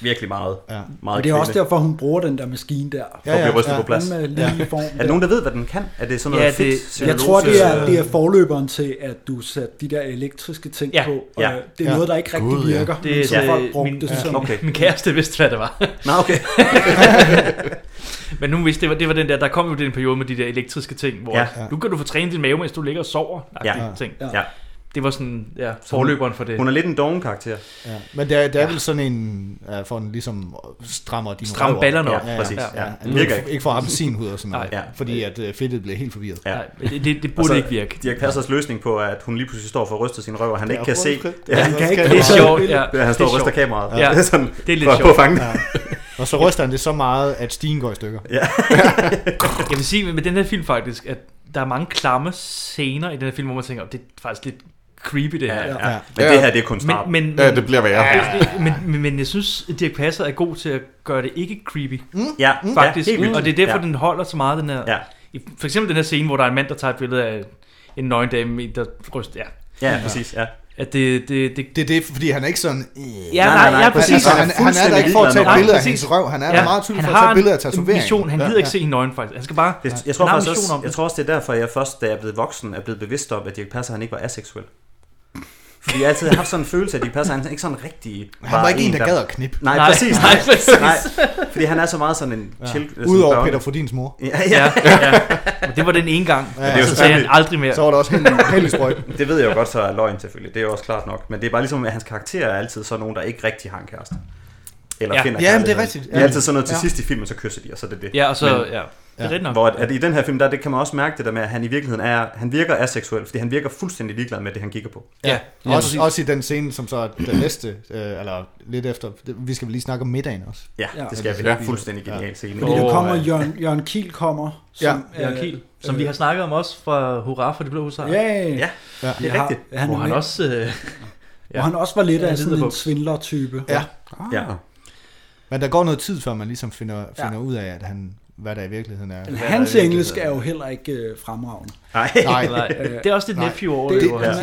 virkelig meget. Ja. meget
og det er også
kvinde.
derfor, hun bruger den der maskine der.
For at blive rystet på plads.
Den med lige form
Er der nogen, der ved, hvad den kan? Er det sådan noget
ja,
fedt?
det, Jeg tror, det er, det er forløberen til, at du satte de der elektriske ting
Ja.
ja. på. Og
Ja.
Det
Ja.
er noget, der ikke rigtig
Gud, ja.
virker,
Det-
men som
ja,
folk brugte
min-
det
ja.
som.
Okay. Min kæreste vidste, hvad det var.
Nå, okay.
Men nu vidste det var, det var den der, der kom jo den periode med de der elektriske ting, hvor
Ja.
ja. nu kan du få trænet din mave, mens du ligger og sover.
Ja.
Ting.
Ja.
Det var sådan ja,
Så hun-
forløberen for det.
Hun er lidt en doven karakter.
Ja. Men der, der er vel sådan en, uh, for den ligesom strammer dine
Strammer
røver.
ballerne op.
Ja, ja,
Præcis,
ja.
ja.
ja.
Det virker
Ikke,
ikke.
ikke for appelsinhud og sådan noget,
Nej.
ja. fordi at øh, fedtet bliver helt forvirret.
Ja.
det- det- det burde ikke virke.
Dirk Passers løsning på, at hun lige pludselig står for at ryste sin røv, og han
Ja,
ikke kan
hvor
se.
fedt.
Ja,
Ja, han kan ikke-
Det er sjovt.
ja.
Ja, han står og
Det
ryster
er sjovt.
kameraet.
Ja.
Det er sådan,
Det er lidt
for at
sjovt.
fange
Ja. Og så ryster han det så meget, at stigen går i stykker.
Ja.
Jeg vil sige med den her film faktisk, at der er mange klamme scener i den her film, hvor man tænker, "Åh, det er faktisk lidt creepy det her.
Ja, ja. Ja. Men det her, det er kun start.
Men, men,
Ja, det bliver værre.
Ja, det- Men, men, men jeg synes, at Dirk Passer er god til at gøre det ikke creepy.
Mm. Ja, mm.
faktisk.
ja, helt vildt.
og det er derfor,
Ja.
den holder så meget, den her.
Ja.
I- For eksempel den her scene, hvor der er en mand, der tager et billede af en nøgen dame, i- der ryster. Ja,
Ja, præcis, ja.
At det, det, det,
det er det, fordi han er ikke sådan... øh.
Ja, nej, nej, ja, præcis.
Altså, han, han er der ikke for at tage et
Nej,
billede af
præcis.
hendes røv. Han er
Ja.
der meget tydeligt
Han
for at tage
har
et billede af
en- en
tatoveringen.
mission. Han gider ikke se hende nøgen, faktisk. Han skal bare...
Det, jeg, tror
han har en
faktisk
mission
også,
om
jeg tror også, det er derfor, jeg først, da jeg er blevet voksen, er blevet bevidst om, at Dirk Passer han ikke var aseksuel. Fordi jeg altid har haft sådan en følelse af, at de passer han er ikke sådan rigtig...
Han
bare
var ikke en, der gad at knippe.
Nej,
Nej,
præcis.
nej, præcis.
fordi han er så meget sådan en
Ja.
chill... sådan
Udover
børne-
Peter Frodins mor.
Ja, ja.
Ja, ja. Men det var den ene gang. Ja, ja. Så sagde han aldrig mere. Så var der også helt- helt sprøjt.
Det ved jeg jo godt, så er løgn selvfølgelig. Det er jo også klart nok. Men det er bare ligesom, at hans karakter er altid sådan nogen, der ikke rigtig har en kæreste. Eller
Ja.
finder
Ja, men
kærligheden.
det er rigtigt.
Det er
Ja.
altid sådan noget til
Ja.
sidst i filmen, så kysser de, og så er det det.
Ja, og så- ja. Det er rigtigt nok.
Hvor at, at i den her film, der det kan man også mærke det der med, at han i virkeligheden er, han virker aseksuel, fordi han virker fuldstændig ligeglad med det, han kigger på.
Ja, ja. Også, også i den scene, som så er den næste, øh, eller lidt efter. det- Vi skal vel lige snakke om middagen også.
Ja,
Ja.
det skal vi.
Ja.
Fuldstændig genial scene.
Fordi der kommer Jørgen, Jørgen Kiel kommer. øh,
Som, ja, Jørgen Kiel, som vi har snakket om også fra Hurra for de blå husarer.
Ja, ja, ja. Ja, det er
Vi
rigtigt.
Har, han,
er
hvor han
med.
også... Øh,
Hvor han også var lidt af sådan en
liderbuks.
svindler-type.
Ja.
Ah.
ja.
Men der går noget tid, før man ligesom finder, finder ud af, at han, hvad der i virkeligheden er.
Men Hans engelsk er jo heller ikke øh, fremragende.
Nej.
Øh, nej.
Det,
Det,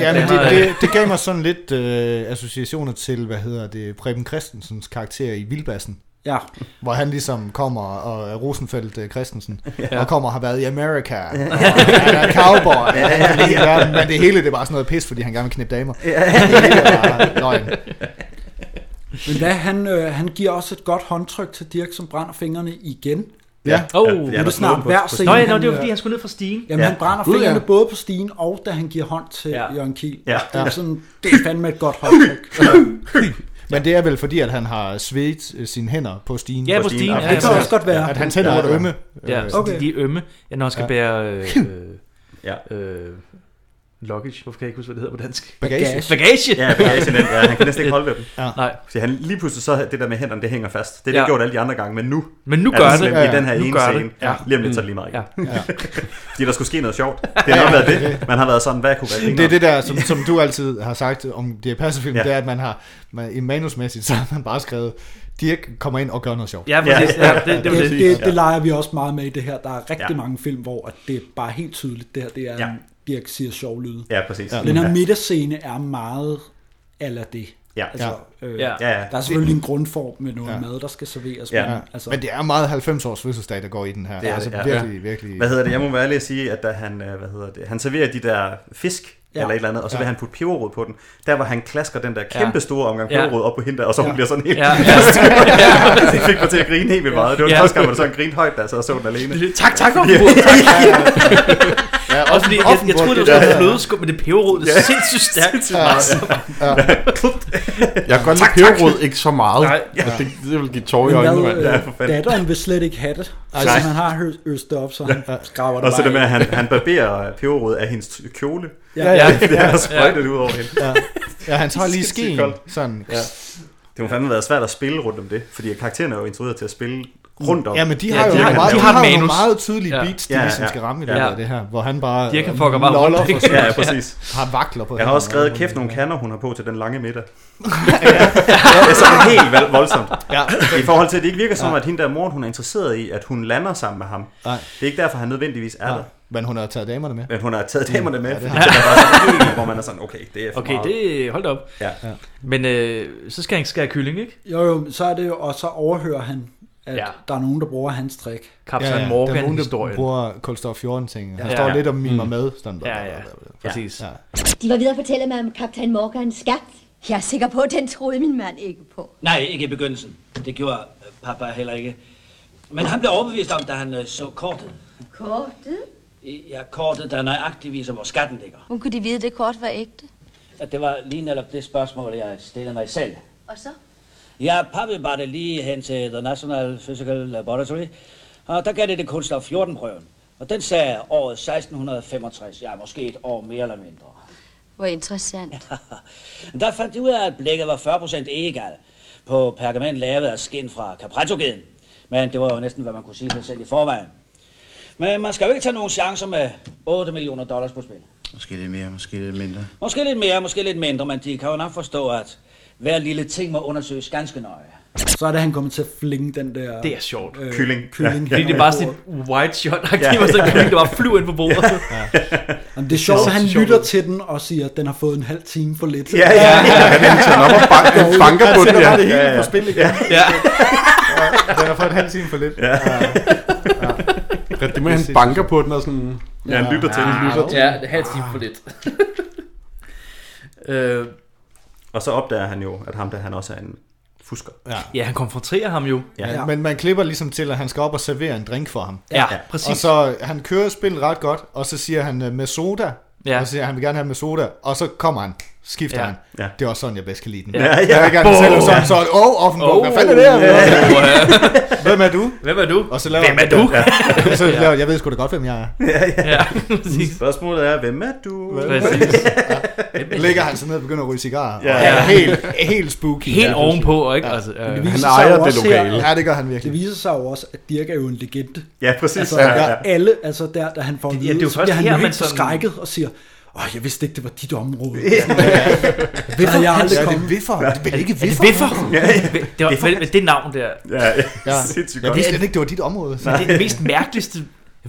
ja, men det, det, det gav mig sådan lidt øh, associationer til, hvad hedder det, Preben Christensens karakter i Vildbassen.
Ja.
Hvor han ligesom kommer, og er Rosenfeldt øh, Christensen,
Ja.
ja. og kommer og har været i America, og han er cowboy,
Ja, ja,
ja, ja,
ja.
ja. men det hele det er bare sådan noget pis, fordi han gerne vil knippe damer.
Ja.
Det hele er bare løgn.
Men hvad, han, øh, han giver også et godt håndtryk til Dirk, som brænder fingrene igen.
Ja.
Oh,
nu er det snart hver scene.
Nå, ja, nå,
han,
det var
øh,
fordi, han skulle ned fra stigen.
Jamen, ja. han brænder
Gud, ja.
fingrene både på stigen og da han giver hånd til ja. Jørgen Kiel.
Ja.
Det er,
Ja.
sådan, det er fandme et godt håndtryk.
Men det er vel fordi, at han har svedt øh, sine hænder på stigen.
Ja, på stigen. Ja,
Det kan også godt være. At hans hænder
ja,
er ømme.
Ja,
Øh,
okay. de, de er ømme, ja, når han skal
Ja.
ja. bære... Øh,
ja.
øh, luggage, hvorfor kan jeg ikke huske, hvad det hedder på dansk?
Bagage.
Bagage!
Ja, bagage nemt. Ja, han kan næsten ikke holde ved dem.
Ja. Nej.
Så han lige pludselig så det der med hænderne, det hænger fast. Det er det
Ja.
gjort alle de andre gange, men nu.
Men nu
er
gør det.
slemt
Ja, ja.
I den her
Nu
ene
gør det.
scene.
Ja.
Ja. Lige om lidt så er det lige meget. igen. Fordi der skulle ske noget sjovt. Det har nok
Ja.
været det. Man har været sådan, hvad kunne være
Det er det der, som, som du altid har sagt om de her passefilm, ja. det er, at man har, man, i manusmæssigt, så har man bare skrevet, Dirk kommer ind og gør noget sjovt.
det, det, det leger vi også meget med i det her. Der er rigtig
Ja.
ja. mange film, hvor at det er bare helt tydeligt, det her det er, ja. Dirk siger sjov lyde.
Ja, præcis. Ja.
Den her
Ja.
middagsscene er meget ala det.
Ja.
Altså,
Ja.
Øh,
Ja. Ja, ja.
Der er selvfølgelig en grundform med noget ja. mad, der skal serveres.
Ja. Altså. Men det er meget 90 års fødselsdag, der går i den her. Det er, altså virkelig, virkelig.
Hvad hedder det? Jeg må være ærlig at sige, at da han, øh, hvad hedder det, han serverer de der fisk,
Ja.
ja. eller et eller andet, og så vil
Ja.
han putte peberrod på den. Der var han klasker den der
Ja.
kæmpe store omgang
Ja.
peberrod op på hende der, og så hun
Ja.
bliver sådan helt...
Ja.
Ja.
Ja.
Ja. det fik mig til at grine helt vildt meget. Det var den
Ja.
første gang, man sådan grinede højt, da jeg sad og så den alene.
Tak, tak for
Ja.
offenbrud.
Ja,
Også fordi, jeg, jeg troede, det var sådan en flødeskum, men det peberrod, det er
Ja.
sindssygt stærkt. Altså,
Sindssygt meget. Ja. Jeg kan godt
Tak,
lide
tak.
peberrod, ikke så meget.
Nej.
Jeg
Ja.
tænkte, det vil give tårer i
Men
øjnene,
hvad,
mand.
øh, Datteren vil slet ikke have det. Altså,
Nej.
man har hø- øst det op, så han skraver det
Og så
bare
det med,
af.
at han, han barberer peberrod af hendes kjole.
Ja, ja.
Det
Ja.
er sprøjtet ud over hende.
Ja. Ja, han tager lige
Sindssygt
skeen,
koldt.
sådan.
Ja. Det må fandme være svært at spille rundt om det, fordi karakteren er jo instrueret til at spille rundt om.
Ja, men de har jo,
Dirk, han-
meget, de
han-
har jo
han-
nogle
manus.
meget tydelige beats, de
Ja,
ligesom
ja,
skal ramme i
ja.
løbet af det her, hvor han bare
Dirk, han
øh,
fucker bare
loller
rundt,
for
ikke?
sig.
Ja, ja, præcis.
Har vakler på
Jeg har
hænderne.
også skrevet, kæft nogle kander, hun har på til den lange middag. Det er sådan helt vel- voldsomt.
Ja.
I forhold til, at det ikke virker som,
Ja.
at hende der mor, hun er interesseret i, at hun lander sammen med ham.
Nej.
Det er ikke derfor, han nødvendigvis er
Nej.
der.
Men hun har taget damerne med. Mm.
Men hun har taget damerne med,
Ja, det
fordi
har
det
hun.
er bare sådan en, hvor man er sådan, okay, det er for
Okay,
meget.
det... Hold da op.
Ja.
Men øh, så skal han skære kylling, ikke?
Jo, jo, så er det jo, og så overhører han, at ja. der er nogen, der bruger hans trick.
Der er nogen, der bruger Kulstof 14 ting. Han
Ja.
står
Ja.
lidt og mimer
Mm.
med. Sådan,
Ja, ja. Præcis.
Ja.
De var videre og fortælle mig om kaptajn Morgans skat. Jeg er sikker på, at den troede min mand ikke på.
Nej, ikke i begyndelsen. Det gjorde øh, papa heller ikke. Men han blev overbevist om, da han øh, så kortet.
Kortet?
I- Ja, kortet, der nøjagtigt viser, hvor skatten ligger.
Hun kunne de vide, at det kort var ægte.
At det var lige netop det spørgsmål, jeg stillede mig selv.
Og så?
Ja, pappa bar det lige hen til The National Physical Laboratory, og der gav det det kunststof 14-prøven. Og den sagde året 1665, ja, måske et år mere eller mindre.
Hvor interessant.
Der fandt de ud af, at blækket var 40% egal på pergament lavet af skind fra capraccio-geden. Men det var jo næsten, hvad man kunne sige sig selv i forvejen. Men man skal jo ikke tage nogen chancer med 8 millioner dollars på spil.
Måske lidt mere, måske lidt mindre.
Måske lidt mere, måske lidt mindre, men de kan jo nok forstå, at hver lille ting må undersøges ganske nøje.
Så er det, han kommer til at flinge den der...
Det er sjovt.
Kylling. kylling
Fordi det er bare sådan et white shot, der giver mig sådan en kylling, der bare flyver ind på bordet.
Ja. Jamen, det er sjovt, at han lytter til den og siger, at den har fået en halv time for lidt.
Ja, ja, ja. Han tager den ligesom op og banker-
Går
banker på
ud. Han sætter
den, ja.
bare det hele
Ja, ja.
på spil igen.
Ja. Ja.
Ja, Den har fået en halv time for lidt.
Ja. Ja, det må han banker på den og sådan...
Ja, han lytter til
Han lytter til
Ja,
den.
det er halv time for lidt. øh,
Og så opdager han jo, at ham der han også er en fusker.
Ja.
Ja, han konfronterer ham jo.
Ja. Ja. Men man klipper ligesom til, at han skal op og servere en drink for ham.
Ja, ja, præcis.
Og så han kører spillet ret godt, og så siger han øh, med soda.
Ja.
Ja. Og så siger han, han vil gerne have med soda. Og så kommer han, skifter
Ja.
ja. han.
Ja.
Det er også sådan, jeg bedst kan lide den.
Ja,
Jeg
ja.
vil gerne selv
Boom.
og sådan, så
Ja.
åh, offenbog, hvad
Oh.
fanden er det her?
Ja.
Hvem er du?
Hvem er du?
Og så laver
Hvem
han
er
det
du?
der.
Ja.
så laver, jeg ved sgu da godt, hvem jeg er.
Spørgsmålet er, hvem er du?
Præcis. Ja. Ligger han så ned og begynder at ryge cigarer.
Ja.
Ja. Og er helt, helt spooky.
Helt
Ja.
ovenpå, og ikke? Altså, øh,
Men
han
sig jo
ejer det
også
lokale.
Ja, det gør han virkelig.
Det viser sig jo også, at Dirk er jo en legende.
Ja, præcis.
Altså,
Ja,
ja,
ja.
ja. alle, altså der, da han får en
det er jo
vide, så
først
bliver han
her,
jo
man
helt
sådan-
forskrækket og siger, åh, jeg vidste ikke, det var dit område.
Ja.
Sådan, Hvorfor er jeg aldrig
Ja, det er
kommet?
Viffer. Det er vel ikke
Er det
Viffer?
Viffer?
Ja, ja.
Det, var,
Viffer.
det, det navn der.
Ja, ja.
Ja.
Sindssygt
Jeg
godt.
vidste slet ikke, det var dit område.
Men det er det mest mærkeligste.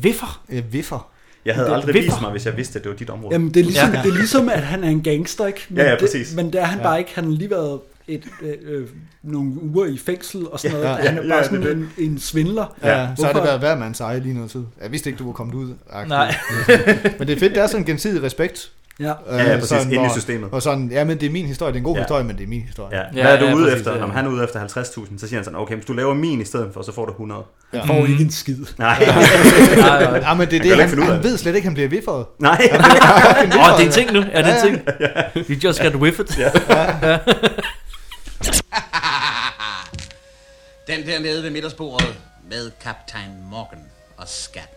Viffer.
Ja, Viffer.
Jeg havde
Det er
aldrig
vipper.
vist mig, hvis jeg vidste, at det var dit område.
Jamen, det er, ligesom, ja. det er ligesom, at han er en gangster, ikke?
Ja, ja, præcis.
det, men det er han
Ja.
ja. bare ikke. Han har lige været et, øh, øh, nogle uger i fængsel og sådan
Ja,
noget.
ja,
han er
ja,
bare
det
sådan
er det.
en, en svindler.
Ja, ja. så har det
Hvorfor-
været hver mands eje lige noget tid. Jeg vidste ikke, du var kommet ud. agtigt.
Nej.
men det er fedt, der er sådan en gensidig respekt. Øh,
Ja.
Ja, ja, præcis. Ind i
hvor-
systemet.
Og sådan, ja, men det er min historie, det er en god ja. historie, men det er min historie.
Ja. Hvad er du
ja,
ude
præcis,
efter?
det er-
Når han er ude efter 50.000, så siger han sådan, okay, hvis du laver min i stedet for, så får du 100.
Ja. Han får ikke en
skid.
Mm. Nej.
ja, men det er
kan
det,
ikke
han,
finde ud af
han ved slet ikke, han bliver vifferet.
Nej.
Han bliver bare fucking
Åh,
vifferet,
det er en ting nu. Ja, det er en ting.
Ja.
We just got whiffed.
Ja.
Ja.
Den der nede ved middagsbordet med kaptajn Morgan og skatten.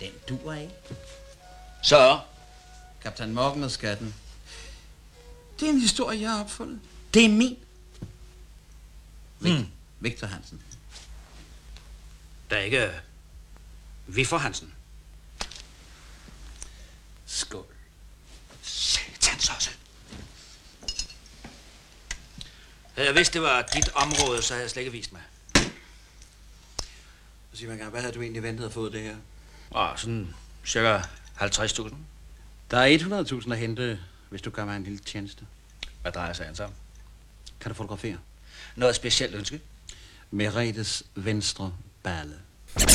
Den duer ikke. Så? Kaptajn Morgan og skatten. Det er en historie, jeg har opfundet. Det er min. Mm. Victor Hansen.
Der er ikke øh, Viffer Hansen.
Skål. Satans også.
Havde jeg vidst, det var dit område, så havde jeg slet ikke vist mig.
Så siger man gerne, hvad havde du egentlig ventet at få det her?
Åh, Ah, sådan cirka 50.000.
Der er 100.000 at hente, hvis du gør mig en lille tjeneste.
Hvad drejer sagen sig om?
Kan du fotografere?
Noget specielt ønske?
Meretes venstre balle.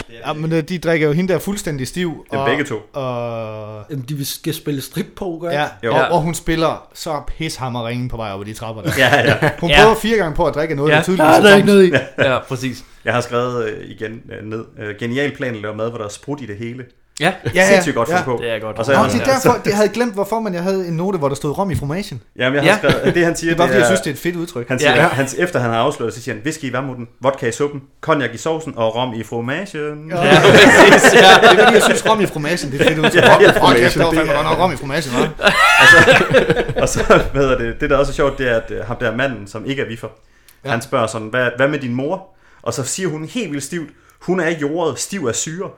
Ja, men øh, de drikker jo hende der fuldstændig stiv.
Ja,
og-
begge to.
Og...
Jamen, de skal spille strippoker,
Ja,
Jo.
jo. Og, og hun spiller så pishammerringen på vej op ad de trapper der.
Ja, ja.
Hun
Ja.
prøver fire gange på at drikke noget, ja. der tydeligvis tomt.
Ja, præcis.
Jeg har skrevet øh, igen øh, ned. Øh, genial plan at lave mad, hvor der er sprudt i det hele.
Ja.
ja, ja. Sindssygt godt ja. på.
Og så, Nå, det er derfor, jeg havde glemt, hvorfor man jeg havde en note, hvor der stod rom i formagen.
Jamen, jeg har ja. skrevet, det han siger,
det er bare, fordi jeg synes, det er et fedt udtryk.
Han siger, ja. han, efter han har afsløret, så siger han, whisky i varmutten, vodka i suppen, konjak i sovsen og rom i fromagen.
Ja, præcis, ja. Det er fordi, jeg synes, rom i fromagen, det er et fedt udtryk. Rom i fromagen, det var fandme godt nok rom i fromagen, hva'?
og så, hvad hedder det, det der også er sjovt, det er, at øh, ham der manden, som ikke er viffer, ja. han spørger sådan, hvad, hvad med din mor? Og så siger hun helt vildt stivt, hun er jordet, stiv af syre.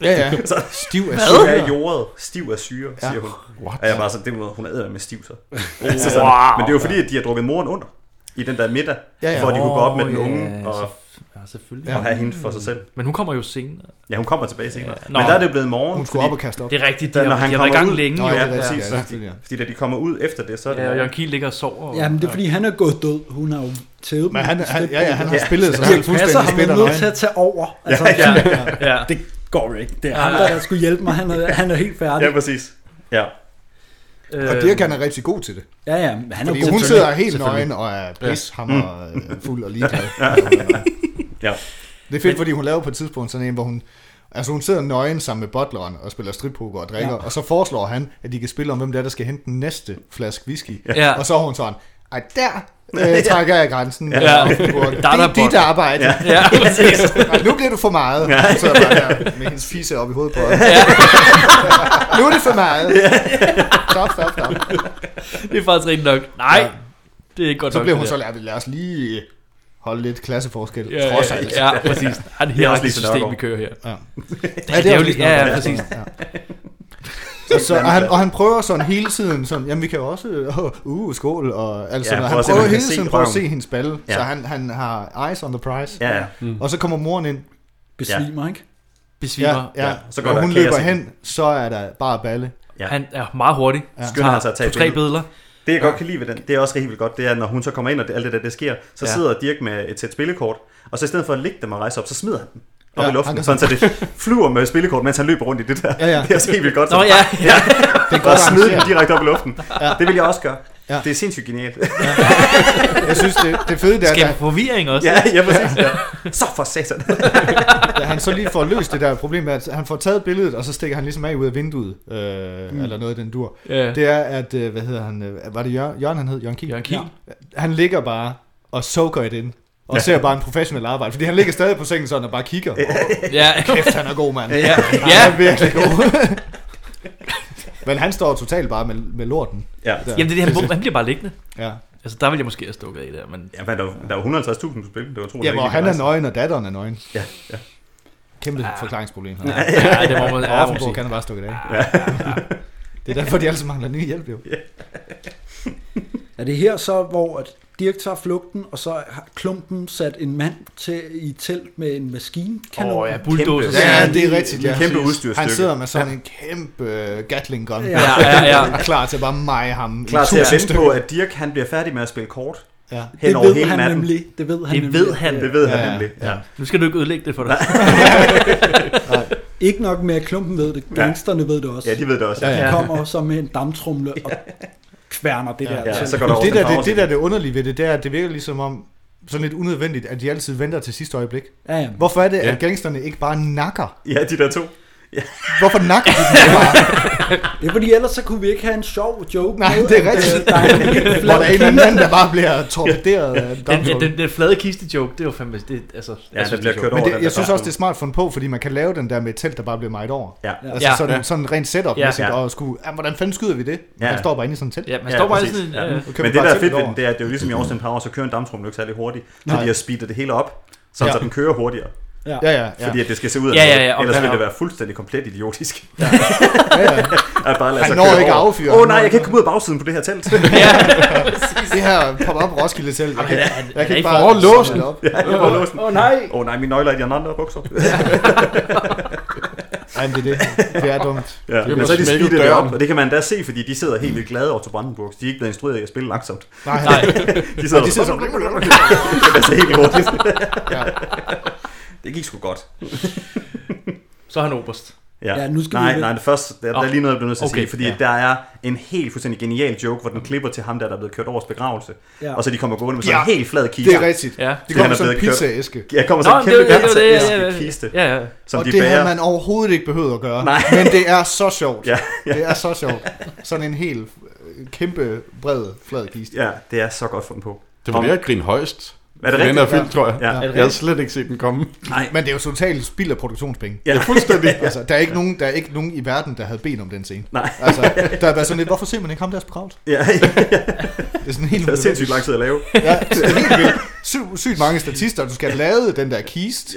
Ja, ja.
Så,
Stiv af
hvad?
syre.
Hun er jordet, stiv af syre,
Ja.
ja. siger hun.
What?
Og jeg var sådan, det må, hun er med stiv så.
Wow.
altså sådan, men det er jo fordi, at de har drukket moren under i den der middag,
Ja, ja. Oh,
hvor de kunne gå op med den
Åh, ja,
unge og,
selvf- ja, selvfølgelig.
og have hende for sig selv.
Men hun kommer jo senere.
Ja, hun kommer tilbage senere.
Ja.
Ja. Men der er det blevet morgen.
Hun skulle
fordi-
op og kaste op.
Det er rigtigt,
Da,
de har-
når han
de har
kommer
været i gang
ud-
længe.
Nå,
Jo,
ja,
det er
præcis.
rigtigt, ja.
Fordi, fordi da de kommer ud efter det, så er det...
Ja, og Jørgen Kiel ligger og sover. og-
Jamen, det er fordi, han er gået død. Hun har jo tævet
Men
dem
han-
i
han-
strippoker.
ja, ja, han har spillet sig
Dirch
selv
Passer,
fuldstændig
Han
spil
er
og
nødt
løgn.
til at tage over. Altså,
Ja, ja, ja.
Det går ikke. Det er
Ja.
ham, der skulle hjælpe mig. Han er, han er helt færdig. Øh,
Ja, præcis. Ja.
Og Dirk, han er rigtig god til det.
Ja, ja, men han er
Fordi
god
hun
til
sidder
det.
helt
Selvfølgelig.
nøgen og er
Ja.
pishammer
Mm.
øh, fuld og ligeglad.
Ja.
ja.
Det er fedt, fordi hun laver på et tidspunkt sådan en, hvor hun... Altså hun sidder nøgen sammen med butleren og spiller strippoker og drikker,
Ja.
ja. og så foreslår han, at de kan spille om, hvem det er, der skal hente den næste flaske whisky.
Ja.
Og så er hun sådan, ej der øh, trækker jeg grænsen.
Ja.
Ja.
Ja.
Det er
Darterbot.
dit arbejde.
Ja. Ja, præcis.
Ej, nu bliver du for meget.
Ja.
Så sidder jeg bare der med hendes fisse op i hovedet på ja. Nu er det for meget. Stop, stop, stop.
Det er faktisk rigtigt nok. Nej,
Ja.
det er ikke godt
Så
nok,
blev
det
hun
der.
så lært, lad os lige holde lidt klasseforskel.
Ja,
trods
ja,
alt.
ja, præcis. Det er et
Det er også
hierarkisk
Lise
system,
Nørgaard.
vi kører her.
Ja,
Ja, det er
ja det er
jo
jo
lige-
lige,
ja, ja, præcis.
Og, så, og, han, og han prøver sådan hele tiden, sådan, jamen vi kan jo også, øh, uh, skål, og alt
Ja,
sådan noget.
prøv
Han
at se, om man
prøver hele
kan se
tiden prøver at
røven.
se hendes balle,
Ja.
så han, han har eyes on the prize.
Ja, ja.
Mm.
Mm.
Og så kommer moren ind.
Besvimer, ikke?
Besvimer.
Ja, ja.
Ja, så
Så
går
og
der
hun
kaos
løber
i
hen, så er der bare balle.
Ja.
Han er meget hurtig.
Ja.
Skynder han sig at tage
To, tre
billede.
billeder.
Det jeg godt kan lide ved den, det er også rigtig vildt godt, det er, når hun så kommer ind, og det, alt det der, det sker, så
Ja.
ja. sidder Dirk med et sæt spillekort, og så i stedet for at ligge dem og rejse op, så smider han dem op
Ja,
ja, i luften,
han
sådan,
kan
så det flyver med spillekort, mens han løber rundt i det der.
Ja, ja.
Det er også helt vildt godt.
Nå, ja, ja.
Det er godt, at smide dem direkte op i luften. Ja. Det vil jeg også gøre. Ja. Det er sindssygt genialt.
Jeg synes, det, det fede der...
Skaber
der-
forvirring også. Ja, ja, præcis, ja. Så for satan.
da han så lige får løst det der problem med, at han får taget billedet, og så stikker han ligesom af ud af vinduet, øh,
Mm.
mm. eller noget af den dur.
Ja.
Det er, at, øh, hvad hedder han, øh, var det Jørgen, Jørgen han hed? Jørgen Kiel? Jørgen
Kiel.
Ja. Han ligger bare og soaker i den. Og
Ja.
ja. ser bare en professionel arbejde, fordi han ligger stadig på sengen sådan og bare kigger. Oh,
Ja.
Kæft, han er god, mand.
Ja.
Han er
Ja.
virkelig god. Men han står totalt bare med, med lorten.
Ja.
Der.
Jamen det er det, han, han bliver bare liggende.
Ja.
Altså der ville jeg måske have stukket af der, men...
Ja, men der, der var 150.000 på spil, det var
Ja, hvor han er nøgen, og datteren er nøgen.
Ja, ja.
Kæmpe ja. forklaringsproblem.
Ja, Ah. ja, det må man- ja,
Og Offenborg
må man
kan
sige.
da bare stukke det af.
Ja, ja, ja.
Det er derfor, de altid mangler ny hjælp, jo.
Er det her så, hvor at Dirk tager flugten, og så har klumpen sat en mand til, i telt med en maskinkanon?
Åh, ja, bulldozer. Kæmpe.
Ja, det er rigtigt, ja.
Præcis.
Han sidder med sådan en kæmpe øh, Gatling gun.
Ja, ja, ja.
Klar til at bare meje ham. i
Klar til at
tusind
vente på,
stykker.
at Dirk han bliver færdig med at spille kort.
Ja.
Hen
Det
over
ved
hele
han
natten.
nemlig. Det ved han
Det
nemlig.
ved han,
Ja.
det ved han
Ja, ja,
nemlig.
ja.
Ja.
Nu skal du ikke ødelægge det for dig.
Nej. Ikke nok med, at klumpen ved det. Gangsterne ved det også.
Ja, de ved det også.
De
Ja, ja.
kommer så med en damptrumle og kværner det der. til.
Men det, der, det, det der er det underlige ved det, det er, at det virker ligesom om, sådan lidt unødvendigt, at de altid venter til sidste øjeblik.
Ja, ja.
Hvorfor er det,
Ja.
at gangsterne ikke bare nakker?
Ja, de der to. Ja.
Hvorfor nakker de dem ikke bare?
Det er fordi ellers så kunne vi ikke have en sjov joke.
Nej,
med,
det er
at,
rigtigt.
øh, Der er en helt
Hvor
flad
der er en eller anden, der bare bliver torpederet af en
den,
domstol.
den, den, den flade kiste joke, det var fandme... Det, altså,
Ja, den bliver kørt
Men det, jeg synes også, det er smart fundet på, fordi man kan lave den der med et telt, der bare bliver meget over.
Ja.
Altså
Ja.
sådan,
Ja.
sådan rent setup-mæssigt,
Ja.
ja. og skulle, ja, hvordan fanden skyder vi det?
Ja.
Ja. Man står bare inde i sådan øh, et telt.
præcis. Ja.
Nu kører vi
Men det,
bare
der er
teltet
fedt ved
over.
den, det er, at det er jo ligesom i Austin Powers, så kører en damptrum ikke særlig hurtigt, så
Nej.
de har speedet det hele op, sådan,
Ja.
så den kører hurtigere.
Ja. Ja, ja, ja.
Fordi at det skal se ud af
Ja, ja, ja,
noget,
og
ellers
den
ville
er-
det være fuldstændig komplet idiotisk.
Ja.
ja.
At bare lade
Han
sig
når
køre
ikke at
over.
affyre.
Åh oh,
Han
nej,
når
jeg kan
ikke
ikke komme ud af bagsiden på det her telt.
det her pop-up Roskilde telt. Jeg kan,
Ja,
jeg kan
er
ikke
ikke
bare
for- Åh, låsen.
samle det op.
Ja, jeg får låsen.
Åh, nej.
Åh nej, mine nøgler er i de andre bukser.
Ej, men det er det. Det er dumt.
Ja,
Det er
men så er de
smækket
speedet det
døren.
op, og det kan man da se, fordi de sidder helt vildt glade over til Brandenburg. De er ikke blevet instrueret i at spille langsomt.
Nej.
de sidder,
Og de
sådan.
sidder sådan-
det passer helt hurtigt.
Ja.
Det gik sgu godt.
Så er han oberst.
Ja.
Ja, nu skal vi
nej,
vel-
nej, det første, der, der er
Nå.
lige noget, jeg bliver nødt til at
Okay,
sige, fordi
ja.
ja. der er en helt fuldstændig genial joke, hvor den klipper til ham der, der er blevet kørt overs begravelse,
Ja.
ja. og så de kommer gående med sådan en
Ja.
helt flad kiste.
Det er rigtigt. Ja. De
Fordi
kommer
han er
sådan en
blevet kørt-
pizzaæske.
Ja, kommer
Nå,
sådan en
men det
kæmpe
var- det var det,
pizzaæske
ja, ja, ja.
kiste,
Ja, ja.
som
og
de
det
bærer.
har man overhovedet ikke behøvet at gøre.
Nej.
Men det er så sjovt.
Ja, ja.
Det er så sjovt. Sådan en helt øh, kæmpe, bred, flad kiste.
Ja, det er så godt fundet på.
Det var det, jeg grinede højst.
Er det
Den
rigtigt?
er fyldt, tror jeg.
Ja. Er det
Jeg havde
rigtigt?
slet ikke set den komme.
Nej.
Men det er jo totalt spild af produktionspenge.
Ja. Ja, fuldstændig.
altså, der, er ikke nogen, der er ikke nogen i verden, der havde bedt om den scene.
Nej.
Altså, der er været sådan lidt, hvorfor ser man ikke ham deres begravet?
Ja, ja.
Det er sådan helt
Det er sindssygt lang tid at lave.
ja, det er helt vildt. Sygt sygt mange statister, du skal have lavet den der kist.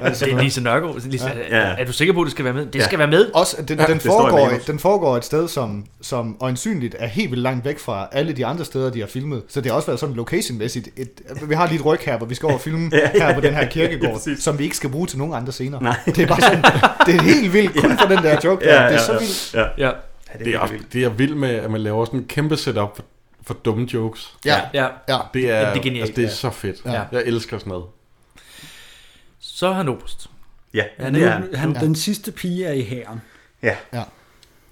Altså, det er Lise Nørgaard. Lise,
Ja.
ja. er, er du sikker på, at det skal være med? Det
Ja.
skal være med.
Også, at den, den,
Det står i
foregår,
manus.
den foregår et sted, som, som øjensynligt er helt vildt langt væk fra alle de andre steder, de har filmet. Så det har også været sådan location-mæssigt. Et, vi har lige et ryg her, hvor vi skal over og filme
Ja, ja,
her på den
ja,
her
ja,
kirkegård,
præcis.
som vi ikke skal bruge til nogen andre senere.
Nej.
Det er bare sådan, det er helt vildt kun for den der joke der. det er så vildt.
Ja.
ja.
Det, er, også- det er vildt med, at man laver sådan en kæmpe setup for, for dumme jokes.
Ja. Ja. Ja.
Det er,
Jamen,
det
det er
er,
genialt.
altså, det er
Ja.
så fedt.
Ja.
Ja. Jeg elsker sådan noget.
Så er han oberst.
Ja,
Han, er, jo- han, Den sidste pige er i hæren.
Ja.
ja.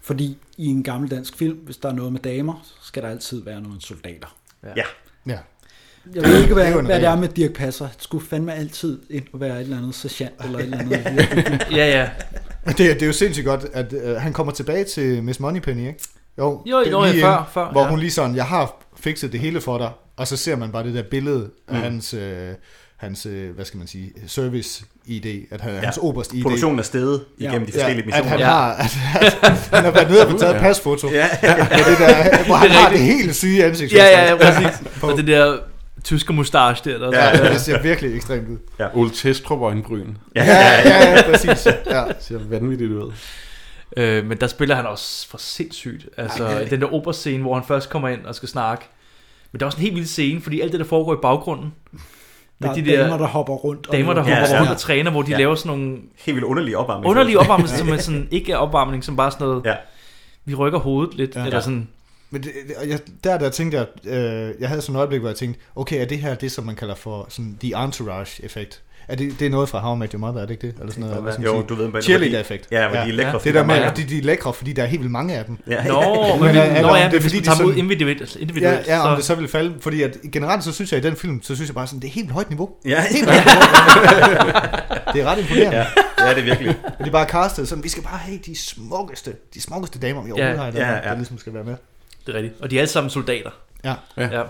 Fordi i en gammel dansk film, hvis der er noget med damer, så skal der altid være nogle soldater.
Ja.
Ja.
Jeg ved ikke,
Det er jo
hvad,
en
hvad det er
regel.
med Dirk Passer. Han skulle fandme altid ind og være et eller andet sergeant eller et eller andet.
Det, det er jo sindssygt godt, at øh, han kommer tilbage til Miss Moneypenny, ikke? Jo,
Jo,
det er
jo,
lige
ja, før-
inden,
før,
Hvor
ja.
hun lige sådan, jeg har fikset det hele for dig, og så ser man bare det der billede af
Mm.
hans, øh, hans øh, hvad skal man sige, service-ID, at han,
Ja.
hans oberst-ID.
Produktionen er steget igennem de forskellige
At han,
missioner.
har, at, at, han har været nede og fået taget
Ja.
et pasfoto.
Ja.
Med det der, hvor han
Det er
har det
rigtigt.
helt syge ansigt.
Ja, ja, ja, præcis. Og det der tysker mustache der. der
Ja, det ser virkelig ekstremt ud.
Ja.
Ole Testrup og en bryn.
Ja, ja, ja, ja, præcis. Ja.
Det ser vanvittigt ud.
Øh, men der spiller han også for sindssygt. Altså,
Ej,
Ej,
ja.
den der operascene, hvor han først kommer ind og skal snakke. Men der er også en helt vild scene, fordi alt det, der foregår i baggrunden. med
Der er damer, der hopper rundt og-
Damer, der
Ja,
hopper
ja.
rundt og træner, hvor de
Ja.
laver sådan nogle...
Helt vildt underlige opvarmninger.
Underlige opvarmninger,
Ja.
som er sådan, ikke er opvarmning, som bare sådan noget...
Ja.
Vi rykker hovedet lidt, ja. eller sådan...
Men det, det- og jeg, der, der tænkte jeg, øh, jeg havde sådan et øjeblik, hvor jeg tænkte, okay, er det her det, som man kalder for sådan the entourage-effekt? Er det, det er noget fra How I Met Your Mother, er det ikke det? Eller sådan
Det
noget,
kan godt
sådan
være. Jo,
sige,
du ved, hvor de-
Cheerleader-effekt.
ja, hvor de er lækre, fordi
Det
der
der
er
med,
mange
at de, de er lækre, fordi der er helt vildt mange af dem.
Ja.
Nå, men
er- er-
nå
om
ja,
det er,
hvis
fordi
man
de
tager dem ud
sådan-
individuelt- altså individuelt,
Ja, ja, om
så-
det så ville falde. Fordi at, generelt så synes jeg, i den film, så synes jeg bare sådan, det er helt vildt højt niveau.
Ja.
Helt højt niveau. det er ret imponerende.
Ja, det er det virkelig.
Og de bare castet sådan, vi skal bare have de smukkeste, de smukkeste damer, vi overhovedet har i Danmark, der ligesom skal være med.
Det er rigtigt. Og de er alle sammen soldater.
Ja.
ja.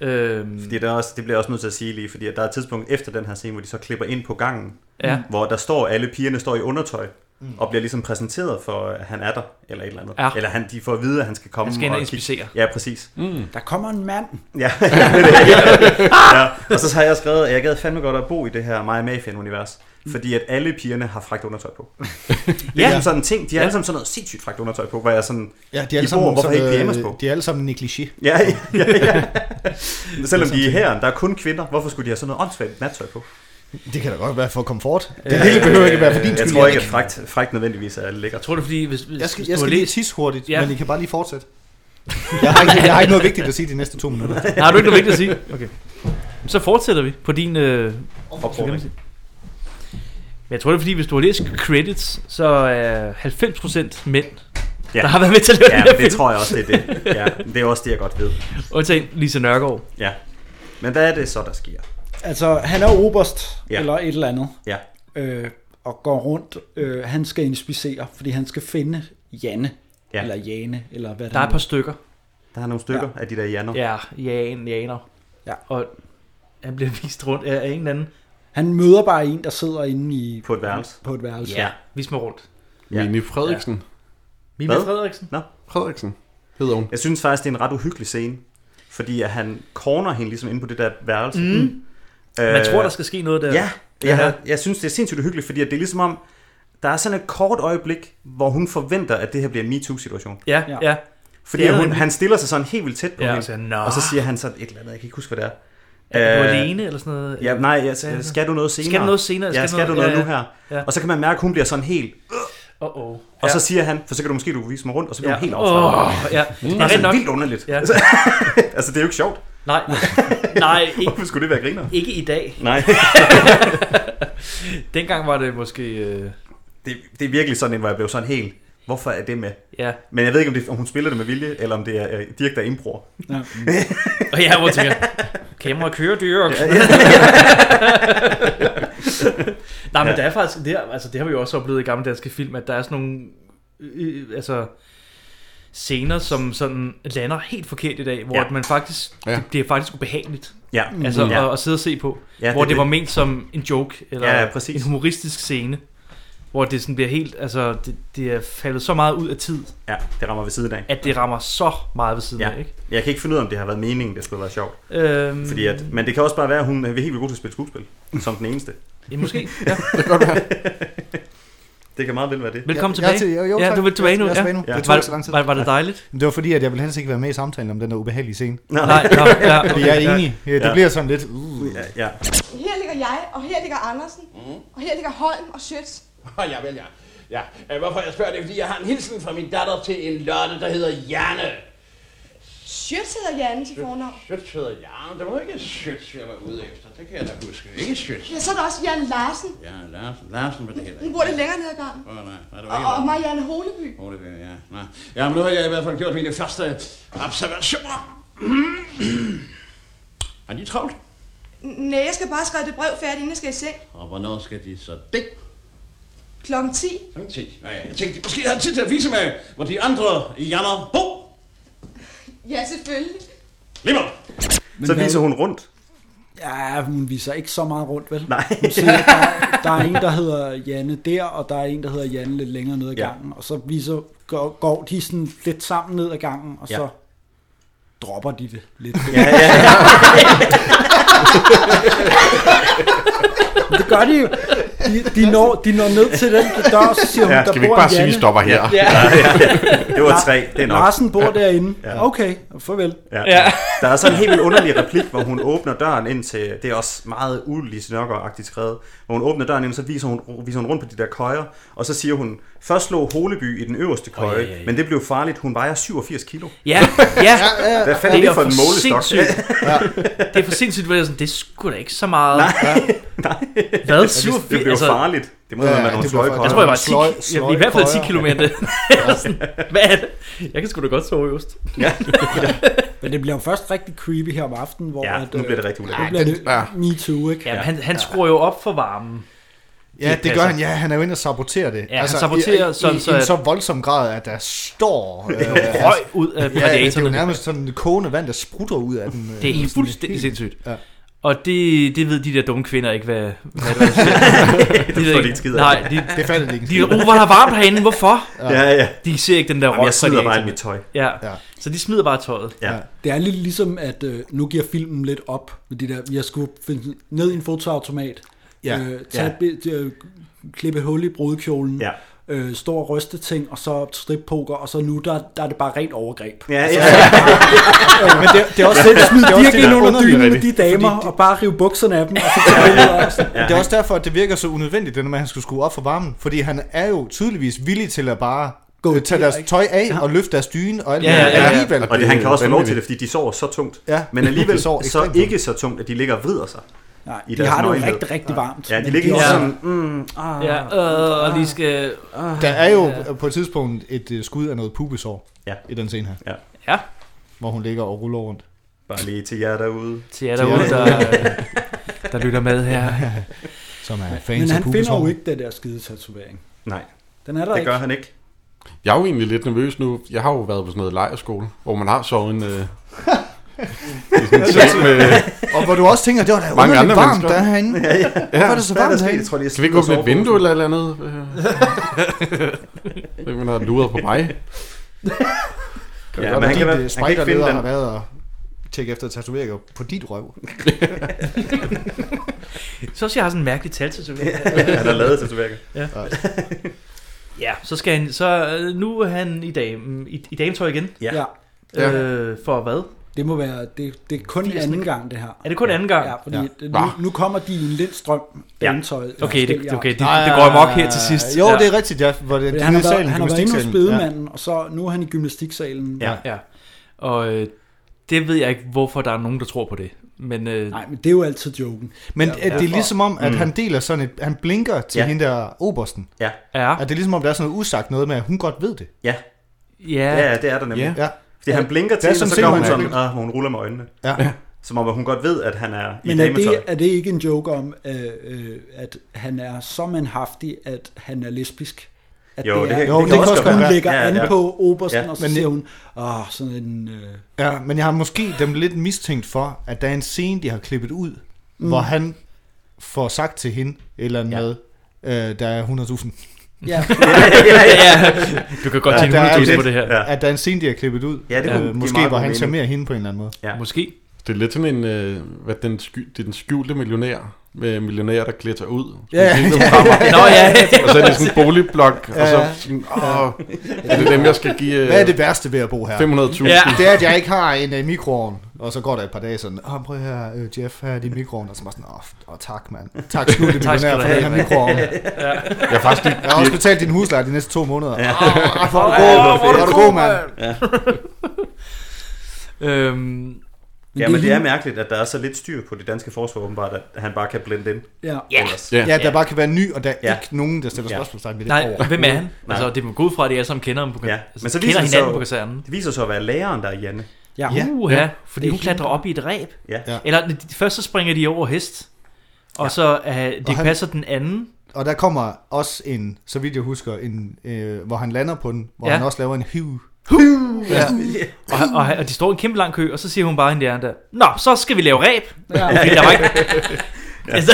Øhm.
Fordi der er også, det bliver jeg også nødt til at sige lige, fordi at der er et tidspunkt efter den her scene, hvor de så klipper ind på gangen,
Ja.
hvor der står, alle pigerne står i undertøj,
Mm.
og bliver ligesom præsenteret for, at han er der, eller et eller andet.
Ja.
Eller han, de får at vide, at han skal komme
Han skal ind og
kigge.
inspicere.
Ja, præcis.
Mm. Der kommer en mand.
Ja. ja. Og så har jeg skrevet, at jeg gad fandme godt at bo i det her Maja Mafian-univers.
Mm.
Fordi at alle pigerne har fragt undertøj på. Det er
Ja.
ligesom sådan en ting. De har
Ja.
alle sammen sådan noget sindssygt fragt undertøj på, hvor jeg er sådan...
Ja, de
I
er alle sammen,
bor, hvorfor
sådan,
ikke pyjamas
øh,
på?
De er alle sammen negligé.
Ja, ja, ja. ja. Selvom
sådan
de er
ting.
her, der er kun kvinder. Hvorfor skulle de have sådan noget åndssvagt nattøj på?
Det kan da godt være for komfort. Det hele behøver ikke være for din
Jeg
skyld,
tror ikke, at
Erik.
fragt, fragt nødvendigvis er lækkert. Jeg
tror det, er, fordi hvis, hvis,
Jeg skal,
hvis
jeg
du har
skal lige
læst-
tisse hurtigt,
Ja.
ja. men I kan bare lige fortsætte. Jeg har, ikke, jeg har ikke noget vigtigt at sige de næste to minutter.
Nej, har du ikke noget vigtigt at sige? Okay. Så fortsætter vi på din... Øh,
Opfordring.
Men jeg tror, det er fordi, hvis du har læst credits, så er 90% mænd, ja. der har været med til at lave
Ja,
den her
men det
film.
tror jeg også, det er det. Ja, det er også det, jeg godt ved.
Undtagen Lise Nørgaard.
Ja. Men hvad er det så, der sker?
Altså, han er oberst,
Ja.
ja. eller et eller andet,
Ja.
øh, og går rundt. Øh, han skal inspicere, fordi han skal finde Janne,
Ja.
ja. eller Jane, eller hvad
Der er et par stykker.
Der er nogle stykker
Ja.
af de der janer.
Ja, Jan, Janer.
Ja.
Og han bliver vist rundt af af en eller anden.
Han møder bare en, der sidder inde i...
På et værelse.
På et værelse.
Ja, vis mig rundt.
Ja. Mini Frederiksen.
Mimi
Hvad?
Frederiksen.
Nå.
Frederiksen hedder hun.
Jeg synes faktisk, det er en ret uhyggelig scene, fordi at han corner hende ligesom inde på det der værelse.
Mm. Man tror, der skal ske noget der.
Øh, Ja,
Ja.
jeg, jeg, jeg synes, det er sindssygt uhyggeligt, fordi at det er ligesom om, der er sådan et kort øjeblik, hvor hun forventer, at det her bliver en MeToo-situation.
Ja, ja. ja.
Fordi
Det er
at hun,
nemlig-
han stiller sig sådan helt vildt tæt på
Ja,
hende,
og siger, "Nå."
og så siger han sådan et eller andet, jeg kan ikke huske, hvad det er.
Er du
Øh,
alene, eller sådan noget?
Ja, nej, jeg,
Hvad er det?
skal du noget senere?
Skal du noget senere?
Ja, skal du noget
ja,
nu
ja.
her?
Ja.
Og så kan man mærke, at hun bliver sådan helt...
Åh, åh.
Og så
Ja.
siger han, for så kan du måske du kan vise mig rundt, og så bliver
Ja.
hun helt Mm. overfaldet.
Åh, ja.
Det
Det
er
er
bare
rigtig
sådan
nok.
vildt underligt.
Ja.
Altså, altså, det er jo ikke sjovt.
Nej. Nej, ikke.
Hvorfor skulle det være griner?
Ikke i dag.
Nej.
Dengang var det måske... Øh...
Det, det er virkelig sådan en, hvor jeg blev sådan helt... Hvorfor er det med?
Ja.
Men jeg ved ikke, om, det, om hun spiller det med vilje, eller om det er øh, Dirk, der indbruger.
Ja.
Og jeg hvor jeg tænker, kamera kører dyrt.
Ja, ja.
Nej, men
Ja.
der er faktisk, det, er, altså, det har vi jo også oplevet i gamle danske film, at der er sådan nogle øh, altså, scener, som sådan lander helt forkert i dag, hvor
Ja.
ja. man faktisk,
Ja.
ja. det, det er faktisk ubehageligt.
Ja.
Altså
Mm. Ja.
at, at sidde og se på,
Ja,
ja,
det
hvor
er
det,
det.
var ment som en joke, eller
Ja, ja, præcis.
en humoristisk scene, hvor det sådan bliver helt, altså det, det er faldet så meget ud af tid.
Ja, det rammer ved siden af.
At det rammer så meget ved siden
Ja.
af, ikke?
Jeg kan ikke finde ud af, om det har været meningen, det skulle være sjovt.
Øhm.
Fordi at, men det kan også bare være, at hun er helt vildt god til at spille skuespil, som den eneste.
Ja, måske. Ja.
det kan godt være. Det kan meget vel være det.
Velkommen
Jeg er
tilbage.
til- jo, jo,
Ja,
tak.
du vil tilbage
Jeg-
nu,
Jeg er
ja.
tilbage nu.
Ja.
Det
Var-
tog ikke så lang tid.
var- var det dejligt?
Men Det var fordi, at jeg ville helst ikke være med i samtalen om den der ubehagelige scene.
Nej,
nej, ja, okay, jeg er enig. Ja, det
Ja.
bliver sådan lidt... Uh.
Ja, ja.
Her ligger jeg, og her ligger Andersen,
Mhm.
mm. og her ligger Holm og Schøtz.
Og jeg vel, ja. ja. øh, Hvorfor jeg spørger det, er, fordi jeg har en hilsen fra min datter til en lotte, der hedder Janne.
Schøtz hedder Janne til fornavn.
Schøtz hedder Janne. Det var ikke Schøtz, jeg var ude efter. Det kan jeg da huske. Ikke Schøtz.
Ja, så er der også Jan Larsen.
Ja, Larsen. Larsen var det heller
Hun
ikke.
bor lidt længere nede ad gangen.
Åh, nej, nej, det var
Og,
ikke
og
Larsen.
Marianne Holeby.
Åh, det var- ja. nej. Ja, men nu har jeg i hvert fald gjort mine første observationer. Har de travlt?
N- Nej, jeg skal bare skrive det brev færdigt, inden jeg skal i seng.
Og hvornår skal de så det?
Klokken 10.
Klokken 10. Ja, ja, jeg tænkte, måske har de tid til at vise mig, hvor de andre Janner bor.
Ja, selvfølgelig.
Lige meget.
Men
Så
hvad-
viser hun rundt.
Ja, hun viser ikke så meget rundt, vel?
Nej.
Hun siger, der, der er en, der hedder Janne der, og der er en, der hedder Janne lidt længere ned ad
Ja.
gangen. Og så viser, går, går de sådan lidt sammen ned ad gangen, og ja.
Ja.
så dropper de det lidt.
Ja, ja, ja.
Men det gør de jo. De, de, når, de når ned til den dør, og så siger hun,
Ja,
der
skal vi
bor
ikke bare
en
sige,
Janne.
vi stopper her?
Ja.
Ja, ja, ja. Det var tre, det er nok.
Larsen bor
Ja.
derinde.
Ja.
Okay, farvel.
Ja. Der er sådan en helt underlig replik, hvor hun åbner døren ind til, det er også meget ulig agtigt skrevet, hvor hun åbner døren ind, så viser hun, viser hun rundt på de der køjer, og så siger hun, først lå Holeby i den øverste køje, oh, ja, ja, ja. men det blev farligt, hun vejer 87 kilo.
Ja, ja.
Hvad fanden er det for en
sindssygt.
målestok?
ja. Det er for sindssygt, hvor jeg er sådan, det er sgu da ikke så meget. Nej,
nej.
Hvad? altså-
Det- det blev farligt. Det må være med nogle sløje
Jeg tror, jeg var 10,
køjer.
sløj, i hvert fald 10 km. Hvad er det? Jeg kan sgu da godt sove øverst.
Men det bliver jo først rigtig creepy her om aftenen, hvor...
Ja, nu
øh,
bliver det rigtig ulækkert.
Nu bliver det
Ja.
me too, ikke?
Ja, men han, han skruer jo op for varmen.
Ja, det gør han. Ja, han er jo inde og saboterer det.
altså.
Altså,
Ja, han saboterer sådan,
i, i, i,
så
i en
at-
så voldsom grad, at der står... Øh,
Røg ud af
ja, altså, det er jo
radiatorerne.
nærmest sådan kogende vand, der sprutter ud af den. øh,
Det er helt
sådan
fuldstændig
helt-
sindssygt.
Ja.
Og det, det ved de der dumme kvinder ikke, hvad, hvad det
Det forstår de ikke skid af.
Nej, de,
Det fatter de ikke en skid
De,
af.
oh, hvor er der varmt herinde, hvorfor?
Ja, ja.
De ser ikke den der
Jamen, jeg smider
røggradiator.
bare alt mit tøj.
Ja.
Ja.
så de smider bare tøjet.
Ja.
Det er lidt ligesom, at øh, nu giver filmen lidt op med de der, jeg skulle finde ned i en fotoautomat,
Ja.
øh, tage
Ja.
et billede, øh, klippe et hul i brudekjolen,
ja.
øh, stå og ryste ting, og så strippoker, og så nu, der, der er det bare rent overgreb.
Ja,
altså,
ja.
ja. Men det, det er også
Ja.
selv smid
Det er også
dirk
det,
ind
der er
under
underligt,
dynen med de
rigtigt.
damer,
Fordi
og bare rive bukserne af dem, og så tage billeder også.
Det er også derfor, at det virker så unødvendigt, det der med, at han skulle skrue op for varmen. Fordi han er jo tydeligvis villig til at bare gå tage deres tøj af og løfte deres dyne og alt muligt. Alligevel
Og det,
bliver
han kan også få lov til
vanvittigt.
det, fordi de sover så tungt.
Ja.
Men alligevel
De sover
så
ekstremt tungt.
ikke så tungt, at de ligger og vrider sig.
Nej,
i
de
deres
har det jo
nøgenhed.
rigtig, rigtig varmt.
Ja, de
Men
ligger
de
jo
er-
sådan... Mm, ah,
Ja, øh, og lige skal... øh,
Der er jo
ja.
på et tidspunkt et øh, skud af noget pubesår ja. i den scene her.
Ja.
ja.
Hvor hun ligger og ruller rundt.
Bare lige til jer derude.
Til jer derude, der, øh, der lytter med her.
Som er fans
Men han
af
finder jo
pubesår.
ikke den der skide tatovering.
Nej.
Den er der ikke.
ikke.
Jeg er jo egentlig lidt nervøs nu. Jeg har jo været på sådan noget lejerskole, hvor man har sovet en... Øh, i sådan en seng med,
Og hvor du også tænker, det var da
mange
underligt
andre
varmt,
mennesker.
der er herinde.
Ja, ja.
Hvorfor er det så
Hvad
varmt
sket?
herinde?
Jeg tror, de har kan vi ikke åbne et vindue eller et eller andet? Øh, Jeg ved ikke, man har luret på mig.
Ja, men han kan, være, han kan ikke finde den. har været og tjekke efter tatoveringer på dit røv.
Så også, jeg har sådan en mærkelig taltatovering.
Han har lavet tatoveringer.
Ja. ja, så skal han... Så øh, nu er han i, dame, i, i dametøj igen.
Ja.
Øh, for hvad?
Det må være, det, det er kun
Firs
anden
stykker.
gang det her.
Er det kun anden gang?
Ja, fordi
Ja.
det-
Nå.
Nu, nu kommer de i en lidt strøm
Ja.
dametøj.
Okay, det- okay, det- det går amok her til sidst.
Jo,
Ja.
det er rigtigt, ja. Hvor det er
han, har været,
gymnastiksalen,
han har været inde hos
gymnastiksalen, ja.
bedemanden, ja. og så nu er han i gymnastiksalen.
Ja. ja. Og øh, det ved jeg ikke, hvorfor der er nogen, der tror på det. Men, øh,
Nej, men det er jo altid joken.
Men
Ja,
ja, det er
derfor.
ligesom om, at
Mm.
mm. han deler sådan et... Han blinker til
Ja.
ja. hende der obersten.
Ja.
Ja.
At det er ligesom om, der er sådan noget usagt noget med, at hun godt ved det.
Ja. Ja, ja, det er der nemlig.
Ja.
Fordi han blinker
Det er
til, og så
sådan
gør hun
set, man-
sådan, og hun ruller med øjnene.
Ja.
Som om, at hun godt ved, at han er i
Men er
dametøj.
det, er det ikke en joke om, øh, øh, at han er så manhaftig, at han er lesbisk? At
Jo, det-
er,
det kan også godt
hun
være.
lægger
Ja,
ja, an
ja.
på obersten,
Ja.
og så
Men-
siger hun, åh, oh, sådan en... Øh,
Ja, men jeg har måske dem lidt mistænkt for, at der er en scene, de har klippet ud,
Mm.
mm. hvor han får sagt til hende et eller andet ja. med, øh, der er 100.000.
Ja.
Du kan godt tjene
At der er
100.000 på
lidt-
det her.
At der er en scene, de har klippet ud. øh,
Ja, det kunne give
måske
meget
hvor
god
han
mening.
charmerer hende på en eller anden måde.
Ja.
Måske.
Det er lidt sådan en... Øh, hvad den, sky, det er den skjulte millionær med millionærer, der klæder sig ud.
Ja, ja,
Sådan en
ja.
fremmer.
Nå, ja.
Og så er det sådan en boligblok, og
Ja,
så
ja.
sådan, åh, er det dem, jeg skal give... øh,
Hvad er det værste ved at bo her?
500.000.
Ja. Det er, at jeg ikke har en uh, mikroovn. Og så går der et par dage sådan, åh, prøv her, øh, Jeff, her er din mikroovn. Og så bare sådan, åh, f- åh tak, mand. Tak sgu, det
Tak skal
millionær
du
for
have,
den her
mand."
mikroovn.
Ja. Jeg har faktisk lige-
jeg har også betalt din husleje de næste to måneder.
Ja.
Ja. Åh, hvor er
Åh,
du god,
hvor
hvor er du god, mand.
Ja. øhm,
Ja, men det er mærkeligt, at der er så lidt styr på det danske forsvar, åbenbart, at han bare kan blende ind.
Ja.
Ellers.
Ja, ja, der bare kan være ny, og der er
Ja.
ja. ikke nogen, der stiller
Ja.
spørgsmålstegn ved det
Nej,
over.
hvem er han?
Nej.
Altså, det er gået fra, at de alle sammen kender ham på
Ja,
altså, men så kender
det
hinanden
sig
på
jo-
kasernen.
Det viser sig at være læreren, der er Janne.
Ja.
Uh, ja, fordi hun klatrer op i et ræb.
Ja. Ja.
Eller de- først så springer de over hest, og så uh, det
Og han-
passer den anden.
Og der kommer også en, så vidt jeg husker, en, øh, hvor han lander på den, hvor
Ja.
ja. han også laver en hiv.
Ja. Og, han- og, han- og de står i en kæmpe lang kø, og så siger hun bare hende der, der Nå, så skal vi lave ræb.
Ja.
Fordi der var ikke... Altså-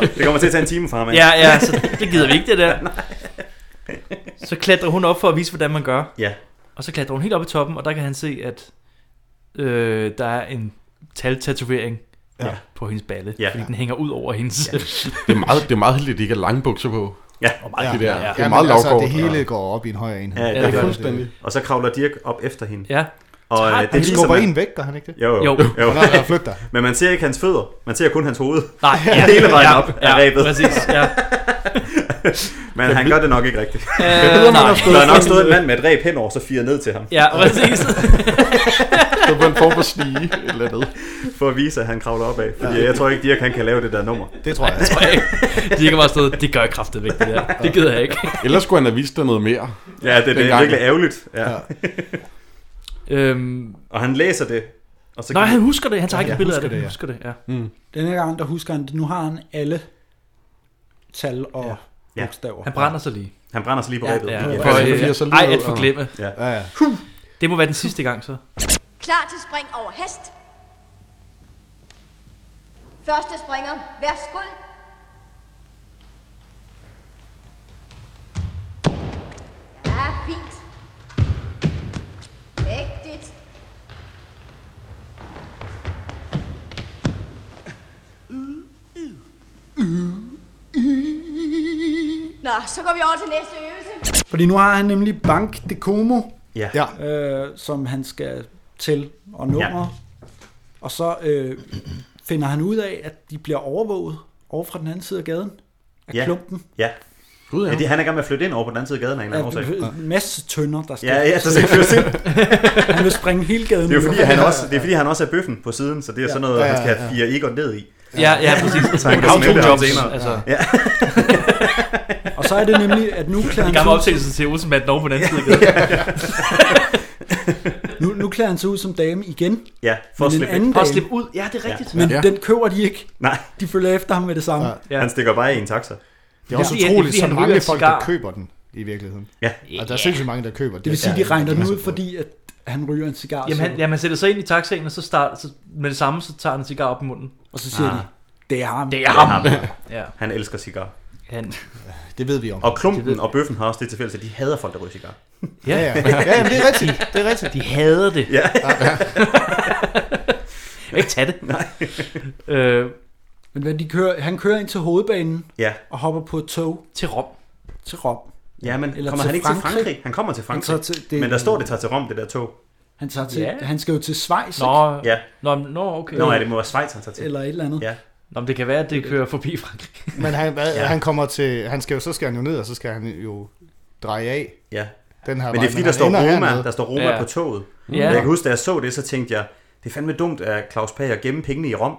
Ja. Det kommer til at tage en time fra ham af.
Ja, ja, så det gider vi ikke, det der. Så klatrer hun op for at vise, hvordan man gør.
Ja.
Og så klatrer hun helt op i toppen, og der kan han se, at øh, der er en tal-tatovering
Ja.
på hendes balle,
Ja.
fordi den hænger ud over hendes.
Det er meget, det er meget heldigt, at de ikke har lange bukser på.
Ja.
og meget, det der.
ja.
Det er meget
altså,
lavgård.
det hele går op i en højere enhed.
Ja,
Ja,
det, ja, det gør
fuldstændig.
det. Og så kravler Dirk op efter hende.
Ja.
Og, øh, det
han
viser
skubber
man-
en væk, gør han ikke det?
Jo, jo.
jo. jo. Han er der og flygter.
Men man ser ikke hans fødder. Man ser kun hans hoved.
Nej, ja.
Hele vejen
Ja,
op
ja,
af rebet.
præcis, ja.
Men han gør det nok ikke rigtigt.
Øh, Jeg ved, om han nej. har stået
Der er nok
fast-
stået en mand med et reb henover, så firer ned til ham.
Ja, præcis.
Det var en form for snige, et eller andet. For at vise, at han kravler opad. Fordi
Ja.
jeg tror ikke, Dirk han kan lave det der nummer.
Det tror jeg.
Det tror jeg ikke. De ikke bare stået, det gør jeg kraftigt væk, det der. Det gider jeg ikke.
Ellers skulle han have vist dig noget mere.
Ja, det, det er
Dengang.
virkelig ærgerligt. Ja.
øhm.
Og han læser det. Og
Nej,
kan-
han husker det. Han tager ikke et billede af det.
husker
Han
ja.
husker det, ja.
Mm.
Denne gang, der husker han det. Nu har han alle tal og
Ja.
ja. bogstaver.
Han brænder sig lige.
Han brænder sig lige på rebet.
Ja,
Ja,
ja.
for-
For,
for-
øh,
så lige
ej,
ud,
at
og-
forglemme.
Ja.
Ja, ja.
Det må være den sidste gang, så.
Klar til spring over hest. Første springer, værsgo. Ja, fint. Vægtigt. Nå, så går vi over til næste øvelse.
Fordi nu har han nemlig Bank de Como,
Ja.
Øh, som han skal til og nummer. Ja. Og så øh, finder han ud af, at de bliver overvåget over fra den anden side af gaden. Af
ja.
klumpen.
Ja.
Mm. Gud, ja.
ja. det, han er i gang med at flytte ind over på den anden side af gaden af en eller anden årsag.
Af en masse tønder, der skal...
Ja, ja, der skal køres ind.
han vil springe hele gaden.
Det er jo
ud.
fordi, han også, det er fordi, han også er bøffen på siden, så det er
Ja.
sådan noget,
Ja,
han skal
ja,
have
ja.
fire Egon ned i.
Ja, ja, præcis.
så han kan
Auto
smelte ham
jobs,
senere.
altså.
Ja.
Og så er det nemlig, at nu klæder
Det gamle
han sig ud-
optagelse til Olsenmanden oven på den anden side. af gaden.
nu, nu klæder han sig ud som dame igen.
Ja, for at
Men en
slippe-
anden
for at
dame.
slippe ud. Ja, det er rigtigt.
Men
Ja.
den køber de ikke.
Nej.
De følger efter ham med det samme.
Ja. Han stikker bare i en taxa.
Det
Det er også
Ja.
utroligt,
Fordi
så
han ryger
mange
et
folk,
cigar.
der køber den i virkeligheden.
Ja.
Altså,
Og der er sindssygt mange, der køber
Det vil sige,
Ja,
de regner den
er
ud,
så-
fordi at han ryger en cigar.
Jamen, han,
så-
jamen, han sætter sig ind i taxaen, og så, start, så med det samme, så tager han en cigar op i munden.
Og så
Ah.
siger de, det er ham.
Det er ham.
Ja.
ja.
Han elsker cigar.
Han.
Det ved vi om.
Og klumpen og bøffen har også det til fælles, at de hader folk, der ryger cigar.
Ja. Ja, ja. Ja, jamen, det er rigtigt. Det er rigtigt. De hader det.
Ja.
Jeg vil ikke tage det.
Nej.
øh,
Men hvad de kører, han kører ind til hovedbanen
Ja.
og hopper på et tog.
Til Rom.
Til Rom.
Ja, men Eller kommer han ikke til Frankrig? Han kommer til Frankrig.
Han tager til, det,
Men der står, det tager til Rom, det der tog.
Han, tager til,
Ja.
ja. han skal jo til Schweiz, ikke?
Ja.
Nå, nå, okay.
Nå, ja, det må være Schweiz, han tager til.
Eller et eller andet.
Ja.
Nå, men det kan være, at det kører forbi Frankrig.
Men han, hvad,
Ja.
ja. han kommer til, han skal jo, så skal han jo ned, og så skal han jo dreje af.
Ja.
Den her
men det
vej,
er fordi, der
han
står,
ender
Roma,
hernede. Mm.
der står Roma ja. på toget. Ja. Jeg kan huske, da jeg så det, så tænkte jeg, det er fandme dumt af Claus Pag at gemme pengene i Rom.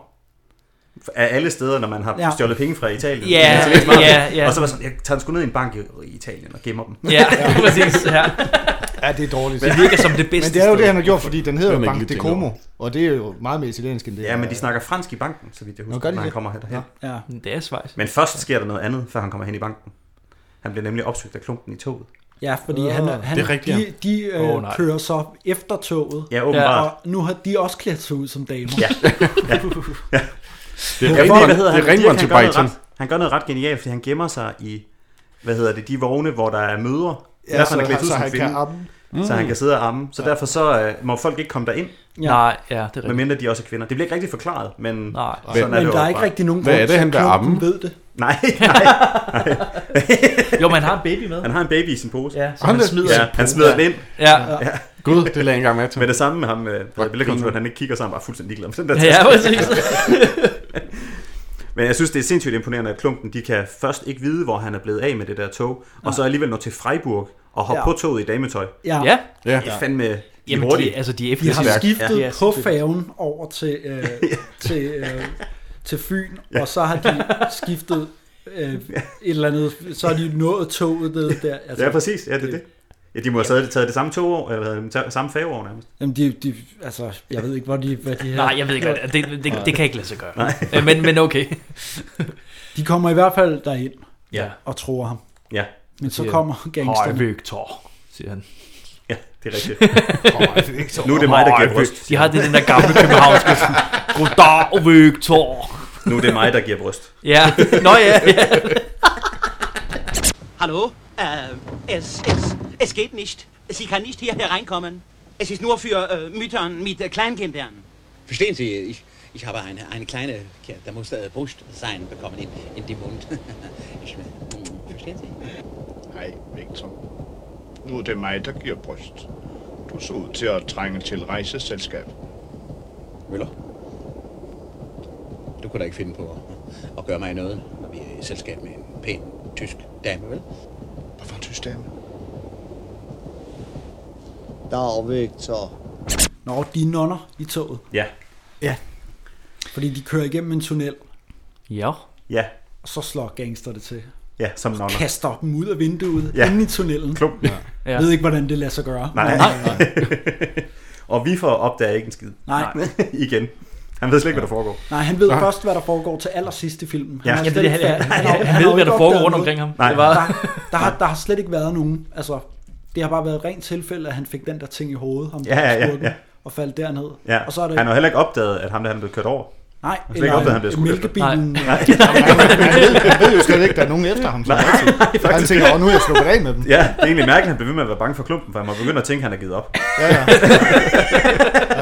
Af alle steder, når man har
Ja.
ja. stjålet penge fra Italien.
Ja,
Det er så lidt smart.
ja, ja.
Og så var jeg sådan, jeg tager den sgu ned i en bank i i Italien og gemmer dem.
Ja, præcis. Ja.
Ja, det er dårligt.
Det virker som det bedste
Men det er jo
sted.
det, han har gjort, fordi den hedder
Det var
jo
man
Bank
ikke
de
lige
Como,
tænkt
og det er jo meget mere italiensk end det.
Ja, men de snakker fransk i banken, så vidt jeg
Nå,
husker,
gør de
når han
det?
kommer derhen.
Ja.
Det er Schweiz.
Men først sker der noget andet, før han kommer hen i banken. Han bliver nemlig opsøgt af klumpen i toget.
Ja, fordi han,
Åh.
han,
Det er rigtigt, ja.
de, de øh,
Åh, nej.
kører så efter toget.
Ja, åbenbart.
Og nu har de også klædt sig ud som damer.
Ja. ja. ja.
Det er
Jeg
ringeren-
ved, hvad hedder
det er
han?
ringeren
Dirk, han
til
gør noget
Brighton.
ret- Han gør noget ret genialt, fordi han gemmer sig i, hvad hedder det, de vogne, hvor der er møder.
Ja,
Derfor
så
er klædt
han-
ud
så
som
han
kvinde.
kan amme.
Så
Mm.
han kan sidde og amme. Så derfor så øh, må folk ikke komme derind.
Ja. Nej,
ja, det er rigtigt.
Medmindre de også er kvinder. Det bliver ikke rigtig forklaret, men Nej.
Men der er ikke rigtig nogen Hvad
er grund det, til, han vil at klumpen amme?
ved det.
Nej, nej.
jo, men han har en baby med.
Han har en baby i sin pose.
Ja, så han
det-
smider
ja,
sin
han
pose.
smider den
Ja.
ind.
Ja.
Gud, det lagde jeg engang med til.
Men det samme med ham, øh, billedkonsulent, han ikke kigger sammen, bare fuldstændig ligeglad med den der
Ja, ja,
Men jeg synes, det er sindssygt imponerende, at klumpen de kan først ikke vide, hvor han er blevet af med det der tog, og så alligevel nå til Freiburg og hoppe
Ja.
på toget i dametøj.
Ja.
Ja.
Det er
Ja.
fandme de
Jamen,
hurtige.
de- altså, de er
De
effektive.
har skiftet
Ja.
ja. på færgen over til, øh, til, øh, til Fyn, ja. og så har de skiftet øh, et eller andet, så har de nået toget ned der. Altså,
Ja, præcis. Ja, det er det. Ja, de må have taget, taget det samme togår, eller hvad hedder det, samme færgeår nærmest.
Jamen, de, de, altså, jeg ved ikke, hvor de, hvad de her...
Nej, jeg ved ikke, hvad det- det- det- det kan ikke lade sig gøre.
Nej.
Øh, men- men okay.
De kommer i hvert fald derind
Ja.
og tror ham.
Ja.
Men så
Siger,
kommer gangsterne.
Hej, Victor, siger han.
Ja, det er rigtigt.
Hej, Victor.
Nu er det mig, der giver
Hej,
bryst,
Vic- De
siger
har
han.
det den der gamle københavnske sådan, Goddag, Victor.
Nu er det mig, der giver bryst.
Ja. Nå ja, ja.
Hallo? Äh, es, es, es geht nicht. Sie kann nicht hier hereinkommen. Es ist nur für äh, Müttern mit äh, Kleinkindern.
Verstehen Sie, ich, ich habe eine, eine kleine, Ke- da muss äh, Brust sein bekommen in, in den Mund.
Altså,
ich,
mm,
verstehen Sie?
Hej, Victor. Nu er det mig, der giver bryst. Corpus ud til at trænge til rejseselskab.
Møller. Du kunne da ikke finde på at, at gøre mig noget, når vi er i selskab med en pæn tysk dame, vel?
Hvorfor en tysk dame?
Der, Victor.
Nå, de er nonner i toget.
Ja.
Ja. Fordi de kører igennem en tunnel.
Ja.
Ja.
Og så slår gangster det til.
Ja, som nonner.
Kaster dem ud af vinduet,
Ja.
ja. inde i tunnelen.
Klub. Ja.
Jeg ved ikke, hvordan det lader sig gøre.
Nej.
Men, øh,
nej. og vi får opdager ikke en skid.
Nej.
Igen. Han ved slet ikke, hvad der foregår.
Nej, han ved
Så-
først, hvad der foregår til allersidst i filmen.
Ja.
er
Jeg
slet
ved,
ikke
han-
fa-
han-
har-
han
har
ved,
ikke
hvad der foregår
opdaget
rundt
noget.
omkring ham.
Nej.
Det var... der, der, har, der har slet ikke været nogen. Altså, det har bare været et rent tilfælde, at han fik den der ting i hovedet, ham
Ja,
der
ja, ja,
skurken,
ja.
og faldt derned.
Ja.
Og så er det,
Han har heller ikke opdaget, at ham der han blev kørt over.
Nej,
han har slet ikke
eller
opdaget, at han blev skudt
mælkebilen.
efter.
Nej. Han ved- han ved jo slet ikke, der er nogen
efter ham, så
Nej,
han altid-
nej,
han
faktisk
tænker,
ikke.
"Åh, nu er jeg sluppet af med dem."
Ja, det er egentlig mærkeligt, at han bliver ved med at være bange for klumpen, for han må begynde at tænke, at han er givet op.
Ja, ja.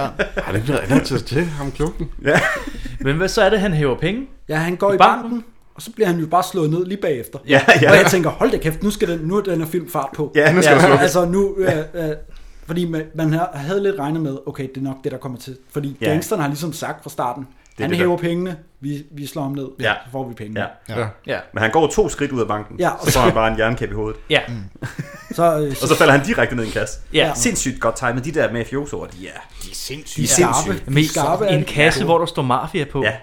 ja.
Har det ikke noget andet til- til ham klumpen?
Ja.
Men hvad så er det, han hæver penge?
Ja, han går i banken, og så bliver han jo bare slået ned lige bagefter.
Ja, ja.
Og jeg tænker, hold da kæft, nu skal den, nu er den her film fart på.
Ja, nu skal den
altså,
slukkes.
altså nu, øh, øh, fordi man, man har- havde lidt regnet med, okay, det er nok det, der kommer til. Fordi
Ja.
ja. gangsterne har ligesom sagt fra starten,
er
han
det, der-
hæver pengene, vi, vi slår ham ned, ja. så får vi pengene.
Ja.
Ja. Ja.
Men han går to skridt ud af banken,
Ja,
ja,
og
så
så-
får han bare en jernkæp i hovedet.
Ja.
Så, øh,
og så falder han direkte ned i en kasse.
Ja.
Sindssygt godt timet. De der mafiosoer, de er, de er
De
sindssyge.
er skarpe. De er skarpe en kasse, hvor der står mafia på. Ja.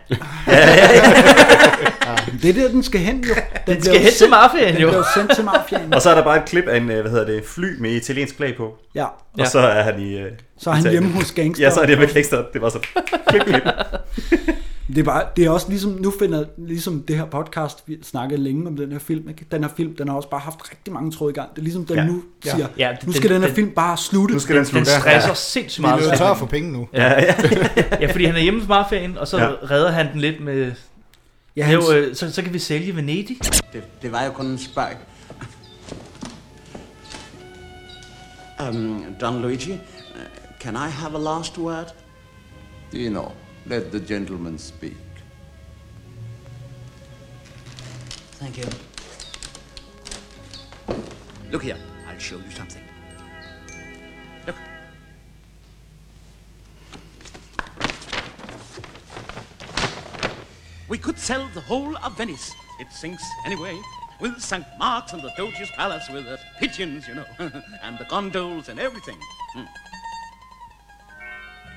Det er der, den skal hen jo. Den,
Den
bliver
skal hen til
sendt-
mafiaen
den
jo.
bliver sendt til mafiaen.
Og så er der bare et klip af en, øh, hvad hedder det, fly med italiensk flag på.
Ja.
Og
Ja.
så er han i... øh,
Så er han
Italien.
hjemme hos gangster.
Ja, så er det hjemme hos gangster. Det var så... Klip, klip.
Det er, bare, det er også ligesom, nu finder ligesom det her podcast, vi snakkede længe om den her film, ikke? den her film, den har også bare haft rigtig mange tråde i gang. Det er ligesom, den
Ja.
ja. nu
Ja.
siger,
Ja,
ja.
den-
nu skal den, her
den-
film bare slutte.
Nu skal den Den- slutte. den
stresser sindssygt meget.
Vi er jo tør for penge nu.
Ja, ja. ja, fordi han er hjemme hos mafiaen, og så
Ja.
ja. redder han den lidt med...
Ja,
Ja,
han-
han... øh, så, så kan vi sælge Venedig.
Det, det var jo kun en spark. Um, Don Luigi, uh, can I have a last word?
You know, let the gentleman speak.
Thank you. Look here, I'll show you something. Look. We could sell the whole of Venice. It sinks anyway. With St. Mark's and the Doge's Palace with the pigeons, you know, and the gondols and everything. Hmm.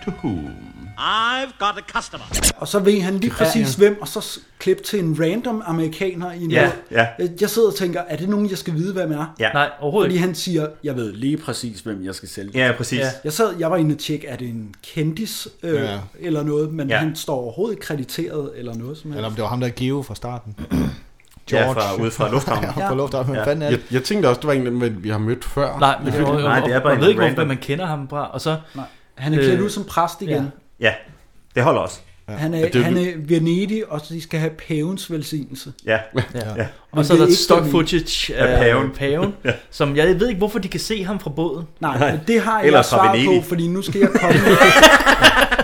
To whom?
I've got a customer.
Og så ved han lige
Ja,
præcis ja, hvem, og så s- klip til en random amerikaner i en
Ja,
båd.
ja.
Jeg sidder og tænker, er det nogen, jeg skal vide, hvem er?
Ja. Nej, overhovedet
Fordi
ikke.
han siger, jeg ved lige præcis, hvem jeg skal sælge.
Ja, præcis. Ja.
Jeg, sad, jeg var inde og tjekke, er det en kendis øh,
Ja.
ja. eller noget, men
Ja.
ja. han står overhovedet ikke krediteret eller noget som helst.
Eller om det var ham, der er Geo fra starten.
Ja, fra- ude fra lufthavnen.
ja, fra lufthavnen. Ja. Fanden er
jeg,
det?
jeg tænkte også, det var en, af dem, vi har mødt før.
Nej, men, og, og,
Nej, det er bare
man
en
ved ikke,
random.
hvor man kender ham fra. Og så, Øh,
Nej. Han er klædt ud som præst igen.
Ja, det holder også.
Ja. Han er, han er Venedig, og de skal have pavens velsignelse.
Ja.
Ja.
Ja.
Og så er der et stock footage af,
Af paven.
paven, paven
Ja.
som jeg ved ikke, hvorfor de kan se ham fra båden.
Nej, men det har jeg
Eller fra
svaret
Venedig.
på, fordi nu skal jeg komme...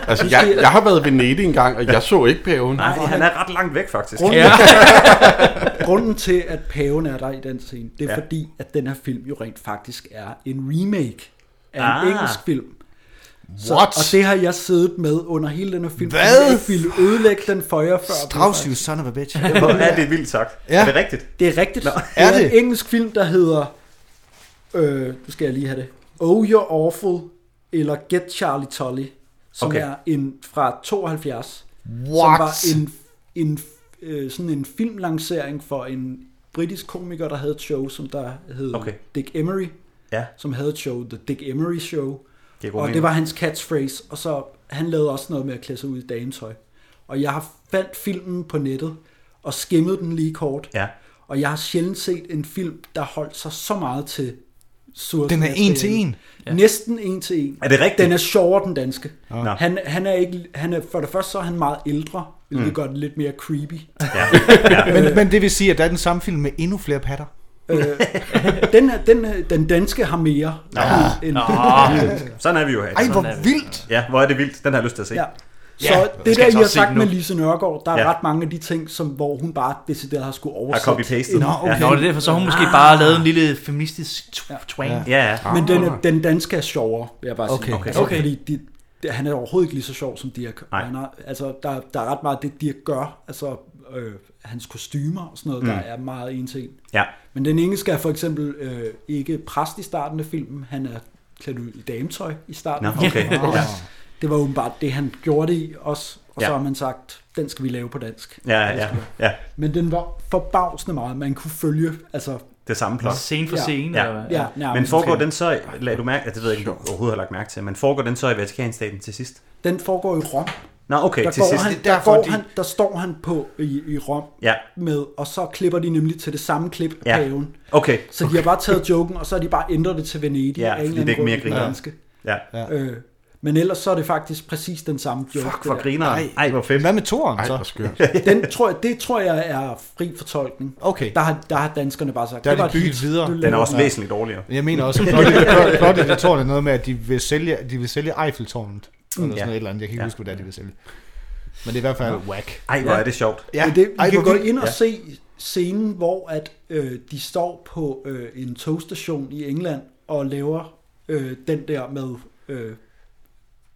Altså,
Nu
jeg,
skal
jeg har været i Venedig engang, og jeg så ikke paven.
Nej, han er ret langt væk, faktisk.
Grunden,
Ja.
ja. grunden til, at paven er der i den scene, det er
Ja.
ja. fordi, at den her film jo rent faktisk er en remake af en
Ah.
engelsk film.
What?
og det har jeg siddet med under hele den her film. fordi
Hvad?
Jeg ikke ville ødelægge den for jer før.
Strauss, you son of a bitch.
Hvor er det vildt sagt.
Ja.
Er det rigtigt?
Det er rigtigt.
Er
det er
det?
en engelsk film, der hedder... Øh, nu skal jeg lige have det. Oh, You're Awful, eller Get Charlie Tolly, som
Okay.
okay. er en fra 72. What? Som
What?
var en, en, øh, sådan en filmlancering for en britisk komiker, der havde et show, som der hed
Okay.
okay. Dick Emery.
Ja.
Som havde et show, The Dick Emery Show.
Giver god
Og det
mening.
var hans catchphrase, og så han lavede også noget med at klæde sig ud i dametøj. Og jeg har fandt filmen på nettet, og skimmede den lige kort.
Ja.
Og jeg har sjældent set en film, der holdt sig så meget til sort
Den er en til en.
Ja. Næsten en til en.
Er det rigtigt?
Den er sjovere, den danske.
Nå.
Han, han er ikke, han er, for det første så er han meget ældre, hvilket
Mm.
mm. gør det lidt mere creepy.
men, men det vil sige, at der er den samme film med endnu flere patter.
Øh, den, er- den, er- den danske har mere.
Nå.
end-
Nå. Sådan er vi jo her.
Ej, hvor
vildt. Ja, hvor er det vildt. Den har jeg lyst til at se.
Ja. Så
Ja,
det,
det skal
der,
jeg
I
så
har
også se
sagt
nu.
med Lise Nørgaard, der er
Ja.
ret mange af de ting, som, hvor hun bare decideret har skulle oversætte.
copy-pastet.
Nå,
Ja.
okay. Ah.
Nå, det er derfor, så har hun måske bare lavet en lille feministisk tw- twang. Ah.
Men den, er- den danske er sjovere, vil jeg bare
Okay.
sige.
Okay.
Altså,
Okay.
Fordi de, de, han er overhovedet ikke lige så sjov som Dirk. Han er, altså, der, der er ret meget af det, Dirk gør. Altså, øh, hans kostymer og sådan noget,
Mm.
mm. der er meget en til en.
Ja.
Men den engelske er for eksempel øh, ikke præst i starten af filmen. Han er klædt ud i dametøj i starten
Nå,
af filmen.
okay.
Og
Ja.
Det var åbenbart det, han gjorde det i også. Og
Ja.
så har man sagt, den skal vi lave på dansk.
Ja, ja,
Den skal vi-
ja.
Men den var forbavsende meget. Man kunne følge, altså...
Det samme plot.
Scene for scene,
Ja.
eller hvad?
Ja,
ja.
ja,
Men foregår den så, i- lad du mærke, at det ved jeg ikke, om du overhovedet har lagt mærke til, men foregår den så i Vatikanstaten til sidst?
Den foregår i Rom.
Nå, okay,
der
til
går
sidst.
Han,
Det er
der,
derfor,
går
de-
han, der står han på i, i Rom
Ja.
med, og så klipper de nemlig til det samme klip af
Ja.
paven.
Okay.
Så de har bare taget joken, og så har de bare ændret det til Venedig.
Ja,
af en
fordi
eller
det er
anden
ikke
grund, den
mere griner.
danske.
Ja.
Ja.
Øh, men ellers så er det faktisk præcis den samme joke.
Fuck,
det
hvor
der.
griner han. Ej, hvor fedt.
Hvad med toren så? Ej,
skørt.
Den tror jeg, det tror jeg er fri fortolkning.
Okay.
Der har, der har danskerne bare sagt,
Der er
det var
de
et
bygget
hit.
videre.
Du
Den er
laver
også
den her.
væsentligt dårligere.
Jeg mener også, at plottet- plottet, jeg tror, det er noget med, at de vil sælge, de vil sælge Eiffeltårnet. Eller
Mm.
sådan
Ja.
noget eller andet. Jeg kan ikke
Ja.
huske, hvad det er, de vil sælge. Men det er i hvert fald
Ja.
whack.
Ej, hvor er det sjovt.
Ja.
Ja, Men det, vi
Ej,
Ej, kan
hvor
gå
vildt.
ind og
Ja.
ja. se scenen, hvor at øh, de står på øh, en togstation i England og laver øh, den der med, øh,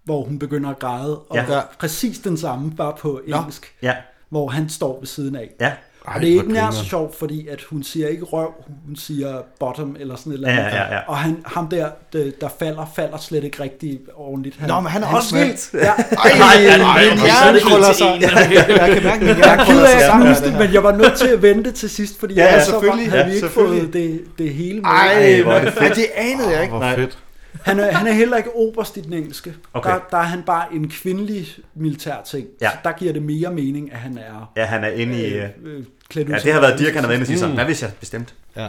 hvor hun begynder at græde, og
Ja.
ja. præcis den samme, bare på engelsk,
Ja.
hvor han står ved siden af.
Ja.
og det er
hvor
ikke nær
grineren.
så sjovt, fordi at hun siger ikke røv, hun siger bottom eller sådan et eller andet.
Ja, ja, ja.
Og han, ham der, der, der falder, falder slet ikke rigtig ordentligt.
Nå, men han er også
smiler.
vildt.
Ja.
Ej, ej, ej,
Min
hvor
hjerne
sindssygt.
krøller sig.
Jeg kan mærke, min
Jeg er
hjerne
ked
krøller
af
sig
at
sammen.
knuse det, men jeg var nødt til at vente til sidst, fordi
Ja,
ellers
ja,
så
selvfølgelig.
havde
Ja,
vi ikke
selvfølgelig.
fået det, det hele med.
Ej, hvor er det fedt. Ej, det anede jeg ikke.
Hvor fedt.
Han er, han er heller ikke oberst i den engelske.
Okay.
Der, der er han bare en kvindelig militær ting.
Ja.
Så der giver det mere mening, at han er...
Ja, han er inde i...
Øh, øh, klædt ud
ja,
som
det har været
dronning.
Dirk, han har været inde og sige sådan,
Mm.
hvad hvis jeg bestemte?
Ja.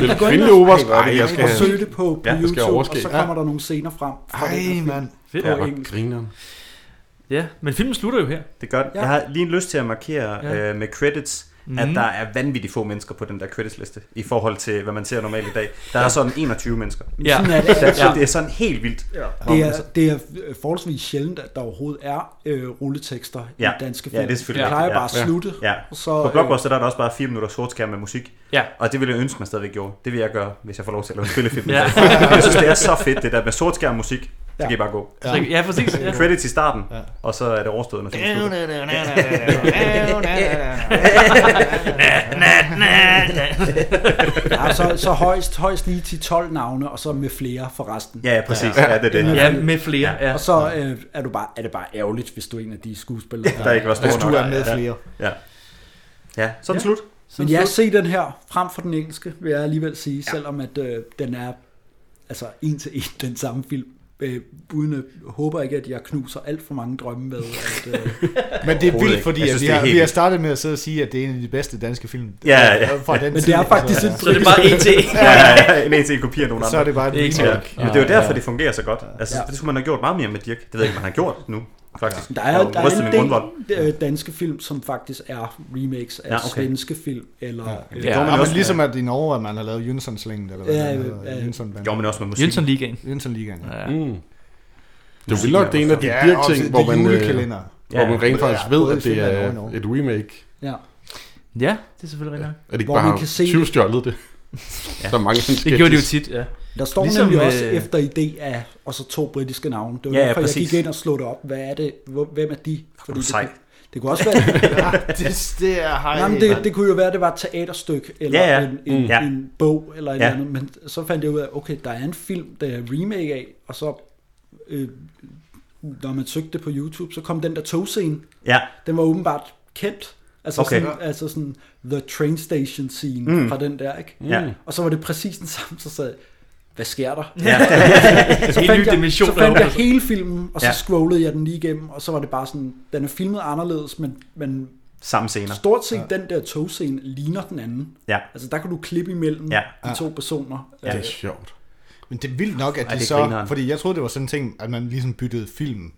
Vil
kvindelig oberst? Ej, jeg skal
og
have-
søge det på, på
Ja,
ja,
jeg skal
YouTube, og
overskæg.
så
Ja.
kommer der nogle scener frem. fra
Ej,
den her film
mand.
Fedt.
På
Ja, hvor
engelsk.
Grineren.
Ja, men filmen slutter jo her.
Det gør det.
Ja.
Jeg har lige en lyst til at markere
Ja.
ja. øh, med credits,
Mhm.
at der er vanvittigt få mennesker på den der creditsliste, i forhold til, hvad man ser normalt i dag. Der er sådan 21 mennesker.
Ja. Sådan er det.
det, er,
Ja.
det er sådan helt vildt. altså- Hvor
Det
man
er,
så-
det er øh, forholdsvis sjældent, at der overhovedet er øh, rulletekster
Ja.
i danske film.
ja, det er selvfølgelig
Det plejer
rigtigt,
bare at slutte.
Ja.
og
Så, på Blockbuster der er der også bare 4 minutter sort skærm med musik.
Ja.
Og det ville jeg ønske, man stadigvæk gjorde. Det vil jeg gøre, hvis jeg får lov til at lave en spillefilm.
Ja.
ja. Jeg synes, det er så fedt, det der med sort skærm musik. Så
Ja.
kan I bare gå.
Ja. Ja, præcis, ja.
Credits i starten, og så er det overstået, når filmen slutter.
ja, så, så højst, højst lige til 12 navne, og så med flere for resten.
Ja, ja, præcis. Ja, det er det. Ja, med flere, ja.
Og så øh, er, du bare, er det bare ærgerligt, hvis du er en af de skuespillere,
Der ikke var stor
Hvis du
nok.
er med
Ja.
flere.
Ja. Ja, sådan
Ja.
slut.
Men jeg se den her frem for den engelske, vil jeg alligevel sige, ja. selvom at øh, den er altså en til en den samme film. Øh, uden at, håber ikke, at jeg knuser alt for mange drømme med. At, øh,
Men det er vildt, fordi
Jeg
at
synes,
vi,
det er
har,
helt
vi har
vildt.
startet med at sidde og sige, at det er en af de bedste danske film.
Ja, ja.
Fra den altså.
Men
det er faktisk
en
en Så er det bare en til en.
Ja, ja, ja, en
E
en til en kopi af nogen
Så er det bare et
en
remake.
E Men det er jo
Ja,
derfor,
ja.
det fungerer så godt. Altså,
Ja.
det skulle man have gjort meget mere med Dirk. Det ved jeg ikke, man har gjort nu, faktisk.
Der er,
Jeg
der
ryster min
er
rundvold.
en del øh, danske film, som faktisk er remakes af
Ja,
ja,
okay.
okay. svenske film. Eller,
Ja,
øh,
det gjorde man også ligesom at i Norge, at man har lavet Jønsson-slængen, eller hvad
Ja,
ja, den hedder.
ja, ja.
Jønsson-banden.
Gjorde man også med musik.
Jønsson-ligaen.
Jønsson-ligaen, ja.
Mm. Det er jo vildt nok, det er en af de
Ja, og
Dirk-ting,
det
hvor, man, øh,
julekalender.
hvor man rent faktisk
Ja,
ved,
både i
at det
Finland og i
er
Norge.
et remake.
Ja.
Ja, det er selvfølgelig rigtigt.
At det ikke bare har tyvstjålet det. Der er mange sådan
Det gjorde de jo
sketches.
tit, ja.
Der står
Ligesom,
ligesom, nemlig også
øh,
efter idé af, og så to britiske navne. Det var
Ja,
ja,
ja,
derfor, jeg
præcis.
gik ind og slog det op. Hvad er det? Hvor- Hvem er de? Fordi det,
sej.
kunne- det kunne også være...
Ja, det- det er- hej.
Nej, men det, det kunne jo være, at det var et teaterstykke, eller
Ja,
ja,
ja.
ja. En, en,
Mm. Ja.
ja. en bog, eller et
Ja.
ja. andet. Men så fandt jeg ud af, okay, der er en film, der er remake af, og så... Øh, når man søgte det på YouTube, så kom den der togscene.
Ja.
Den var åbenbart kendt. Altså,
Okay.
okay. sådan, altså sådan The Train Station scene
Mm.
mm. fra den der, ikke?
Ja.
Og så var det præcis den samme, så sad jeg, hvad sker der?
Ja.
så
En ny
fandt, jeg,
dimension,
så
der
fandt
åbner
jeg
sig.
hele filmen, og så
Ja.
ja. scrollede jeg den lige igennem, og så var det bare sådan, den er filmet anderledes, men, men
Samme scener.
stort set ja. den der togscene ligner den anden.
Ja.
Altså der kan du klippe imellem
Ja.
ja. de to personer. Øh,
Ja. Det er
sjovt.
Men det er vildt nok, at
Ej,
de
det er
så...
grineren.
Fordi jeg troede, det var sådan en ting, at man ligesom byttede film.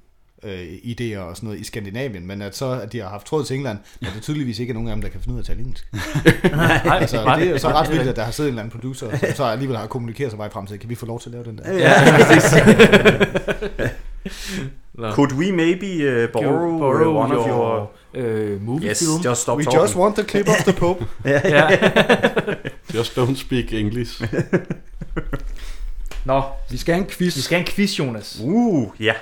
øh, idéer og sådan noget i Skandinavien, men at så at de har haft tråd til England, men det er tydeligvis ikke er nogen af dem, der kan finde ud af at tale engelsk.
Nej,
altså,
nej.
det er jo så ret vildt, at der har siddet en eller anden producer, som så alligevel har kommunikeret sig vej frem til, kan vi få lov til at lave den der?
Ja, præcis. Could we maybe uh, borrow,
borrow
one of your...
your, øh, movie
yes,
film?
just stop
We
talking.
just want the clip of the Pope.
Just don't speak English.
Nå, vi skal have en quiz. Vi skal have en quiz, Jonas.
Uh, ja.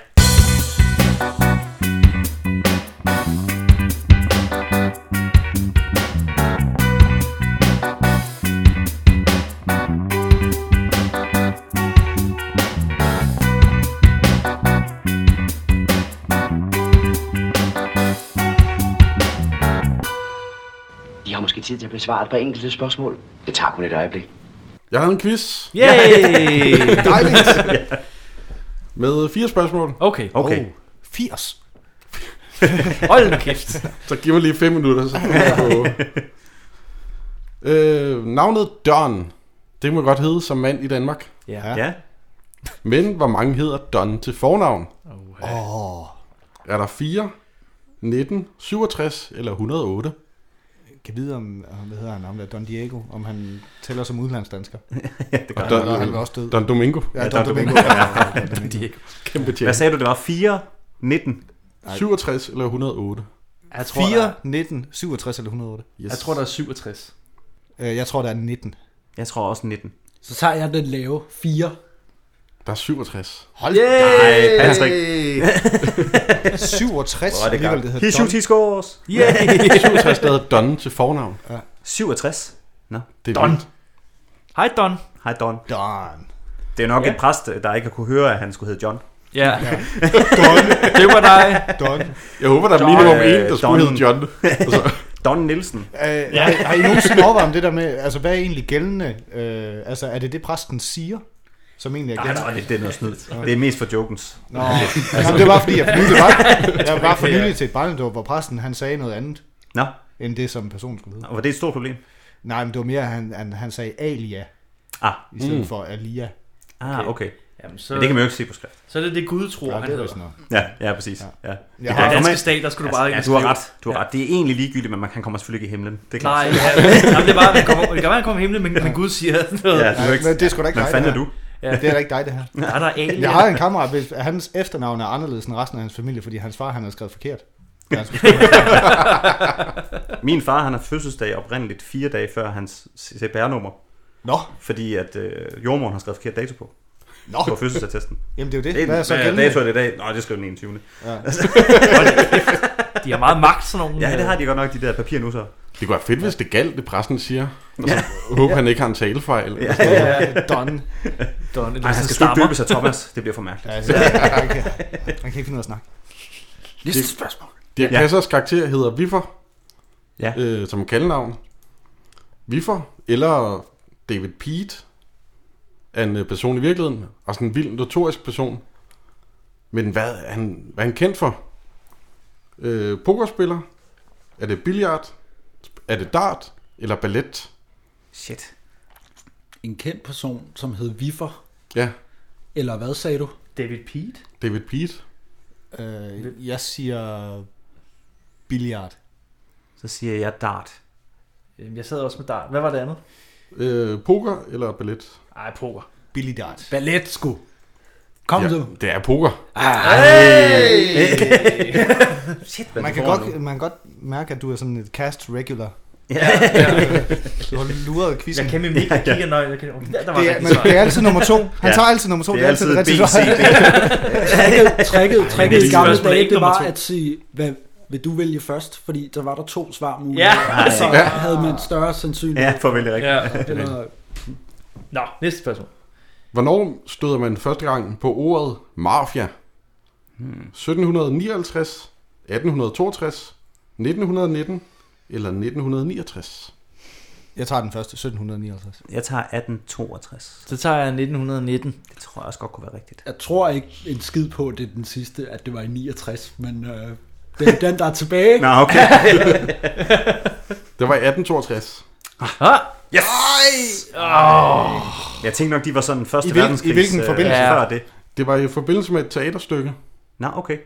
I har måske tid til at besvare et par enkelte spørgsmål. Det tager kun et øjeblik.
Jeg har en quiz.
Yay! Dejligt.
Med fire spørgsmål.
Okay.
okay.
Oh,
80.
Hold nu kæft.
så giv mig lige fem minutter, så kan jeg få... Øh, navnet Don, det kan man godt hedde som mand i Danmark.
Ja. Ja.
Men hvor mange hedder Don til fornavn?
Åh.
Er der 4, 19, 67 eller 108?
Kan vide om, om- hvad hedder han, om der Don Diego, om han tæller som udlandsdansker.
det gør
Og
han.
Don, han var også død.
Don Domingo.
Ja,
Ja,
Don,
Don
Domingo.
Domingo.
Ja, ja,
Don Diego. Kæmpe
Hvad
tjek.
sagde du, det var 4, 19?
67 eller 108?
Mm. Jeg tror,
4, 19, 67 eller 108.
Yes. Jeg tror, der er 67.
Øh, Jeg tror, der er 19.
Jeg tror også 19.
Så tager jeg den lave 4.
Der er 67.
Hold
Yay!
Nej, Patrick.
67
Hvor er det
alligevel,
gammelt.
det hedder
He shoot, he scores.
Yeah. 67 der hedder Don til fornavn.
Ja.
67? Nå.
Det er Don. vildt.
Hej Don.
Hej Don.
Don.
Det er nok
Ja.
ja. en præst, der ikke har kunne høre, at han skulle hedde John.
Ja. Ja. Don. Det var dig.
Don.
Jeg håber, der er minimum en, der skulle hedde John. Altså.
øh, Don Nielsen.
Øh, ja. har, har I nogensinde overvejet om det der med, altså hvad er egentlig gældende? Øh, altså er det det, præsten siger, som egentlig er
Nej,
gældende?
nej, det, det er noget snyd. Det er mest for jokens.
Nå, altså, det var fordi, jeg for nylig var, jeg var for nylig til et barnedåb, hvor præsten han sagde noget andet,
Nå.
end det, som personen skulle hedde.
Og var det et stort problem?
Nej, men det var mere, at han, han, han sagde Alia,
Ah.
i stedet
Mm.
for Alia.
Ah, okay.
Jamen, så-
så... Men det kan man jo ikke se på skrift.
Så er det det Gud tror,
Ja, det
han
er
hedder.
vist noget.
Ja, ja, præcis. Ja. Ja.
I den danske stat, der skulle du bare ikke
ja, du har
skrive.
ret. Du har
Ja.
ret. Det er egentlig ligegyldigt, men man kan komme selvfølgelig ikke i himlen. Det er
Nej,
klart.
ja, jamen, det er bare, man kommer, det kan være, han kommer i himlen, men, men Gud siger noget.
Ja, du er ikke-
Men det er sgu da ikke
Hvad
dig,
fanden er
det her.
du?
Ja. Det er da ikke dig, det her.
Nej, der er alien.
Jeg har en kammerat, hvis hans efternavn er anderledes end resten af hans familie, fordi hans far han har skrevet forkert. da han skulle skrive.
Min far, han har fødselsdag oprindeligt fire dage før hans CPR-nummer.
Nå.
Fordi at øh, jordmoren har skrevet forkert dato på.
Nå.
På fødselsattesten.
Jamen, det er jo det.
Det er,
Hvad er så
hvad er
gældende?
dato er det i dag? Nå, det skrev den 21.
Ja.
de har meget magt, sådan nogle... øh,
Ja, det har de godt nok, de der papir nu så.
Det kunne være fedt, hvis det galt, det præsten siger. Og så håber han ikke har en talefejl.
Ja,
ja. Don.
Don,
Nej, han skal sgu ikke døbe sig Thomas. Det bliver for mærkeligt.
Ja, det- han, kan, han kan ikke finde ud af at snakke.
Dirk- Dirk Passers karakter hedder Viffer,
ja.
øh, som kaldenavn. Viffer, eller David Pete, er en øh, person i virkeligheden, og sådan en vild, notorisk person. Men hvad er han, hvad er han kendt for? Øh, pokerspiller? Er det billiard? Er det dart? Eller ballet?
Shit.
En kendt person, som hed Viffer.
Ja.
Eller hvad sagde du?
David Pete.
David Pete?
Øh, jeg siger billiard.
Så siger jeg dart.
Jamen, Jeg sad også med dart. Hvad var det andet?
Øh, poker eller ballet?
Ej, poker.
Billy dart.
Ballet, sgu. Kom
ja,
du.
Det er poker.
Ah.
Shit, man, kan godt, man kan godt mærke, at du er sådan et cast regular.
Ja.
Du har luret quizzen.
Jeg kan nemlig ikke kigge nøje. Jeg kan... Der, der var
det er,
rigtig
men
svar.
det er altid nummer to. Han ja. tager altid nummer to.
Det er altid
det rigtige
Tricket, tricket, tricket i gamle
spørgsmål er
dage,
ikke
det
nummer
var
to.
at sige, hvad vil du vælge først? Fordi der var der to svar
Ja.
muligheder.
Ja.
Så
Ja.
havde man større sandsynlighed.
Ja, for at vælge rigtigt.
Ja.
Eller,
Nå, næste spørgsmål.
Hvornår støder man første gang på ordet mafia?
Hmm.
1759, 1862, 1919 eller 1969?
Jeg tager den første, 1759.
Jeg tager 1862.
Så tager jeg 1919.
Det tror jeg også godt kunne være rigtigt.
jeg tror ikke en skid på, at det er den sidste, at det var i 69, men øh, det er den, der er tilbage.
Nå, okay.
Det var i 1862.
Aha!
Yes!
Oh.
Jeg tænkte nok, de var sådan første
I hvilken-
øh,
verdenskrig.
i hvilken forbindelse?
Øh,
Ja.
før det.
Det var i forbindelse med et teaterstykke.
Nå, okay.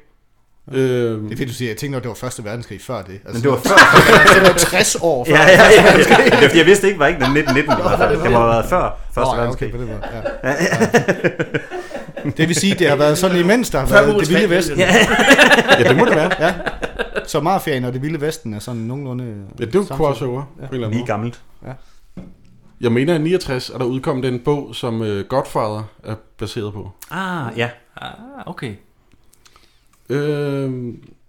Øh,
Det er fedt, du siger. Jeg tænkte nok, det var Første Verdenskrig før det. Altså,
Men det var før.
så det var 60 år før.
Ja, ja, ja. ja. Det er fordi, Jeg vidste ikke, det var ikke den 1919 i hvert fald. Det må have været før
Nå,
Første
ja,
Verdenskrig.
Okay, på den måde, ja.
Ja.
Det vil sige, det har været sådan imens, der har
Før
været det
Ulrik
vilde
Spanien.
vesten.
Ja.
Ja, det må det være.
Ja. Så mafiaen og det vilde vesten er sådan nogenlunde...
Ja, det er jo
samtidig.
crossover. Ja. På en eller anden Lige
gammelt.
Ja.
Jeg mener, at i 69 er der udkommet en bog, som øh, Godfather er baseret på.
Ah, ja. Ah, okay.
Øh,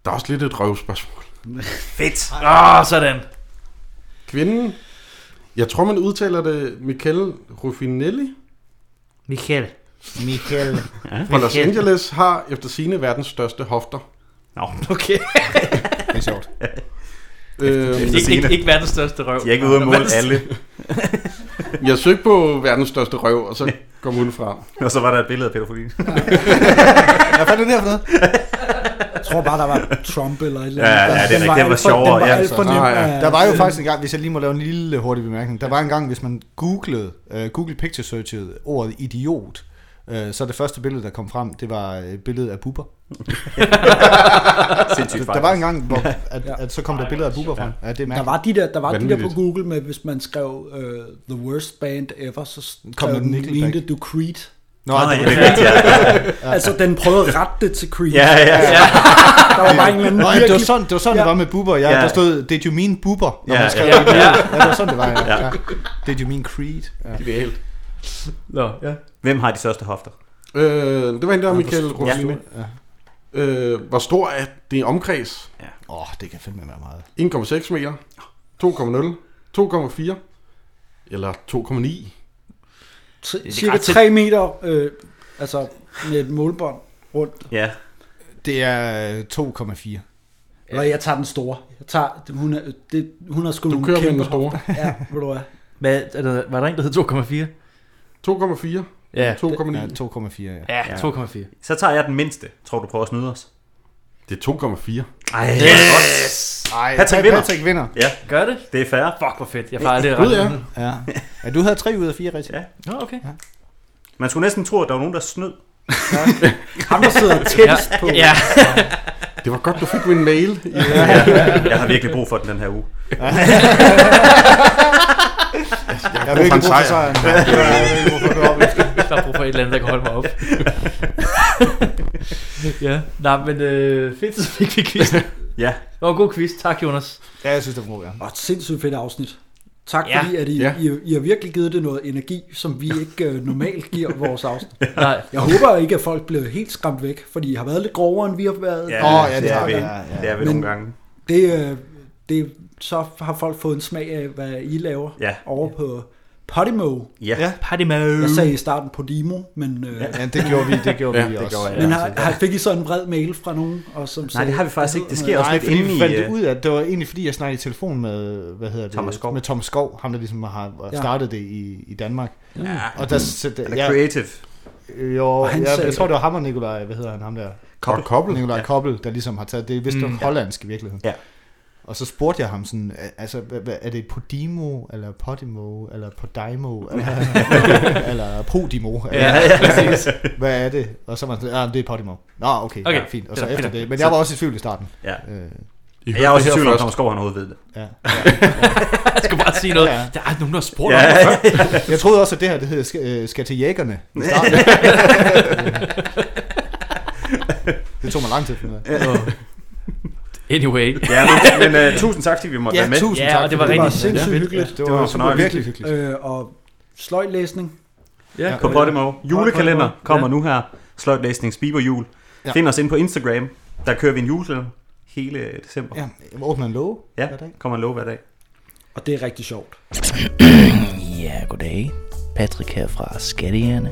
der er også lidt et røvspørgsmål.
Fedt. Ah, sådan.
Kvinden, jeg tror, man udtaler det Michele Ruffinelli
Michael.
Michael.
Ah,
fra Los Angeles, har efter sine verdens største hofter.
Nå, okay.
det er sjovt.
Øh,
Ikke- ikke- sigende. ikke verdens største røv. De er ikke ude at måle alle.
jeg søgte på verdens største røv, og så kom hun frem.
Og så var der et billede af pædofilien.
Jeg fandt den her for noget. Jeg tror bare, der var Trump eller et eller andet.
Ja, ja, det er rigtigt.
Den
Den var
alt for-
sjovere,
den var
ja.
alt for nem.
Ah, ja.
Der var jo faktisk en gang, hvis jeg lige må lave en lille hurtig bemærkning, der var en gang, hvis man googlede, uh, Google Picture Searchede ordet idiot, uh, så det første billede, der kom frem, det var øh, billedet af buber.
Sindssygt
der, der var
faktisk.
en gang, hvor at, at,
Ja.
så kom der billeder af buber frem. Ja, det er
Der
mærkeligt.
var de der, der, var de der på
Vanvittigt.
Google med, hvis man skrev øh, The Worst Band Ever, så skrev
Kom der
den
Nickelback.
lignede du Creed.
Nå, Nå, det- ja, det er rigtigt, ja.
altså, den prøvede at rette det til Creed. der var bare en eller anden
Nå, ja, det var
virkelig-
sådan, det, var sådan ja. det var med buber. Ja,
Ja.
Der stod, did you mean buber? Når
Ja,
man skrev
ja.
det.
Ja.
ja, det var sådan, det var. Ja.
Ja.
Ja. Did you mean creed? Ja.
Ideelt.
Nå, ja.
Hvem har de største hofter?
Øh, det var en der,
Han var
Michael
stor.
Ruffinelli.
Ja.
Ja. Øh, hvor stor er det omkreds?
Åh,
ja.
oh, det kan fandme være meget.
1,6 meter, 2,0, 2,4 eller 2,9.
T- Cirka 3 meter, øh, altså med et målbånd rundt.
Ja.
Det er 2,4.
Eller jeg tager den store. Jeg tager, hun, er, det, hun har sgu
Du
nogle
kører med
kæmpe
den store.
hofter. Ja, ved du hvad.
Hvad, er der, var der en, der hed 2,4?
2,4.
Ja.
2,9.
Ja, 2,4, ja.
Ja, 2,4.
Så tager jeg den mindste. Tror du prøver at snyde os?
Det er 2,4.
Ej,
Yes!
yes.
Ej,
Patrick vinder.
Patrick vinder.
Ja.
Gør det?
Det er fair.
Fuck, hvor fedt. Jeg plejer aldrig at
Gud,
regne
ja. ja. ja. du havde 3 ud af 4 rigtigt.
Ja.
Nå, okay.
Ja.
Man skulle næsten tro, at der var nogen, der snød.
Ham, der sidder tættest
på. Ja.
Det var godt, du fik min mail.
Ja. Ja. Jeg har virkelig brug for den den her uge.
Ja.
Jeg har virkelig brug for sejren. Ja, det har jeg virkelig brug for, at du er oppe.
Jeg har brug for et eller andet, der kan holde mig op. ja, nej, men øh, fedt, så fik vi quizzen.
ja.
Det var en god quiz. Tak, Jonas.
Ja, jeg synes, det var god, ja.
Og et sindssygt fedt afsnit. Tak
Ja.
ja. fordi, at I,
Ja.
ja. I, I har virkelig givet det noget energi, som vi ikke øh, normalt giver vores afsnit.
Nej.
Jeg håber ikke, at folk blev helt skræmt væk, fordi I har været lidt grovere, end vi har været.
Ja, Åh, ja, det det er har vi. vi. Det er vi
Men
nogle gange.
Det, øh, det, så har folk fået en smag af, hvad I laver
Ja.
over på Podimo.
Ja. Ja.
Podimo.
Jeg sagde i starten Podimo, men... Øh,
Ja, det gjorde vi- det gjorde Ja, vi det også. gjorde jeg
men
også.
har, har, fik I så en vred mail fra nogen? Og som sagde, "Hvad hedder
Altså, Nej,
noget?"
fordi vi
øh,
fandt ud af, at det var egentlig fordi, jeg snakkede i telefon med, hvad hedder det?
Thomas
Skov. Med Thomas Skov, ham der ligesom har
Ja.
startet det i, i Danmark.
Ja.
Og der, så, det-
Han er creative.
Jo,
Og han
jeg, jeg,
sagde-
tror, det var ham og Nikolaj, hvad hedder han, ham der?
Koppel.
Koppel. Nikolaj ja. Koppel, der ligesom har taget, det er vist
Mm.
mm. hollandsk i virkeligheden.
Ja.
Og så spurgte jeg ham sådan, "Er- altså, hvad- hvad- er det Podimo, eller Podimo, eller Podimo, eller, eller Podimo? Eller,
Ja, ja, præcis.
Hvad er det? Og så var han sådan, ah, det er Podimo. Nå, okay, okay.
Okay.
Ja, fint. Og så
Det er
efter
fint.
det. Men jeg var også i tvivl i starten.
Ja.
Øh.
Jeg er også i tvivl om, Thomas Skov har noget ved det.
Ja.
Jeg skal bare sige noget. Der er aldrig nogen, der har spurgt
Ja.
om det før.
Jeg troede også, at det her det hedder skal, øh, skal til jægerne. i starten. det tog mig lang tid at finde ud af.
Anyway.
Ja, men, men uh, tusind tak, fordi vi måtte
Ja,
være med.
tusind
Ja, tak, og det var fordi
Det var
rigtig-
sindssygt
Ja.
hyggeligt.
Det var fornøjeligt.
Øh, og sløjtlæsning.
Ja,
på Podimo. Julekalender kommer nu her. Sløjtlæsnings Biberjul.
Ja.
Find os ind på Instagram. Der kører vi en julekalender hele øh, december.
Ja, jeg åbner en låge.
Ja, kommer en lov hver dag.
Og det er rigtig sjovt.
Ja, goddag. Patrick her fra Skattejerne.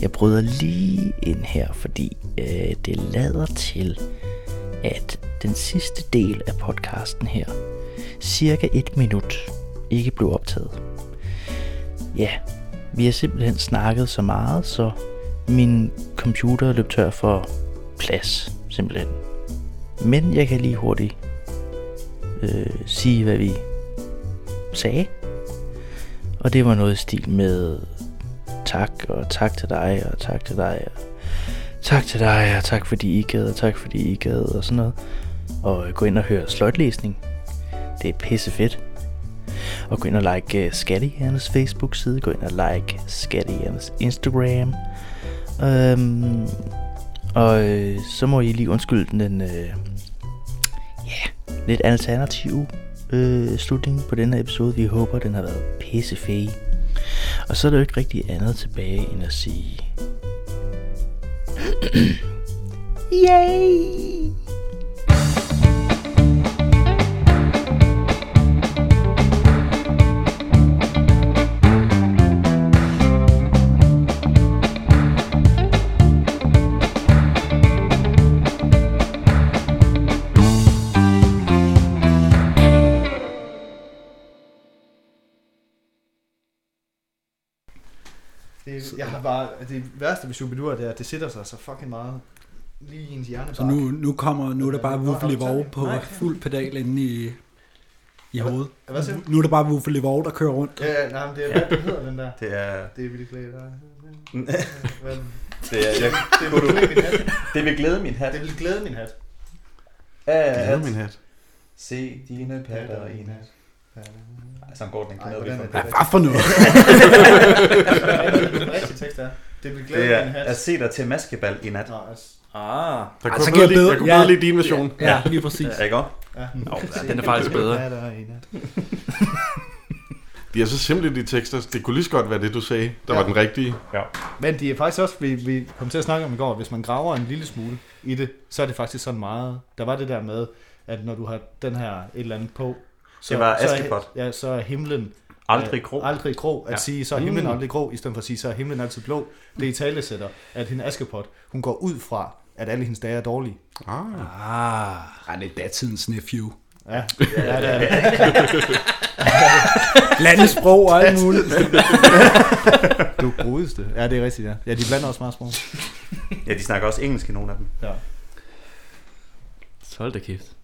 Jeg bryder lige ind her, fordi øh, det lader til, at den sidste del af podcasten her, cirka et minut, ikke blev optaget. Ja, vi har simpelthen snakket så meget, så min computer løb tør for plads, simpelthen. Men jeg kan lige hurtigt øh, sige, hvad vi sagde. Og det var noget i stil med tak, og tak til dig, og tak til dig, og tak til dig, og tak fordi I gad, og tak fordi I gad, og sådan noget. Og øh, gå ind og hør sløjtlæsning. Det er pisse fedt. Og gå ind og like øh, Skattehjernes Facebook-side. Gå ind og like Skattehjernes Instagram. Øhm, og øh, så må I lige undskylde den øh, ja, lidt alternative øh, slutning på denne episode. Vi håber, den har været pissefæg. Og så er der jo ikke rigtig andet tilbage end at sige...
Yay!
Det, jeg har bare, det værste ved Shubidua, det er, at det sætter sig så fucking meget lige i ens hjernebark.
Så nu, nu kommer, nu er der bare Wuffle på
Nej.
fuld pedal inde i, i hovedet.
hvad siger du?
Nu er der bare Wuffle der kører rundt.
Ja, ja, nej, men det er, hvad hedder den der?
Det er-
Det er vildt glæde, der. Hvad?
Det er- jeg-
Øhm, det vil glæde min hat.
Det vil glæde min hat.
Det vil glæde min hat.
Af
Glæde
at
min hat.
Se dine patter i nat. Ej, sådan går den ikke.
Ej,
Den er
hvordan
vi for-
er det? Hvad for noget? Den rigtige tekst er, det vil glæde
Det er
min hat.
at se dig til maskebal i nat.
Ah.
Der
kunne jeg bedre lide- jeg kunne bedre lide din version.
Ja,
Ja, lige præcis.
Ja, ikke også?
Ja.
Nå, den er faktisk bedre.
De er så simple, de tekster. Det kunne lige så godt være det, du sagde, der
Ja.
var den rigtige.
Ja.
Men det er faktisk også, vi, vi kom til at snakke om i går, hvis man graver en lille smule i det, så er det faktisk sådan meget. Der var det der med, at når du har den her et eller andet på, så,
Det var
så, er,
Askepot.
ja, så er himlen
Aldrig grå.
Øh, aldrig grå. At
Ja.
ja. sige, så er himlen
Mm.
aldrig grå, i stedet for at sige, så er himlen altid blå. Det i tale sætter, at hende Askepot, hun går ud fra, at alle hendes dage er dårlige.
Ah.
Ah, han er datidens nephew.
Ja, ja det er det.
Landets sprog og alt muligt.
du godeste. Ja, det er rigtigt, ja. Ja, de blander også meget sprog.
Ja, de snakker også engelsk i nogle af dem.
Ja.
Så hold da kæft.